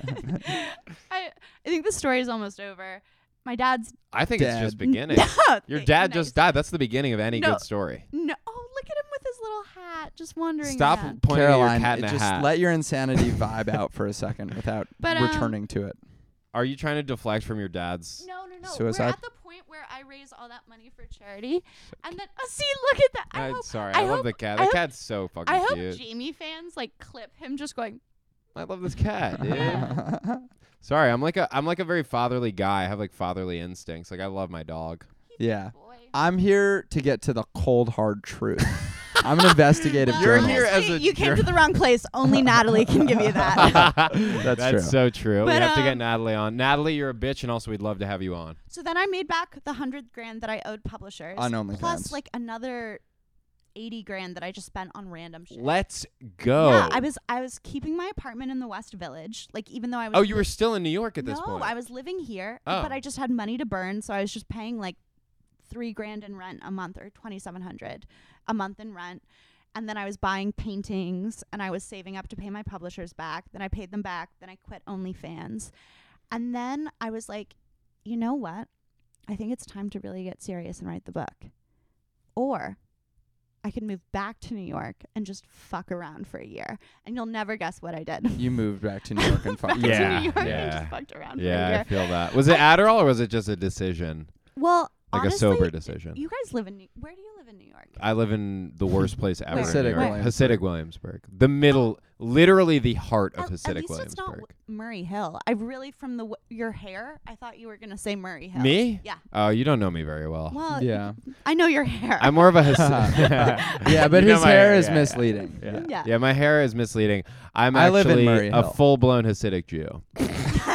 Speaker 3: I think the story is almost over. My dad's
Speaker 2: I think it's just
Speaker 1: Dad.
Speaker 2: beginning.
Speaker 3: No,
Speaker 2: Your
Speaker 3: th-
Speaker 2: dad
Speaker 3: nice.
Speaker 2: just died. That's the beginning of any
Speaker 3: No.
Speaker 2: good story.
Speaker 3: No, oh, look at him with his little hat, just wandering.
Speaker 2: Stop
Speaker 3: around.
Speaker 2: pointing
Speaker 1: Caroline,
Speaker 2: at your cat in a
Speaker 1: just
Speaker 2: hat.
Speaker 1: let your insanity vibe out for a second without
Speaker 3: But, um,
Speaker 1: returning to it.
Speaker 2: Are you trying to deflect from your dad's?
Speaker 3: No, no, no.
Speaker 1: Suicide?
Speaker 3: We're at the point where I raise all that money for charity, and then oh, see, look at that. I
Speaker 2: I'm
Speaker 3: hope,
Speaker 2: sorry.
Speaker 3: I
Speaker 2: I, love
Speaker 3: hope-
Speaker 2: the cat. The
Speaker 3: I hope-
Speaker 2: cat's so fucking
Speaker 3: I hope
Speaker 2: cute.
Speaker 3: Jamie fans like clip him just going.
Speaker 2: I love this cat, dude.
Speaker 1: Yeah.
Speaker 2: Sorry, I'm like a I'm like a very fatherly guy. I have like fatherly instincts. Like I love my dog.
Speaker 3: "He's a
Speaker 1: yeah.
Speaker 3: Boy.
Speaker 1: I'm here to get to the cold hard truth. I'm an investigative
Speaker 3: Well,
Speaker 1: journalist.
Speaker 2: here as a
Speaker 3: you came to
Speaker 2: jour-
Speaker 3: the wrong place. Only Natalie can give you that.
Speaker 1: That's true.
Speaker 2: so true. we
Speaker 3: But,
Speaker 2: have to get
Speaker 3: um,
Speaker 2: Natalie on. Natalie, you're a bitch, and also we'd love to have you on.
Speaker 3: so then I made back the hundred grand that I owed publishers
Speaker 1: On OnlyFans.
Speaker 3: plus like another eighty grand that I just spent on random shit.
Speaker 2: Let's go.
Speaker 3: Yeah, I was I was keeping my apartment in the West Village, like even though I was
Speaker 2: oh, you were still in New York at this
Speaker 3: no,
Speaker 2: point.
Speaker 3: I was living here,
Speaker 2: Oh.
Speaker 3: but I just had money to burn, so I was just paying like three grand in rent a month or twenty seven hundred a month in rent. And then I was buying paintings and I was saving up to pay my publishers back. Then I paid them back. Then I quit OnlyFans. And then I was like, you know what? I think it's time to really get serious and write the book. Or I could move back to New York and just fuck around for a year. And you'll never guess what I did.
Speaker 1: You moved back to New York and
Speaker 3: back
Speaker 1: fucked.
Speaker 2: Yeah.
Speaker 3: to New York and
Speaker 2: yeah.
Speaker 3: just fucked around for a
Speaker 2: yeah, I
Speaker 3: year.
Speaker 2: feel that. Was it Adderall or was it just a decision,
Speaker 3: Well,
Speaker 2: like
Speaker 3: honestly,
Speaker 2: a sober decision?
Speaker 3: You guys live in New- where do you live in New York?
Speaker 2: I live in the worst place ever. in
Speaker 1: Hasidic
Speaker 2: New York.
Speaker 1: Williamsburg.
Speaker 2: Hasidic Williamsburg, the middle, literally the heart of
Speaker 3: At-
Speaker 2: Hasidic
Speaker 3: at least
Speaker 2: Williamsburg.
Speaker 3: it's not W- Murray Hill. I really from the w- your hair, I thought you were gonna say Murray Hill.
Speaker 2: Me?
Speaker 3: Yeah.
Speaker 2: Oh, you don't know me very well.
Speaker 3: Well,
Speaker 1: Yeah.
Speaker 3: I know your hair.
Speaker 2: I'm more of a Hasidic.
Speaker 1: Yeah, but
Speaker 2: You know
Speaker 1: his
Speaker 2: my
Speaker 1: hair is
Speaker 2: yeah, yeah.
Speaker 1: misleading.
Speaker 2: Yeah.
Speaker 3: Yeah.
Speaker 2: Yeah, my hair is misleading. I'm
Speaker 1: I live in
Speaker 2: actually
Speaker 1: Murray
Speaker 2: a
Speaker 1: Hill.
Speaker 2: full-blown Hasidic Jew.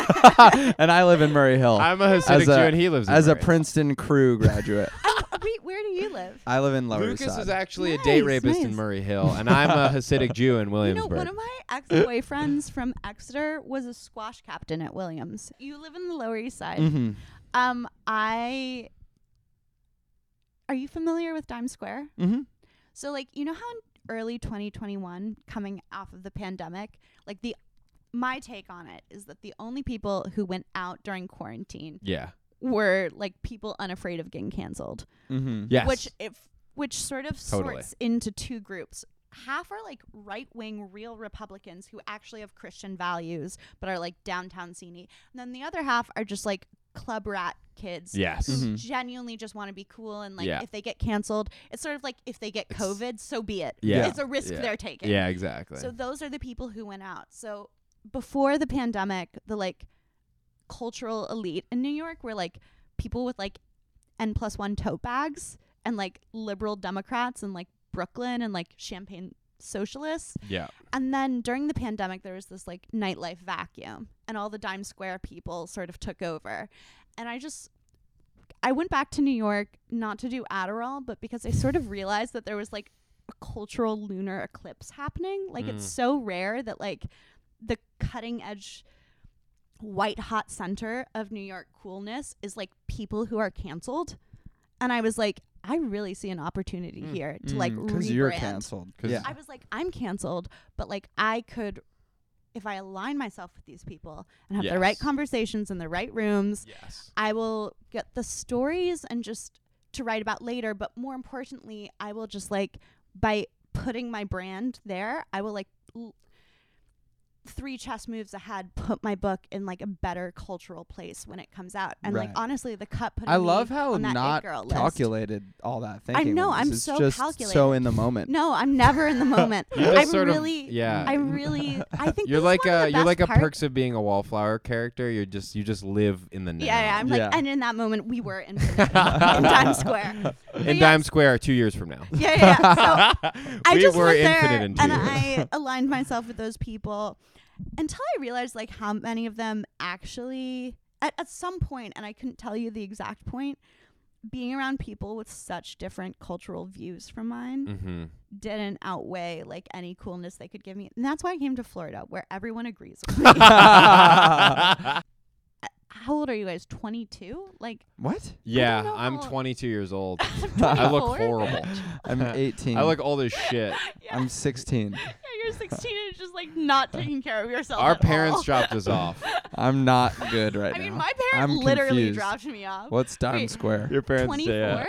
Speaker 1: and I live in Murray Hill
Speaker 2: I'm a Hasidic
Speaker 1: As
Speaker 2: Jew,
Speaker 1: a-
Speaker 2: and he lives in
Speaker 1: as a
Speaker 2: Murray Hill.
Speaker 1: Princeton crew graduate.
Speaker 3: Um, uh, Wait, where do you live?
Speaker 1: I live in Lower East
Speaker 2: Lucas
Speaker 1: Side.
Speaker 2: is actually a date
Speaker 3: Nice,
Speaker 2: rapist in
Speaker 3: nice.
Speaker 2: Murray Hill, and I'm a Hasidic Jew in
Speaker 3: You know,
Speaker 2: Williamsburg.
Speaker 3: one of my ex-boyfriends from Exeter was a squash captain at Williams. You live in the Lower East Side.
Speaker 1: mm-hmm.
Speaker 3: Um, I. Are you familiar with Dime Square?
Speaker 1: Mm-hmm.
Speaker 3: So like you know how in early 2021 coming off of the pandemic, like the my take on it is that the only people who went out during quarantine
Speaker 2: yeah.
Speaker 3: were like people unafraid of getting canceled,
Speaker 1: Mm-hmm.
Speaker 2: Yes.
Speaker 3: which if which sort of
Speaker 2: Totally.
Speaker 3: sorts into two groups. Half are like right wing real Republicans who actually have Christian values but are like downtown sceney. And then the other half are just like club rat kids
Speaker 2: yes.
Speaker 1: Mhm.
Speaker 3: genuinely just want to be cool and like
Speaker 2: Mm. Yeah.
Speaker 3: if they get canceled, it's sort of like if they get
Speaker 2: It's-
Speaker 3: COVID, so be it.
Speaker 2: Yeah.
Speaker 3: It's a risk
Speaker 2: Yeah.
Speaker 3: they're taking.
Speaker 2: Yeah. Exactly.
Speaker 3: So those are the people who went out. So before the pandemic, the like cultural elite in New York were like people with like N plus one tote bags and like liberal Democrats and like Brooklyn and like champagne socialists.
Speaker 2: yeah.
Speaker 3: And then during the pandemic, there was this like nightlife vacuum, and all the Dime Square people sort of took over. And I just, I went back to New York not to do Adderall, but because I sort of realized that there was like a cultural lunar eclipse happening. Like it's
Speaker 2: Mm.
Speaker 3: so rare that like the cutting edge, white hot center of New York coolness is like people who are canceled. And I was like, I really see an opportunity
Speaker 2: Mm.
Speaker 3: here to like
Speaker 1: because you're
Speaker 3: rebrand.
Speaker 1: canceled.
Speaker 2: 'Cause
Speaker 1: yeah.
Speaker 3: I was like, I'm canceled, but like I could, if I align myself with these people and have the right
Speaker 2: Yes.
Speaker 3: conversations in the right rooms,
Speaker 2: Yes.
Speaker 3: I will get the stories and just to write about later. But more importantly, I will just like by putting my brand there, I will like l- three chess moves ahead, put my book in like a better cultural place when it comes out. And like
Speaker 1: Right.
Speaker 3: honestly, the cut put
Speaker 1: I love how
Speaker 3: on that It
Speaker 1: not
Speaker 3: girl list.
Speaker 1: calculated all that thinking.
Speaker 3: know,
Speaker 1: was.
Speaker 3: I'm
Speaker 1: It's
Speaker 3: so
Speaker 1: just so
Speaker 3: calculated.
Speaker 1: in the moment.
Speaker 3: No, I'm never in the moment.
Speaker 2: You just
Speaker 3: I'm
Speaker 2: sort of-
Speaker 3: really,
Speaker 2: yeah.
Speaker 3: I really, I think
Speaker 2: You're
Speaker 3: this is
Speaker 2: like
Speaker 3: one of
Speaker 2: a
Speaker 3: the
Speaker 2: you're
Speaker 3: best
Speaker 2: like a
Speaker 3: parts-
Speaker 2: perks of being a wallflower character. You're just you just live in the now.
Speaker 3: Yeah, yeah, I'm
Speaker 1: Yeah.
Speaker 3: like, and in that moment, we were in, in Times Square. But
Speaker 2: in
Speaker 3: yes,
Speaker 2: Dime Square two years from now.
Speaker 3: Yeah, yeah. yeah. So I
Speaker 2: we
Speaker 3: just
Speaker 2: were
Speaker 3: went
Speaker 2: infinite
Speaker 3: there
Speaker 2: in two
Speaker 3: and
Speaker 2: years.
Speaker 3: I aligned myself with those people until I realized like how many of them actually at, at some point, and I couldn't tell you the exact point. Being around people with such different cultural views from mine
Speaker 2: mm-hmm.
Speaker 3: didn't outweigh like any coolness they could give me, and that's why I came to Florida, where everyone agrees with me.
Speaker 2: Mm-hmm.
Speaker 3: how old are you guys? 22? Like,
Speaker 1: What?
Speaker 2: yeah,
Speaker 3: know
Speaker 2: I'm
Speaker 3: how-
Speaker 2: 22 years old. I
Speaker 3: I
Speaker 2: look horrible.
Speaker 1: I'm 18.
Speaker 2: I look old as shit.
Speaker 3: Yeah.
Speaker 1: I'm 16.
Speaker 3: yeah, you're 16 and just like not taking care of yourself.
Speaker 2: Our
Speaker 3: at all.
Speaker 2: parents dropped us off.
Speaker 1: I'm not good right
Speaker 3: I
Speaker 1: now.
Speaker 3: mean, my parents
Speaker 1: I'm
Speaker 3: literally
Speaker 1: confused.
Speaker 3: dropped me off.
Speaker 1: What's Dime
Speaker 3: Wait.
Speaker 1: Square?
Speaker 4: Your parents say
Speaker 3: 24?
Speaker 4: yeah.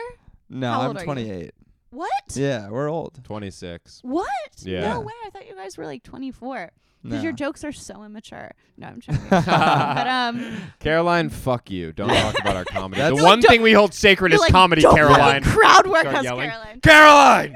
Speaker 1: no,
Speaker 3: How
Speaker 1: I'm
Speaker 3: old are you?
Speaker 1: 28.
Speaker 3: What?
Speaker 1: Yeah, we're old.
Speaker 2: 26.
Speaker 3: What?
Speaker 2: Yeah.
Speaker 3: No way. I thought you guys were like 24. Because
Speaker 1: No.
Speaker 3: your jokes are so immature. No, I'm joking. but um,
Speaker 2: Caroline, fuck you. Don't talk about our comedy.
Speaker 1: That's-
Speaker 2: the
Speaker 1: You're
Speaker 3: like,
Speaker 2: one
Speaker 3: "Don't-
Speaker 2: thing we hold sacred
Speaker 3: you're
Speaker 2: is
Speaker 3: like,
Speaker 2: comedy,
Speaker 3: don't
Speaker 2: Caroline.
Speaker 3: fucking crowd work
Speaker 2: Start
Speaker 3: us,
Speaker 2: yelling.
Speaker 3: Caroline.
Speaker 2: Caroline!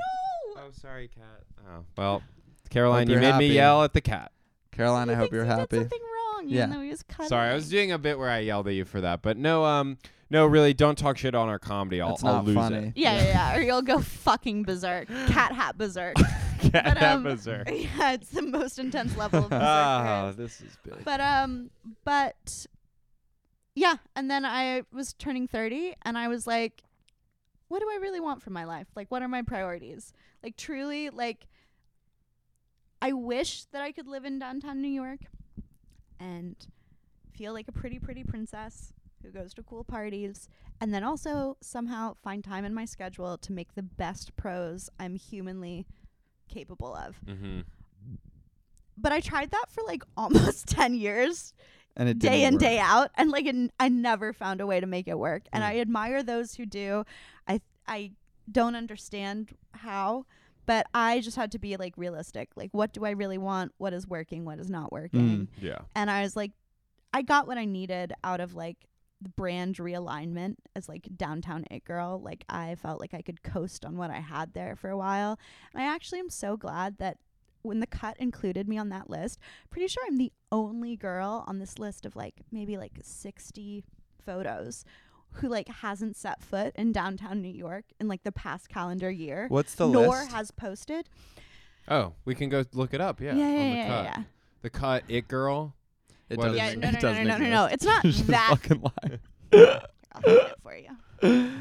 Speaker 3: No.
Speaker 2: Oh, sorry, cat. Oh, well, Caroline,
Speaker 1: Hope you're
Speaker 2: you made me
Speaker 1: happy.
Speaker 2: yell at the cat.
Speaker 1: Caroline,
Speaker 3: He
Speaker 1: I hope
Speaker 3: thinks
Speaker 1: you're
Speaker 3: he did
Speaker 1: happy.
Speaker 3: something wrong. even
Speaker 1: Yeah.
Speaker 3: though he was cuddling.
Speaker 2: Sorry, I was doing a bit where I yelled at you for that, but no, um, no, really, don't talk shit on our comedy. I'll,
Speaker 1: That's
Speaker 2: I'll
Speaker 1: not
Speaker 2: lose
Speaker 1: funny.
Speaker 2: it.
Speaker 3: Yeah, yeah, yeah. Or you'll go fucking berserk. Cat hat berserk.
Speaker 4: Cat
Speaker 3: But, um,
Speaker 4: Berserk.
Speaker 3: yeah, it's the most intense level of berserk.
Speaker 2: Ah,
Speaker 3: right?
Speaker 2: this is big.
Speaker 3: But um, but yeah, and then I was turning thirty, and I was like, what do I really want from my life? Like, what are my priorities? Like, truly, like, I wish that I could live in downtown New York and feel like a pretty, pretty princess who goes to cool parties, and then also somehow find time in my schedule to make the best prose I'm humanly capable of
Speaker 2: Mm-hmm.
Speaker 3: but I tried that for like almost 10 years,
Speaker 1: and it
Speaker 3: day
Speaker 1: didn't
Speaker 3: in,
Speaker 1: work.
Speaker 3: day out. And like, it n- I never found a way to make it work. And
Speaker 2: Mm.
Speaker 3: I admire those who do. I, I don't understand how, but I just had to be like realistic. Like, what do I really want? What is working? What is not working?
Speaker 2: Yeah.
Speaker 3: And I was like, I got what I needed out of like the brand realignment as like downtown it girl. Like, I felt like I could coast on what I had there for a while. And I actually am so glad that when the cut included me on that list, pretty sure I'm the only girl on this list of like maybe like 60 photos who like hasn't set foot in downtown New York in like the past calendar year.
Speaker 1: What's the
Speaker 3: nor
Speaker 1: list?
Speaker 3: has posted.
Speaker 2: Oh, we can go look it up. Yeah.
Speaker 3: yeah,
Speaker 2: on
Speaker 3: yeah,
Speaker 2: the
Speaker 3: yeah,
Speaker 2: cut.
Speaker 3: yeah, yeah.
Speaker 2: The cut, it girl.
Speaker 1: It
Speaker 2: What
Speaker 1: doesn't.
Speaker 2: is
Speaker 3: Yeah,
Speaker 2: it?
Speaker 3: no,
Speaker 1: it
Speaker 3: no, no,
Speaker 1: doesn't
Speaker 3: no, no, no.
Speaker 1: exist.
Speaker 3: It's not
Speaker 1: It's just a
Speaker 3: that.
Speaker 1: fucking lie.
Speaker 3: I'll find it for you.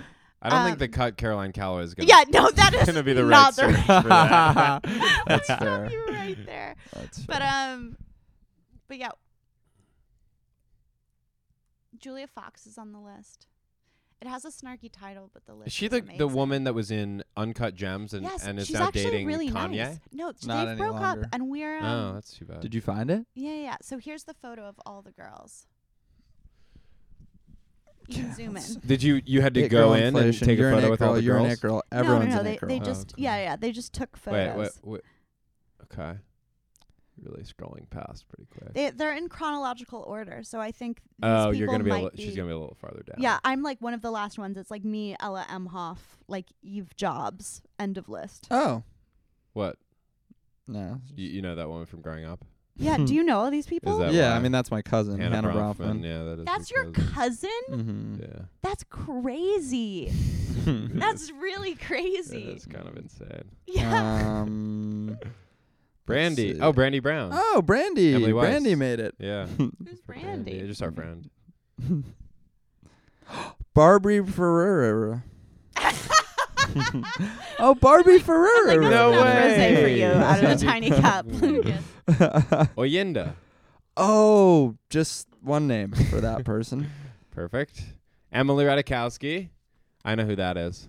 Speaker 2: I don't think
Speaker 3: Um,
Speaker 2: the cut Caroline Calloway is gonna.
Speaker 3: Yeah, no, that is
Speaker 2: gonna be the right
Speaker 3: not the
Speaker 2: search
Speaker 3: right.
Speaker 2: for that.
Speaker 1: That's
Speaker 3: Stop
Speaker 1: fair.
Speaker 3: you right there.
Speaker 1: That's fair.
Speaker 3: But um, but yeah, Julia Fox is on the list. It has a snarky title, but the list.
Speaker 2: Is she
Speaker 3: is
Speaker 2: the
Speaker 3: amazing.
Speaker 2: the woman that was in Uncut Gems and,
Speaker 3: Yes,
Speaker 2: and is
Speaker 3: she's
Speaker 2: now
Speaker 3: actually
Speaker 2: dating
Speaker 3: really
Speaker 2: Kanye?
Speaker 3: Nice. No, it's-
Speaker 1: Not
Speaker 3: they've
Speaker 1: any
Speaker 3: broke
Speaker 1: longer.
Speaker 3: up, and we're um,
Speaker 2: Oh, that's too bad.
Speaker 1: Did you find it?
Speaker 3: yeah, yeah, yeah. So here's the photo of all the girls. You can zoom in.
Speaker 1: Yes.
Speaker 2: Did you you had to
Speaker 1: It
Speaker 2: go
Speaker 1: girl
Speaker 2: in and
Speaker 1: inflation.
Speaker 2: take
Speaker 1: You're
Speaker 2: a
Speaker 1: an
Speaker 2: photo
Speaker 1: it
Speaker 2: with
Speaker 1: girl,
Speaker 2: all the
Speaker 1: you're
Speaker 2: girls?
Speaker 1: An it girl.
Speaker 3: No,
Speaker 1: Everyone's
Speaker 3: no, no,
Speaker 1: an
Speaker 3: they
Speaker 1: it girl.
Speaker 3: they
Speaker 2: Oh,
Speaker 3: just
Speaker 2: okay.
Speaker 3: yeah, yeah, they just took
Speaker 2: Wait,
Speaker 3: photos.
Speaker 2: wait, wait. Okay. Really scrolling past pretty quick.
Speaker 3: They they're in chronological order, so I think these
Speaker 2: oh,
Speaker 3: people
Speaker 2: you're gonna be, a
Speaker 3: might
Speaker 2: li- she's gonna be a little farther down.
Speaker 3: Yeah, I'm like one of the last ones. It's like me, Ella M. Hoff, like Eve Jobs. End of list.
Speaker 1: Oh
Speaker 2: What?
Speaker 1: no.
Speaker 2: You, you know that woman from growing up?
Speaker 3: Yeah, do you know all these people?
Speaker 2: that
Speaker 1: Hmm. yeah,
Speaker 2: why?
Speaker 1: I mean that's my cousin Hannah, Brothman.
Speaker 2: Yeah, that is.
Speaker 3: That's
Speaker 2: her
Speaker 3: your
Speaker 2: cousin.
Speaker 3: cousin?
Speaker 1: Mm-hmm.
Speaker 2: Yeah.
Speaker 3: That's crazy.
Speaker 2: It
Speaker 3: That's
Speaker 2: is-
Speaker 3: really
Speaker 2: It
Speaker 3: crazy.
Speaker 2: is kind of insane.
Speaker 3: Yeah.
Speaker 1: Um, let's
Speaker 2: Brandy.
Speaker 1: see.
Speaker 2: Oh, Brandy Brown.
Speaker 1: Oh, Brandy.
Speaker 2: Emily Weiss.
Speaker 1: Brandy made it.
Speaker 2: Yeah.
Speaker 3: Who's
Speaker 2: Yeah,
Speaker 3: Brandy?
Speaker 2: Um, Just our friend.
Speaker 1: Barbie Ferreira. oh, Barbie Ferreira.
Speaker 3: Like,
Speaker 2: No
Speaker 3: that's enough Rosé for
Speaker 2: way.
Speaker 3: you out of a tiny cup. Lucas.
Speaker 2: Oyenda.
Speaker 1: oh, just one name for that person.
Speaker 2: Perfect. Emily Radikowski. I know who that is.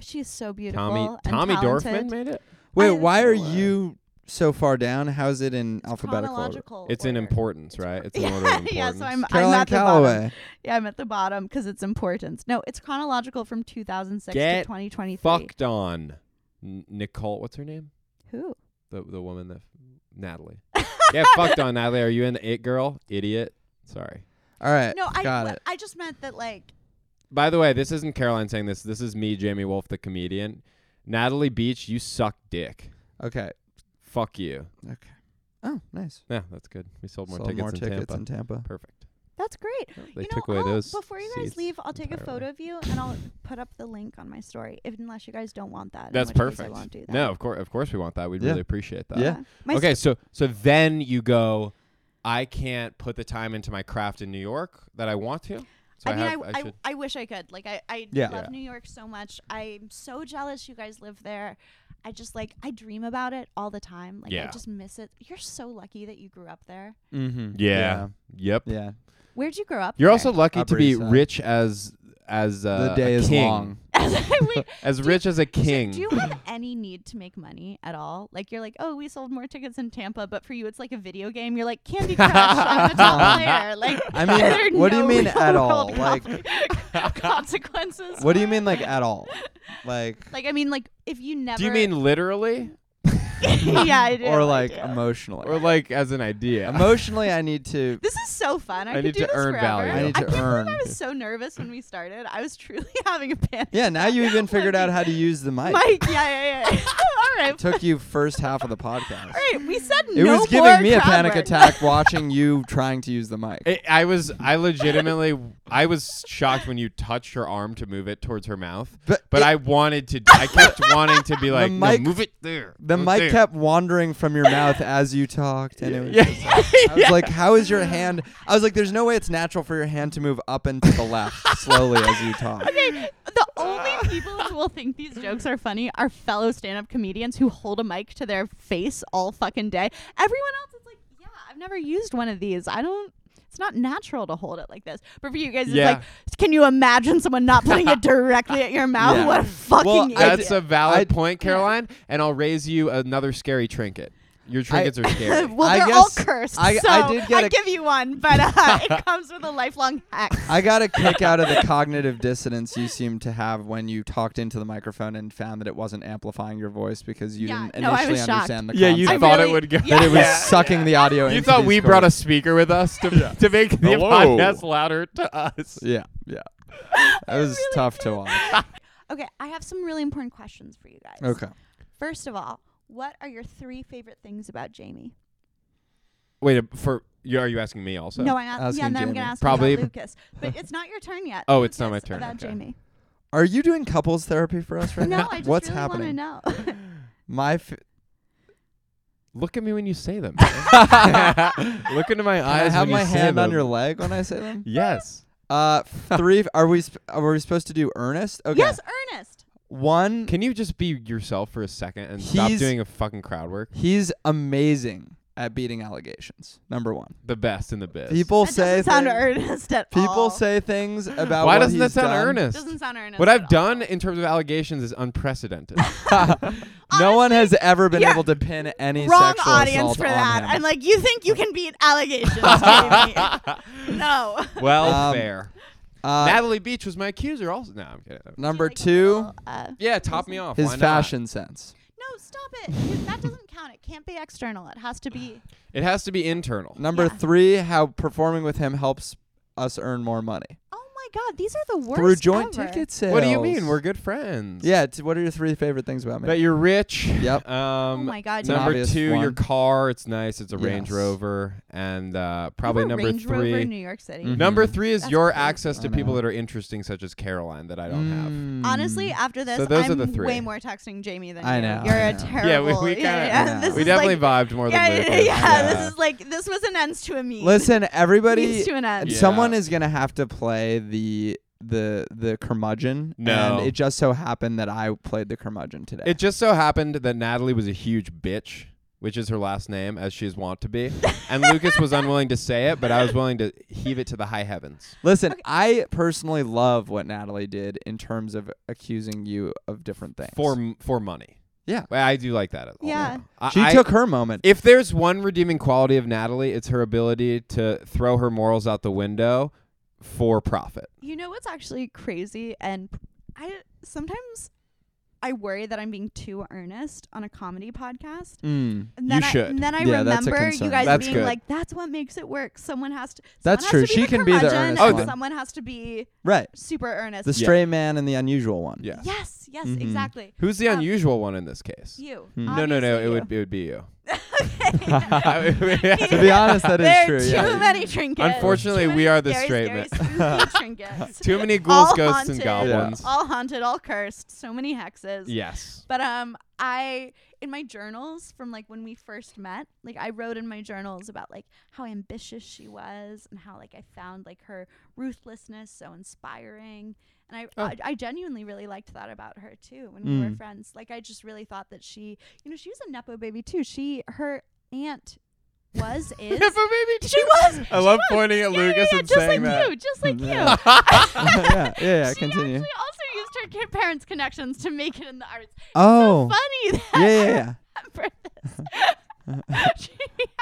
Speaker 3: She is so beautiful.
Speaker 2: Tommy
Speaker 3: and
Speaker 2: Tommy Dorfman
Speaker 3: talented.
Speaker 2: made it.
Speaker 1: Wait,
Speaker 3: don't
Speaker 1: why
Speaker 3: know
Speaker 1: are
Speaker 3: why.
Speaker 1: you so far down? How is it in alphabetical order?
Speaker 3: Chronological.
Speaker 2: It's in
Speaker 3: order.
Speaker 2: importance, right? It's in order of
Speaker 3: Yeah,
Speaker 2: importance.
Speaker 3: yeah, so I'm, I'm
Speaker 1: Caroline
Speaker 3: at the bottom.
Speaker 1: Calloway.
Speaker 3: Yeah, I'm at the bottom because it's important. No, it's chronological from 2006 to
Speaker 2: Get
Speaker 3: 2023.
Speaker 2: fucked on. N- Nicole, what's her name?
Speaker 3: Who?
Speaker 2: The the woman that Natalie. yeah, fucked on Natalie. Are you in the it girl? Idiot. Sorry.
Speaker 1: All right.
Speaker 3: No, I
Speaker 1: got
Speaker 3: w-
Speaker 1: it.
Speaker 3: I just meant that like
Speaker 2: By the way, this isn't Caroline saying this. This is me, Jamie Wolf, the comedian. Natalie Beach, you suck dick.
Speaker 1: Okay.
Speaker 2: Fuck you.
Speaker 1: Oh, nice.
Speaker 2: Yeah, that's good. We sold more
Speaker 1: Sold
Speaker 2: tickets
Speaker 1: more
Speaker 2: in
Speaker 1: tickets
Speaker 2: Tampa.
Speaker 1: in Tampa.
Speaker 2: Perfect.
Speaker 3: that's great.
Speaker 2: Oh, they
Speaker 3: you know,
Speaker 2: took away
Speaker 3: I'll-
Speaker 2: those.
Speaker 3: before you guys
Speaker 2: seats.
Speaker 3: leave, I'll take a
Speaker 2: entirely.
Speaker 3: photo of you and I'll put up the link on my story. If unless you guys don't want that. in
Speaker 2: That's
Speaker 3: which case
Speaker 2: perfect.
Speaker 3: I won't do that. Uh,
Speaker 2: No, of course, of course we want that. We'd
Speaker 1: Yeah.
Speaker 2: really appreciate that.
Speaker 1: Yeah.
Speaker 3: My
Speaker 2: okay, so so then you go. I can't put the time into my craft in New York that I want to. So I,
Speaker 3: I mean,
Speaker 2: have,
Speaker 3: I, I,
Speaker 2: should.
Speaker 3: I, wish I could. Like, I, I
Speaker 1: Yeah.
Speaker 3: love
Speaker 2: Yeah.
Speaker 3: New York so much. I'm so jealous you guys live there. I just like I dream about it all the time. Like I
Speaker 2: Yeah.
Speaker 3: just miss it. You're so lucky that you grew up there.
Speaker 1: Mm-hmm.
Speaker 2: Yeah. Yep.
Speaker 1: Yeah. yeah.
Speaker 3: Where'd you grow up?
Speaker 2: You're
Speaker 3: there?
Speaker 2: also lucky
Speaker 1: Upper
Speaker 2: to be
Speaker 1: East Side.
Speaker 2: rich as as uh,
Speaker 1: the day
Speaker 2: a
Speaker 1: is
Speaker 2: king.
Speaker 1: long.
Speaker 3: Wait,
Speaker 2: As
Speaker 3: Do-
Speaker 2: rich as a
Speaker 3: so
Speaker 2: king.
Speaker 3: do
Speaker 1: Mm.
Speaker 3: you have any need to make money at all? Like you're like, oh, we sold more tickets in Tampa, but for you it's like a video game. You're like Candy Crush. I'm a top player. Like
Speaker 1: I mean,
Speaker 3: there are
Speaker 1: what do you
Speaker 3: no
Speaker 1: mean at all?
Speaker 3: real-world
Speaker 1: Like-
Speaker 3: compli- consequences.
Speaker 1: What do you
Speaker 3: for
Speaker 1: mean,
Speaker 3: it.
Speaker 1: like at all? Like,
Speaker 3: Like I mean, like if you never.
Speaker 2: Do you mean literally?
Speaker 3: yeah, I do.
Speaker 1: or
Speaker 3: I
Speaker 1: like um,
Speaker 3: do.
Speaker 1: emotionally.
Speaker 2: or like as an idea.
Speaker 1: emotionally, I need to.
Speaker 3: this is so fun. I,
Speaker 2: I
Speaker 3: could
Speaker 2: need
Speaker 3: do
Speaker 2: to
Speaker 3: this
Speaker 2: earn
Speaker 3: forever.
Speaker 2: value.
Speaker 1: I need
Speaker 3: I
Speaker 1: to
Speaker 3: can't
Speaker 1: earn.
Speaker 3: believe I was so nervous when we started. I was truly having a panic.
Speaker 1: Yeah, now you even figured out how to use the mic.
Speaker 3: Mike, yeah, yeah, yeah. All right.
Speaker 1: Took you first half of the podcast.
Speaker 3: All right, we said
Speaker 1: It
Speaker 3: no
Speaker 1: was
Speaker 3: more
Speaker 1: giving me a
Speaker 3: crowd
Speaker 1: panic
Speaker 3: work.
Speaker 1: attack watching you trying to use the mic.
Speaker 2: It, I was I legitimately I was shocked when you touched her arm to move it towards her mouth.
Speaker 1: But
Speaker 2: But
Speaker 1: it-
Speaker 2: I wanted to I kept wanting to be like
Speaker 1: mic-
Speaker 2: no, move it there.
Speaker 1: the
Speaker 2: move
Speaker 1: mic
Speaker 2: there."
Speaker 1: kept wandering from your mouth as you talked, and it was. just like- I was like, "How is your hand?" I was like, "There's no way it's natural for your hand to move up and to the left slowly as you talk."
Speaker 3: Okay, the only people who will think these jokes are funny are fellow stand-up comedians who hold a mic to their face all fucking day. Everyone else is like, "Yeah, I've never used one of these. I don't. It's not natural to hold it like this." But for you guys,
Speaker 2: Yeah.
Speaker 3: it's like, can you imagine someone not putting it directly at your mouth?
Speaker 1: Yeah.
Speaker 3: What a fucking
Speaker 2: Well,
Speaker 3: idiot.
Speaker 2: that's a valid
Speaker 1: I-
Speaker 2: point, Caroline, and I'll raise you another scary trinket. Your trinkets are scary.
Speaker 3: well,
Speaker 1: I
Speaker 3: they're all
Speaker 1: guess
Speaker 3: cursed.
Speaker 1: I- I
Speaker 3: so
Speaker 1: did get a-
Speaker 3: give you one, but uh, it comes with a lifelong hack.
Speaker 1: I got a kick out of the cognitive dissonance you seemed to have when you talked into the microphone and found that it wasn't amplifying your voice because you
Speaker 3: Yeah,
Speaker 1: didn't
Speaker 3: no, I
Speaker 1: initially
Speaker 3: was shocked.
Speaker 1: understand the
Speaker 2: yeah, you
Speaker 1: concept
Speaker 3: I'm
Speaker 2: thought
Speaker 3: really-
Speaker 2: it would go.
Speaker 3: yeah.
Speaker 1: that it was
Speaker 2: Yeah.
Speaker 1: sucking the audio.
Speaker 2: You
Speaker 1: into
Speaker 2: thought
Speaker 1: these
Speaker 2: we
Speaker 1: chords.
Speaker 2: brought a speaker with us to, to make the
Speaker 4: Hello.
Speaker 2: podcast louder to us.
Speaker 1: Yeah, yeah. That was tough to watch.
Speaker 3: Okay, I have some really important questions for you guys.
Speaker 1: Okay.
Speaker 3: First of all, what are your three favorite things about Jamie?
Speaker 2: Wait, for you, are you asking me also?
Speaker 3: no, I'm not.
Speaker 1: asking
Speaker 3: Yeah, and then I'm
Speaker 1: Jamie.
Speaker 3: gonna ask
Speaker 2: Probably-
Speaker 3: you about Lucas, but it's not your turn yet.
Speaker 2: Oh, it's not my
Speaker 3: Lucas,
Speaker 2: turn,
Speaker 3: About
Speaker 2: okay.
Speaker 3: Jamie.
Speaker 1: Are you doing couples therapy for us right
Speaker 3: No,
Speaker 1: now?
Speaker 3: I just
Speaker 1: What's
Speaker 3: really
Speaker 1: happening?
Speaker 3: want to know.
Speaker 1: My f-
Speaker 2: Look at me when you say them. Look into my
Speaker 1: Can
Speaker 2: eyes.
Speaker 1: I have
Speaker 2: when you
Speaker 1: my
Speaker 2: say
Speaker 1: hand on
Speaker 2: them.
Speaker 1: your leg when I say them.
Speaker 2: Yes.
Speaker 1: Uh, three. Are we sp- are we supposed to do Ernest? Okay.
Speaker 3: Yes, Ernest.
Speaker 1: One.
Speaker 2: Can you just be yourself for a second and stop
Speaker 1: He's-
Speaker 2: doing a fucking crowd work?
Speaker 1: He's amazing at beating allegations. Number one.
Speaker 2: The best in the biz.
Speaker 1: People
Speaker 3: That
Speaker 1: say
Speaker 3: doesn't sound
Speaker 1: things-
Speaker 3: earnest at all.
Speaker 1: people say things about
Speaker 2: Why
Speaker 1: what
Speaker 2: doesn't that
Speaker 1: he's
Speaker 2: sound
Speaker 1: done.
Speaker 2: earnest?
Speaker 3: doesn't sound earnest.
Speaker 2: what
Speaker 3: at
Speaker 2: I've
Speaker 3: all.
Speaker 2: done in terms of allegations is unprecedented.
Speaker 1: no one has ever been
Speaker 3: you're-
Speaker 1: able to pin any
Speaker 3: Wrong
Speaker 1: sexual
Speaker 3: audience
Speaker 1: assault
Speaker 3: for
Speaker 1: on
Speaker 3: that.
Speaker 1: him.
Speaker 3: I'm like, you think you can beat allegations? Jamie? no.
Speaker 2: well,
Speaker 1: Um,
Speaker 2: fair.
Speaker 1: Uh,
Speaker 2: Natalie Beach was my accuser. Also, no, I'm kidding.
Speaker 1: number
Speaker 3: Like a
Speaker 1: two,
Speaker 3: little, uh,
Speaker 2: Yeah, top me off.
Speaker 1: his
Speaker 2: Why not?
Speaker 1: fashion sense.
Speaker 3: no, stop it. That doesn't count. It can't be external. It has to be.
Speaker 2: It has to be internal.
Speaker 1: Number
Speaker 3: Yeah.
Speaker 1: three, how performing with him helps us earn more money
Speaker 3: Oh my God, these are the worst.
Speaker 1: through joint
Speaker 3: ever.
Speaker 1: ticket sales.
Speaker 2: What do you mean? We're good friends.
Speaker 1: yeah. T- what are your three favorite things about me?
Speaker 2: That you're rich.
Speaker 1: Yep.
Speaker 2: Um,
Speaker 3: Oh my God,
Speaker 1: an
Speaker 3: Jamie.
Speaker 2: number
Speaker 1: obvious
Speaker 2: two, your
Speaker 1: one.
Speaker 2: car. It's nice. It's a Range
Speaker 1: Yes.
Speaker 2: Rover, and uh, probably
Speaker 3: You have a
Speaker 2: number
Speaker 3: Range
Speaker 2: three.
Speaker 3: Rover in New York City.
Speaker 1: Mhm.
Speaker 2: Number three is
Speaker 3: That's
Speaker 2: your
Speaker 3: crazy.
Speaker 2: access to
Speaker 1: I
Speaker 2: people
Speaker 1: know.
Speaker 2: that are interesting, such as Caroline, that I don't
Speaker 3: Mm,
Speaker 2: have.
Speaker 1: Hmm.
Speaker 3: Honestly, after this,
Speaker 2: So those
Speaker 3: I'm
Speaker 2: are the three.
Speaker 3: way more texting Jamie than
Speaker 1: Mm. I
Speaker 3: you.
Speaker 1: know,
Speaker 3: You're
Speaker 1: I
Speaker 3: a
Speaker 1: know.
Speaker 3: terrible.
Speaker 2: Yeah, we- we
Speaker 3: yeah,
Speaker 2: kinda-
Speaker 3: yeah,
Speaker 1: Yeah.
Speaker 3: This
Speaker 2: we
Speaker 3: is
Speaker 2: definitely
Speaker 3: like,
Speaker 2: vibed more
Speaker 3: yeah,
Speaker 2: than
Speaker 3: yeah,
Speaker 2: Lucas.
Speaker 3: yeah,
Speaker 1: Yeah.
Speaker 3: This is like this was an ends to a meet.
Speaker 1: Listen, everybody,
Speaker 3: Means to an end.
Speaker 2: Yeah.
Speaker 1: someone is gonna have to play the the the curmudgeon.
Speaker 2: No.
Speaker 1: and it just so happened that I played the curmudgeon today.
Speaker 2: It just so happened that Natalie was a huge bitch, which is her last name, as she is wont to be, and Lucas was unwilling to say it, but I was willing to heave it to the high heavens.
Speaker 1: Listen, I personally love what Natalie did in terms of accusing you of different things.
Speaker 2: for m- for money.
Speaker 1: Yeah.
Speaker 2: Well, I do like that. also.
Speaker 3: Yeah.
Speaker 2: I-
Speaker 1: she
Speaker 2: I-
Speaker 1: took her moment.
Speaker 2: If there's one redeeming quality of Natalie, it's her ability to throw her morals out the window for profit.
Speaker 3: You know what's actually crazy, and I sometimes I worry that I'm being too earnest on a comedy podcast.
Speaker 1: Mm.
Speaker 3: And then
Speaker 2: You
Speaker 3: I,
Speaker 2: should.
Speaker 3: And then I
Speaker 1: Yeah, that's a
Speaker 3: remember you
Speaker 1: concern.
Speaker 3: guys
Speaker 2: That's
Speaker 3: being
Speaker 2: good.
Speaker 3: like, "That's what makes it work. Someone has to.
Speaker 1: That's
Speaker 3: someone has
Speaker 1: true.
Speaker 3: to be
Speaker 1: She
Speaker 3: the
Speaker 1: can be the
Speaker 3: curmudgeon
Speaker 1: earnest
Speaker 3: and
Speaker 1: one.
Speaker 3: Someone has to be
Speaker 1: Right.
Speaker 3: super earnest.
Speaker 1: The
Speaker 2: Yeah.
Speaker 1: stray man and the unusual one.
Speaker 2: Yes.
Speaker 3: yes, yes,
Speaker 1: Mhm.
Speaker 3: exactly.
Speaker 2: Who's the
Speaker 3: Um,
Speaker 2: unusual one in this case?
Speaker 3: You.
Speaker 1: Hmm.
Speaker 2: No, no, no.
Speaker 3: Obviously
Speaker 2: It
Speaker 3: you.
Speaker 2: would it would be you.
Speaker 1: To be honest, that is
Speaker 3: There are
Speaker 1: true.
Speaker 3: too
Speaker 1: yeah.
Speaker 3: many trinkets.
Speaker 2: Unfortunately,
Speaker 3: Too many
Speaker 2: we are the
Speaker 3: scary,
Speaker 2: straight
Speaker 3: scary, spooky trinkets.
Speaker 2: Too many
Speaker 3: All
Speaker 2: ghouls, ghosts, and
Speaker 3: haunted.
Speaker 2: goblins.
Speaker 3: All haunted, all cursed. So many hexes.
Speaker 2: Yes.
Speaker 3: But um, I in my journals from like when we first met, like I wrote in my journals about like how ambitious she was and how like I found like her ruthlessness so inspiring. And I,
Speaker 2: Oh.
Speaker 3: I, I genuinely really liked that about her too when we were
Speaker 1: Mm.
Speaker 3: friends. Like I just really thought that she, you know, she was a nepo baby too. She her aunt was is she was.
Speaker 2: I
Speaker 3: she
Speaker 2: love
Speaker 3: was.
Speaker 2: pointing at
Speaker 3: Yeah, yeah,
Speaker 2: Lucas
Speaker 3: yeah,
Speaker 2: and
Speaker 3: just
Speaker 2: saying
Speaker 3: like
Speaker 2: that.
Speaker 3: you, just like you.
Speaker 1: Yeah. yeah, yeah, yeah,
Speaker 3: she
Speaker 1: Continue.
Speaker 3: actually also used her kid parents' connections to make it in the arts.
Speaker 1: Oh.
Speaker 3: Funny that
Speaker 1: yeah, yeah, yeah.
Speaker 3: I remember this. she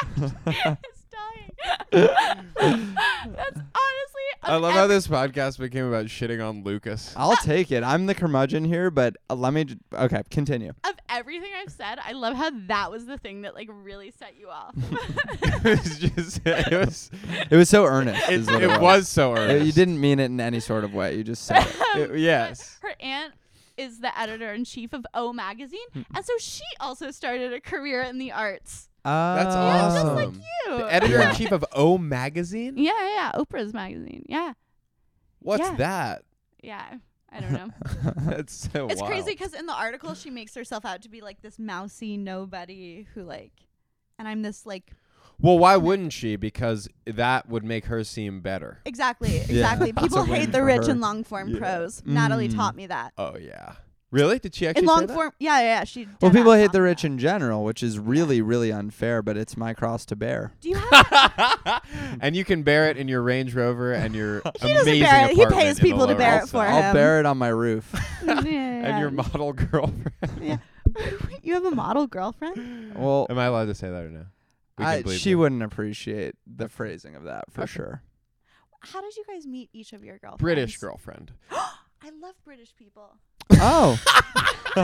Speaker 3: actually is dying. That's honestly.
Speaker 2: I love how this podcast became
Speaker 3: Oh.
Speaker 2: about shitting on Lucas.
Speaker 1: I'll take it. I'm the curmudgeon here, but uh, let me. J- okay, continue.
Speaker 3: of everything I've said, I love how that was the thing that like really set you off.
Speaker 4: it was just it was
Speaker 1: It was so earnest.
Speaker 4: it,
Speaker 1: is what
Speaker 4: it was so
Speaker 1: Uh,
Speaker 4: early.
Speaker 1: You didn't mean it in any sort of way. You just said it.
Speaker 3: Um,
Speaker 4: yes.
Speaker 3: Her aunt is the editor in chief of O Magazine,
Speaker 2: Hmm.
Speaker 3: and so she also started a career in the arts.
Speaker 1: That's
Speaker 3: Yeah, just like
Speaker 2: Awesome.
Speaker 3: You.
Speaker 2: The editor in chief of O Magazine.
Speaker 3: Yeah, yeah, yeah, Oprah's magazine. Yeah,
Speaker 2: What's
Speaker 3: Yeah.
Speaker 2: that?
Speaker 3: yeah. I don't know.
Speaker 4: That's so wild.
Speaker 3: it's crazy 'cause crazy because in the article she makes herself out to be like this mousy nobody who like, and I'm this like
Speaker 2: Well, why wouldn't she? Because that would make her seem better.
Speaker 3: exactly exactly.
Speaker 1: That's a
Speaker 3: People
Speaker 1: win
Speaker 3: hate the
Speaker 1: for
Speaker 3: rich
Speaker 1: her.
Speaker 3: in long form
Speaker 4: Yeah.
Speaker 3: prose. Natalie
Speaker 1: Mm.
Speaker 3: taught me that.
Speaker 2: Oh yeah. Really? Did she actually
Speaker 3: In
Speaker 2: say
Speaker 3: long
Speaker 2: that?
Speaker 3: form, yeah, yeah, yeah. She.
Speaker 1: Well,
Speaker 3: dead
Speaker 1: people
Speaker 3: ass
Speaker 1: hate
Speaker 3: taught
Speaker 1: the
Speaker 3: me
Speaker 1: rich
Speaker 3: that.
Speaker 1: in general, which is really, really unfair, but it's my cross to bear.
Speaker 3: Do you have?
Speaker 2: and you can bear it in your Range Rover and your
Speaker 3: He doesn't
Speaker 2: amazing
Speaker 3: bear it. He
Speaker 2: apartment
Speaker 3: pays
Speaker 2: in the
Speaker 3: people to
Speaker 2: lower
Speaker 3: bear it
Speaker 2: East
Speaker 3: for
Speaker 2: Side.
Speaker 3: him.
Speaker 1: I'll bear it on my roof.
Speaker 3: Yeah,
Speaker 2: And your
Speaker 3: yeah.
Speaker 2: model girlfriend.
Speaker 3: you have a model girlfriend?
Speaker 1: Well,
Speaker 2: Am I allowed to say that or no? We can
Speaker 1: I,
Speaker 2: bleep
Speaker 1: she
Speaker 2: it.
Speaker 1: wouldn't appreciate the phrasing of that for sure.
Speaker 3: How did you guys meet each of your girlfriends?
Speaker 2: British girlfriend.
Speaker 3: I love British people.
Speaker 1: oh,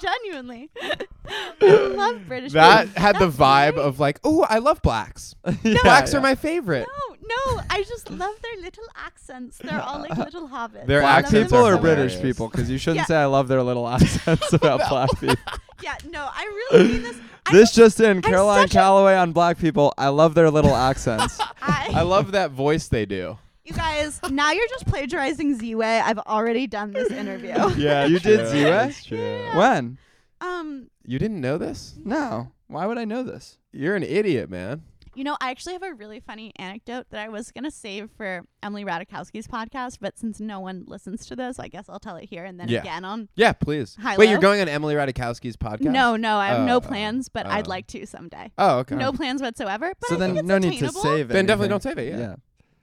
Speaker 3: Genuinely. I love British
Speaker 2: That
Speaker 3: people.
Speaker 2: had the
Speaker 3: That's
Speaker 2: vibe
Speaker 3: great.
Speaker 2: of like, oh, I love blacks.
Speaker 1: Yeah,
Speaker 2: blacks
Speaker 1: yeah.
Speaker 2: are my favorite.
Speaker 3: No, no, I just love their little accents. They're all like little hobbits.
Speaker 2: Their
Speaker 3: I love
Speaker 1: black
Speaker 3: them
Speaker 2: accents
Speaker 1: people or
Speaker 2: are
Speaker 3: so much.
Speaker 1: British
Speaker 2: hilarious.
Speaker 1: people? Because you shouldn't
Speaker 3: Yeah.
Speaker 1: say I love their little accents about black people.
Speaker 3: Yeah, no, I really mean this. I
Speaker 1: This just in: Caroline
Speaker 3: such a-
Speaker 1: Calloway on black people. I love their little accents.
Speaker 3: I-
Speaker 2: I love that voice they do.
Speaker 3: you guys, now you're just plagiarizing Z-Way. I've already done this interview.
Speaker 4: Yeah,
Speaker 1: You did
Speaker 4: true,
Speaker 1: Zue?
Speaker 4: that's true.
Speaker 1: When?
Speaker 3: Um,
Speaker 2: You didn't know this?
Speaker 1: No. Why would I know this?
Speaker 2: You're an idiot, man.
Speaker 3: You know, I actually have a really funny anecdote that I was going to save for Emily Radikowski's podcast, but since no one listens to this, I guess I'll tell it here and then
Speaker 2: Yeah.
Speaker 3: again on.
Speaker 2: Yeah, please.
Speaker 3: Hi,
Speaker 2: Wait,
Speaker 3: Lo.
Speaker 2: you're going on Emily Radikowski's podcast?
Speaker 3: No, no, I have
Speaker 2: Oh,
Speaker 3: no plans, but I'd
Speaker 2: oh.
Speaker 3: like to someday.
Speaker 2: Oh, okay.
Speaker 3: No plans whatsoever. But
Speaker 1: so
Speaker 3: I
Speaker 1: then,
Speaker 3: think it's
Speaker 1: no need to
Speaker 3: attainable.
Speaker 1: save it.
Speaker 2: Then definitely don't save it, yeah.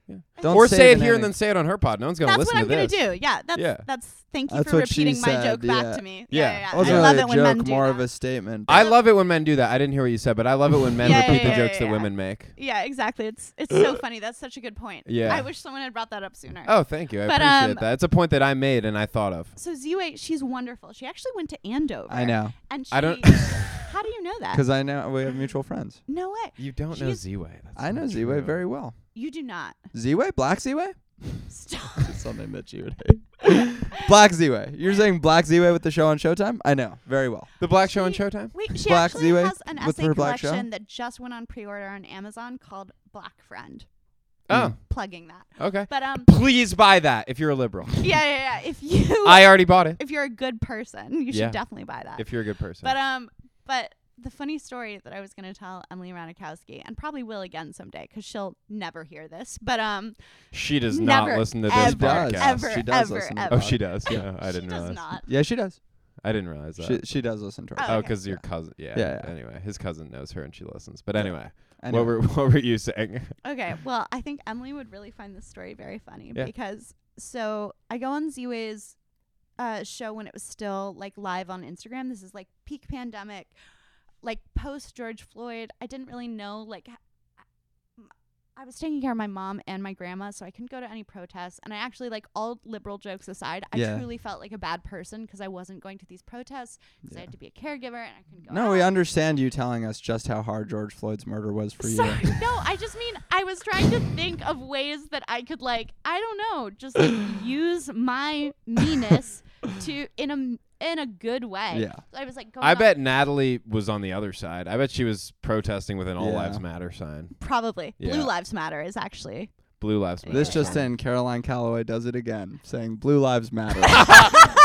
Speaker 2: Yeah.
Speaker 1: Don't
Speaker 2: or
Speaker 1: save
Speaker 2: say it
Speaker 1: an
Speaker 2: here and
Speaker 1: anec-
Speaker 2: then say it on her pod. No one's gonna
Speaker 3: That's what
Speaker 2: listen
Speaker 3: I'm
Speaker 2: to
Speaker 3: gonna
Speaker 2: this.
Speaker 3: do. Yeah, that's
Speaker 2: Yeah.
Speaker 3: that's. Thank you
Speaker 1: That's
Speaker 3: for
Speaker 1: what she
Speaker 3: repeating my joke
Speaker 1: said,
Speaker 3: back
Speaker 1: yeah.
Speaker 3: to me.
Speaker 2: Yeah.
Speaker 3: yeah, yeah.
Speaker 1: Wasn't
Speaker 3: I
Speaker 1: really
Speaker 3: love
Speaker 1: a
Speaker 3: it when
Speaker 1: joke,
Speaker 3: men do
Speaker 1: more
Speaker 3: that.
Speaker 1: of a statement.
Speaker 2: I
Speaker 1: but-
Speaker 2: love it when men do that. I didn't hear what you said, but I love it when men
Speaker 3: Yeah,
Speaker 2: repeat
Speaker 3: yeah,
Speaker 2: the
Speaker 3: yeah,
Speaker 2: jokes that
Speaker 3: yeah.
Speaker 2: women make.
Speaker 3: Yeah, exactly. It's it's so funny. That's such a good point.
Speaker 2: Yeah.
Speaker 3: I wish someone had brought that up sooner.
Speaker 2: Oh, thank you. I
Speaker 3: But,
Speaker 2: appreciate
Speaker 3: um,
Speaker 2: that. It's a point that I made and I thought of.
Speaker 3: So Ziwei, she's wonderful. She actually went to Andover.
Speaker 1: I know
Speaker 3: And she,
Speaker 2: I don't-
Speaker 3: How do you know that?
Speaker 1: because I know we have mutual friends.
Speaker 3: No way.
Speaker 2: You don't know
Speaker 3: She's-
Speaker 2: Z-Way. That's
Speaker 1: I know
Speaker 2: not
Speaker 1: Z Way
Speaker 2: true.
Speaker 1: very well.
Speaker 3: You do not.
Speaker 1: Z Way, Black Z Way,
Speaker 3: Stop.
Speaker 4: It's something that you would hate.
Speaker 1: Black Z Way. You're saying Black Z Way with the show on Showtime. I know very well.
Speaker 2: The Black Show on
Speaker 3: She-
Speaker 2: Showtime?
Speaker 3: Wait, she
Speaker 1: Black
Speaker 3: actually
Speaker 1: Zee-Way
Speaker 3: has an
Speaker 1: with
Speaker 3: essay
Speaker 1: her black shell?
Speaker 3: collection that just went on pre-order on Amazon called Black Friend.
Speaker 2: Oh,
Speaker 1: Mm.
Speaker 3: Plugging that,
Speaker 2: okay.
Speaker 3: but um,
Speaker 2: Please buy that if you're a liberal.
Speaker 3: yeah, yeah, yeah. If you,
Speaker 2: I already bought it.
Speaker 3: if you're a good person, you should
Speaker 2: Yeah.
Speaker 3: definitely buy that.
Speaker 2: If you're a good person.
Speaker 3: but um, but the funny story that I was gonna tell Emily Ranikowski, and probably will again someday, because she'll never hear this. But um,
Speaker 2: she does not
Speaker 3: never,
Speaker 2: listen to this
Speaker 3: ever,
Speaker 2: podcast.
Speaker 3: ever,
Speaker 1: She does
Speaker 3: ever,
Speaker 1: listen to
Speaker 3: ever.
Speaker 2: Oh, she does. Yeah, I
Speaker 3: She
Speaker 2: didn't
Speaker 3: does
Speaker 2: realize.
Speaker 3: not.
Speaker 1: Yeah, she does.
Speaker 2: I didn't realize that.
Speaker 1: She she does listen to us.
Speaker 3: Oh,
Speaker 2: oh,
Speaker 3: okay.
Speaker 2: because your cousin. Yeah.
Speaker 1: Yeah, yeah.
Speaker 2: Anyway, his cousin knows her and she listens. But
Speaker 1: Yeah.
Speaker 2: anyway,
Speaker 1: Anyway.
Speaker 2: what were what were you saying?
Speaker 3: Okay, well, I think Emily would really find this story very funny
Speaker 2: Yeah.
Speaker 3: because so I go on Z-Way's uh, show when it was still like live on Instagram. This is like peak pandemic, like post George Floyd. I didn't really know like h- I was taking care of my mom and my grandma, so I couldn't go to any protests. And I actually like all liberal jokes aside, I
Speaker 1: Yeah.
Speaker 3: truly felt like a bad person because I wasn't going to these protests because I
Speaker 1: Yeah.
Speaker 3: had to be a caregiver and I couldn't go.
Speaker 1: No,
Speaker 3: out.
Speaker 1: we understand you telling us just how hard George Floyd's murder was for you.
Speaker 3: Sorry, no, I just mean I was trying to think of ways that I could like I don't know, just like use my meanness to in a in a good way.
Speaker 1: Yeah.
Speaker 3: So I was like going
Speaker 2: I
Speaker 3: on-
Speaker 2: bet Natalie was on the other side. I bet she was protesting with an All
Speaker 1: Yeah.
Speaker 2: Lives Matter sign.
Speaker 3: probably
Speaker 2: Yeah.
Speaker 3: Blue Lives Matter is actually
Speaker 2: Blue Lives Matter.
Speaker 1: This just
Speaker 2: sign.
Speaker 1: in: Caroline Calloway does it again, saying "Blue Lives Matter."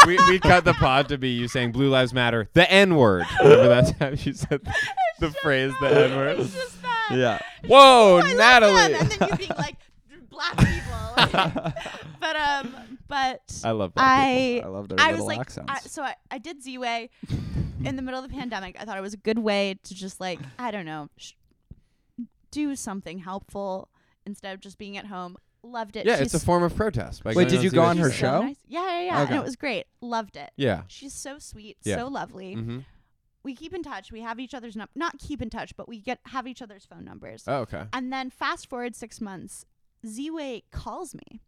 Speaker 2: we, we cut the pod to be you saying Blue Lives Matter, the N word. Remember that time you said the phrase the N word?
Speaker 3: It's just that.
Speaker 1: yeah,
Speaker 2: Whoa,
Speaker 3: I love them, And
Speaker 2: Natalie!
Speaker 3: then you being like black people. like- but um but
Speaker 2: I love that.
Speaker 3: I
Speaker 1: I love their
Speaker 3: I was
Speaker 1: little
Speaker 3: like,
Speaker 1: accents.
Speaker 3: I, so I, I did Z Way in the middle of the pandemic. I thought it was a good way to just like, I don't know, sh- do something helpful instead of just being at home. Loved it.
Speaker 2: yeah,
Speaker 3: She's
Speaker 2: it's a form of protest. by
Speaker 1: Wait,
Speaker 2: going
Speaker 1: did you
Speaker 2: see
Speaker 1: go
Speaker 2: what
Speaker 1: on
Speaker 2: she
Speaker 1: her
Speaker 2: said.
Speaker 3: so
Speaker 1: show?
Speaker 3: nice. Yeah, yeah, yeah.
Speaker 1: Okay.
Speaker 3: And it was great. Loved it.
Speaker 2: Yeah.
Speaker 3: She's so sweet,
Speaker 2: Yeah.
Speaker 3: so lovely.
Speaker 2: Mm-hmm.
Speaker 3: We keep in touch. We have each other's num- not keep in touch, but we get have each other's phone numbers.
Speaker 2: Oh, okay.
Speaker 3: And then fast forward six months, Z Way calls me.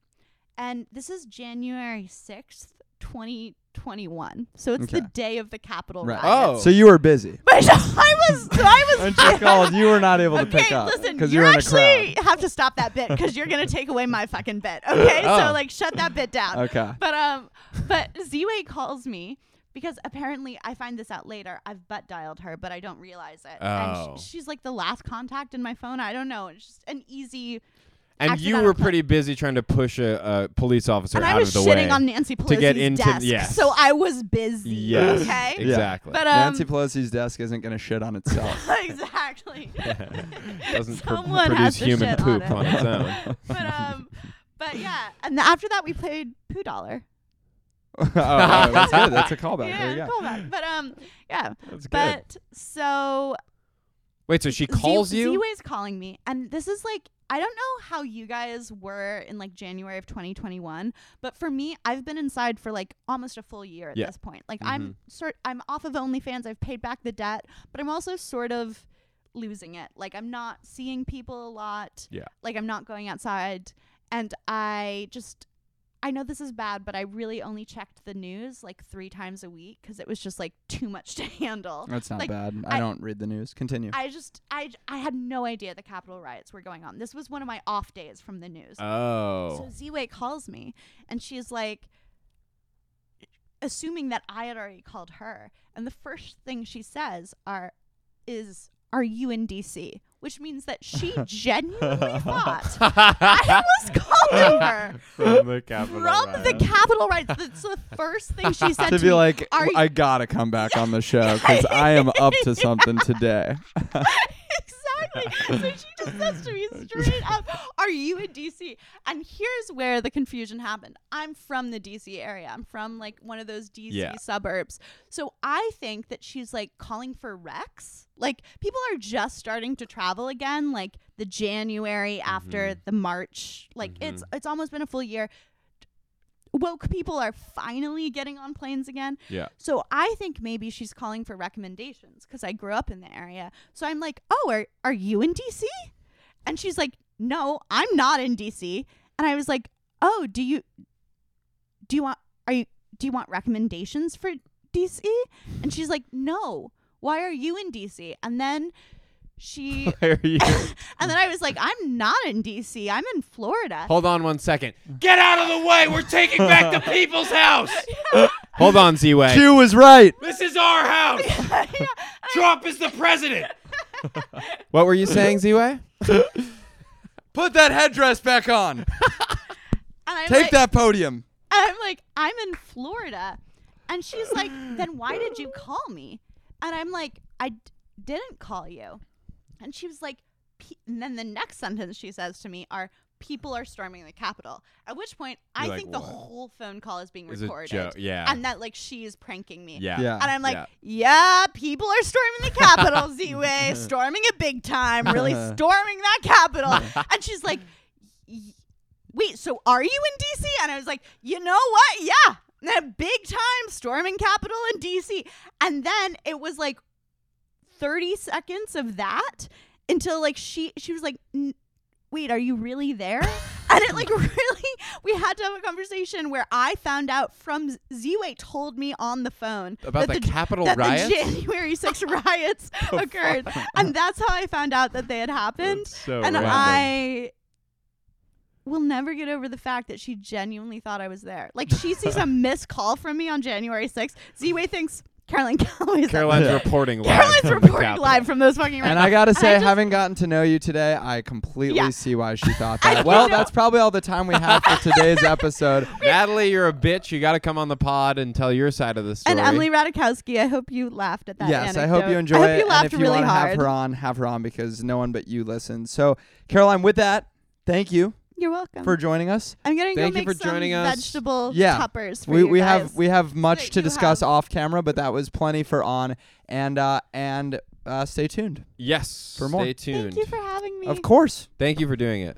Speaker 3: And this is January 6th, 2021. So it's the
Speaker 1: Okay.
Speaker 3: day of the Capitol
Speaker 1: Right.
Speaker 3: riot.
Speaker 2: Oh.
Speaker 1: So you were busy.
Speaker 3: But I was I was
Speaker 1: When she called, you were not able to
Speaker 3: Okay,
Speaker 1: pick up
Speaker 3: listen,
Speaker 1: because you
Speaker 3: you're
Speaker 1: were in a crowd.
Speaker 3: actually have to stop that bit because you're gonna take away my fucking bit. Okay, so
Speaker 2: Oh.
Speaker 3: like shut that bit down.
Speaker 1: Okay.
Speaker 3: But um, but Z-Way calls me because apparently I find this out later. I've butt dialed her, but I don't realize it.
Speaker 2: Oh.
Speaker 3: And sh- she's like the last contact in my phone. I don't know. It's just an easy.
Speaker 2: And you
Speaker 3: accidental
Speaker 2: were
Speaker 3: clip.
Speaker 2: pretty busy trying to push a, a police officer
Speaker 3: and
Speaker 2: out
Speaker 3: I was
Speaker 2: of the
Speaker 3: shitting
Speaker 2: way.
Speaker 3: on Nancy Pelosi's
Speaker 2: to get into-
Speaker 3: desk,
Speaker 2: yes.
Speaker 3: so I was busy.
Speaker 2: yes,
Speaker 3: Okay.
Speaker 1: Yeah.
Speaker 2: exactly.
Speaker 3: But um,
Speaker 1: Nancy Pelosi's desk isn't going to shit on itself.
Speaker 3: exactly.
Speaker 2: Doesn't pr-
Speaker 3: Someone
Speaker 2: produce
Speaker 3: has to
Speaker 2: human
Speaker 3: shit on
Speaker 2: poop
Speaker 3: it.
Speaker 2: on its own.
Speaker 3: but um, but yeah. And after that, we played Poo Dollar.
Speaker 1: oh, oh, that's good. That's a callback. there you
Speaker 3: Yeah,
Speaker 1: go.
Speaker 3: callback. But um, yeah.
Speaker 4: That's good.
Speaker 3: But so
Speaker 2: Wait, so she calls
Speaker 3: Z-
Speaker 2: you?
Speaker 3: Z-Way's calling me, and this is like I don't know how you guys were in like January of 2021, but for me, I've been inside for like almost a full year at
Speaker 2: Yeah. Mm-hmm.
Speaker 3: this point. Like I'm sort, I'm off of OnlyFans. I've paid back the debt, but I'm also sort of losing it. Like I'm not seeing people a lot.
Speaker 2: Yeah.
Speaker 3: Like I'm not going outside, and I just. I know this is bad, but I really only checked the news like three times a week because it was just like too much to handle.
Speaker 1: That's not
Speaker 3: Like,
Speaker 1: bad. I,
Speaker 3: I-
Speaker 1: don't read the news. Continue.
Speaker 3: I just I j- I had no idea the Capitol riots were going on. This was one of my off days from the news. So
Speaker 2: oh.
Speaker 3: Z-Way calls me and she's like assuming that I had already called her. And the first thing she says are is are you in DC? Which means that she genuinely thought I was calling her
Speaker 4: From the Capitol.
Speaker 3: from the
Speaker 4: riot.
Speaker 3: Capitol riots. That's the first thing she said
Speaker 1: to
Speaker 3: to,
Speaker 1: be
Speaker 3: me.
Speaker 1: like,
Speaker 3: "Are you-"
Speaker 1: I gotta come back on the show because I am up to something today.
Speaker 3: exactly. So she just says to me straight up, "Are you in DC?" And here's where the confusion happened. I'm from the DC area. I'm from like one of those DC
Speaker 2: Yeah.
Speaker 3: suburbs. So I think that she's like calling for Rex. Like people are just starting to travel again. Like the January after the March. Like it's it's almost been a full year. Woke people are finally getting on planes again.
Speaker 2: Yeah.
Speaker 3: So I think maybe she's calling for recommendations because I grew up in the area. So I'm like, oh, are, are you in DC? And she's like, no, I'm not in DC. And I was like, oh, do you do you want are you do you want recommendations for DC? And she's like, no. Why are you in DC? And then she
Speaker 4: Why are you?
Speaker 3: and then I was like, I'm not in DC. I'm in Florida.
Speaker 2: Hold on one second. Get out of the way. We're taking back the people's house. Hold on, Z-Way.
Speaker 1: Q was right.
Speaker 2: This is our house.
Speaker 3: Yeah.
Speaker 2: Trump is the president.
Speaker 1: What were you saying, Z-Way? Put that headdress back on.
Speaker 3: And I'm
Speaker 1: Take
Speaker 3: like-
Speaker 1: that podium.
Speaker 3: And I'm like, I'm in Florida. And she's like, then why did you call me? And I'm like, I d- didn't call you. And she was like, "Pe-" and then the next sentence she says to me are, people are storming the Capitol. At which point, I
Speaker 2: You're like,
Speaker 3: think the
Speaker 2: "What?"
Speaker 3: whole phone call is being
Speaker 2: It's a
Speaker 3: recorded.
Speaker 2: joke, yeah.
Speaker 3: And that, like, she is pranking me.
Speaker 2: Yeah.
Speaker 1: Yeah.
Speaker 3: And I'm like,
Speaker 2: Yeah.
Speaker 3: yeah, people are storming the Capitol, Z Way, storming it big time, really storming that Capitol. and she's like, "Y- wait, so are you in DC? And I was like, you know what? Yeah, that big time storming Capitol in DC. And then it was like 30 seconds of that until like she she was like "N- wait are you really there and it like really we had to have a conversation where i found out from z-way told me on the phone
Speaker 2: About the Capitol
Speaker 3: that
Speaker 2: riots?
Speaker 3: the january 6 riots occurred and that's how i found out that they had happened
Speaker 4: That's so
Speaker 3: and
Speaker 4: random.
Speaker 3: i will never get over the fact that she genuinely thought i was there like she sees a missed call from me on january 6th z-way thinks caroline calloway's
Speaker 2: Caroline's
Speaker 3: up.
Speaker 2: reporting live.
Speaker 3: Caroline's
Speaker 2: from the
Speaker 3: reporting
Speaker 2: Capitol.
Speaker 3: live from those fucking
Speaker 1: And
Speaker 3: riots.
Speaker 1: I gotta say,
Speaker 3: just-
Speaker 1: having gotten to know you today, I completely
Speaker 3: Yeah.
Speaker 1: see why she thought
Speaker 3: I
Speaker 1: that. Well,
Speaker 3: know.
Speaker 1: that's probably all the time we have for today's episode.
Speaker 2: Natalie, you're a bitch. You got to come on the pod and tell your side of the story.
Speaker 3: And Emily Radikowski, I hope you laughed at that.
Speaker 1: yes, I
Speaker 3: anecdote.
Speaker 1: hope you enjoy
Speaker 3: I hope
Speaker 1: it.
Speaker 3: you laughed
Speaker 1: and if you
Speaker 3: really
Speaker 1: want to
Speaker 3: hard.
Speaker 1: have her on, have her on because no one but you listens. So, Caroline, with that, thank you
Speaker 3: You're welcome.
Speaker 1: for joining us.
Speaker 3: I'm gonna go
Speaker 2: Thank you
Speaker 3: make
Speaker 2: for
Speaker 3: some
Speaker 2: joining us.
Speaker 3: vegetable
Speaker 1: Yeah.
Speaker 3: tuppers. For
Speaker 1: we
Speaker 3: you
Speaker 1: we
Speaker 3: guys.
Speaker 1: have we have much
Speaker 3: that
Speaker 1: to
Speaker 3: you
Speaker 1: discuss
Speaker 3: have.
Speaker 1: off camera, but that was plenty for on and uh, and uh, stay tuned.
Speaker 2: Yes.
Speaker 1: For more.
Speaker 2: Stay tuned.
Speaker 3: Thank you for having me.
Speaker 1: Of course.
Speaker 2: Thank you for doing it.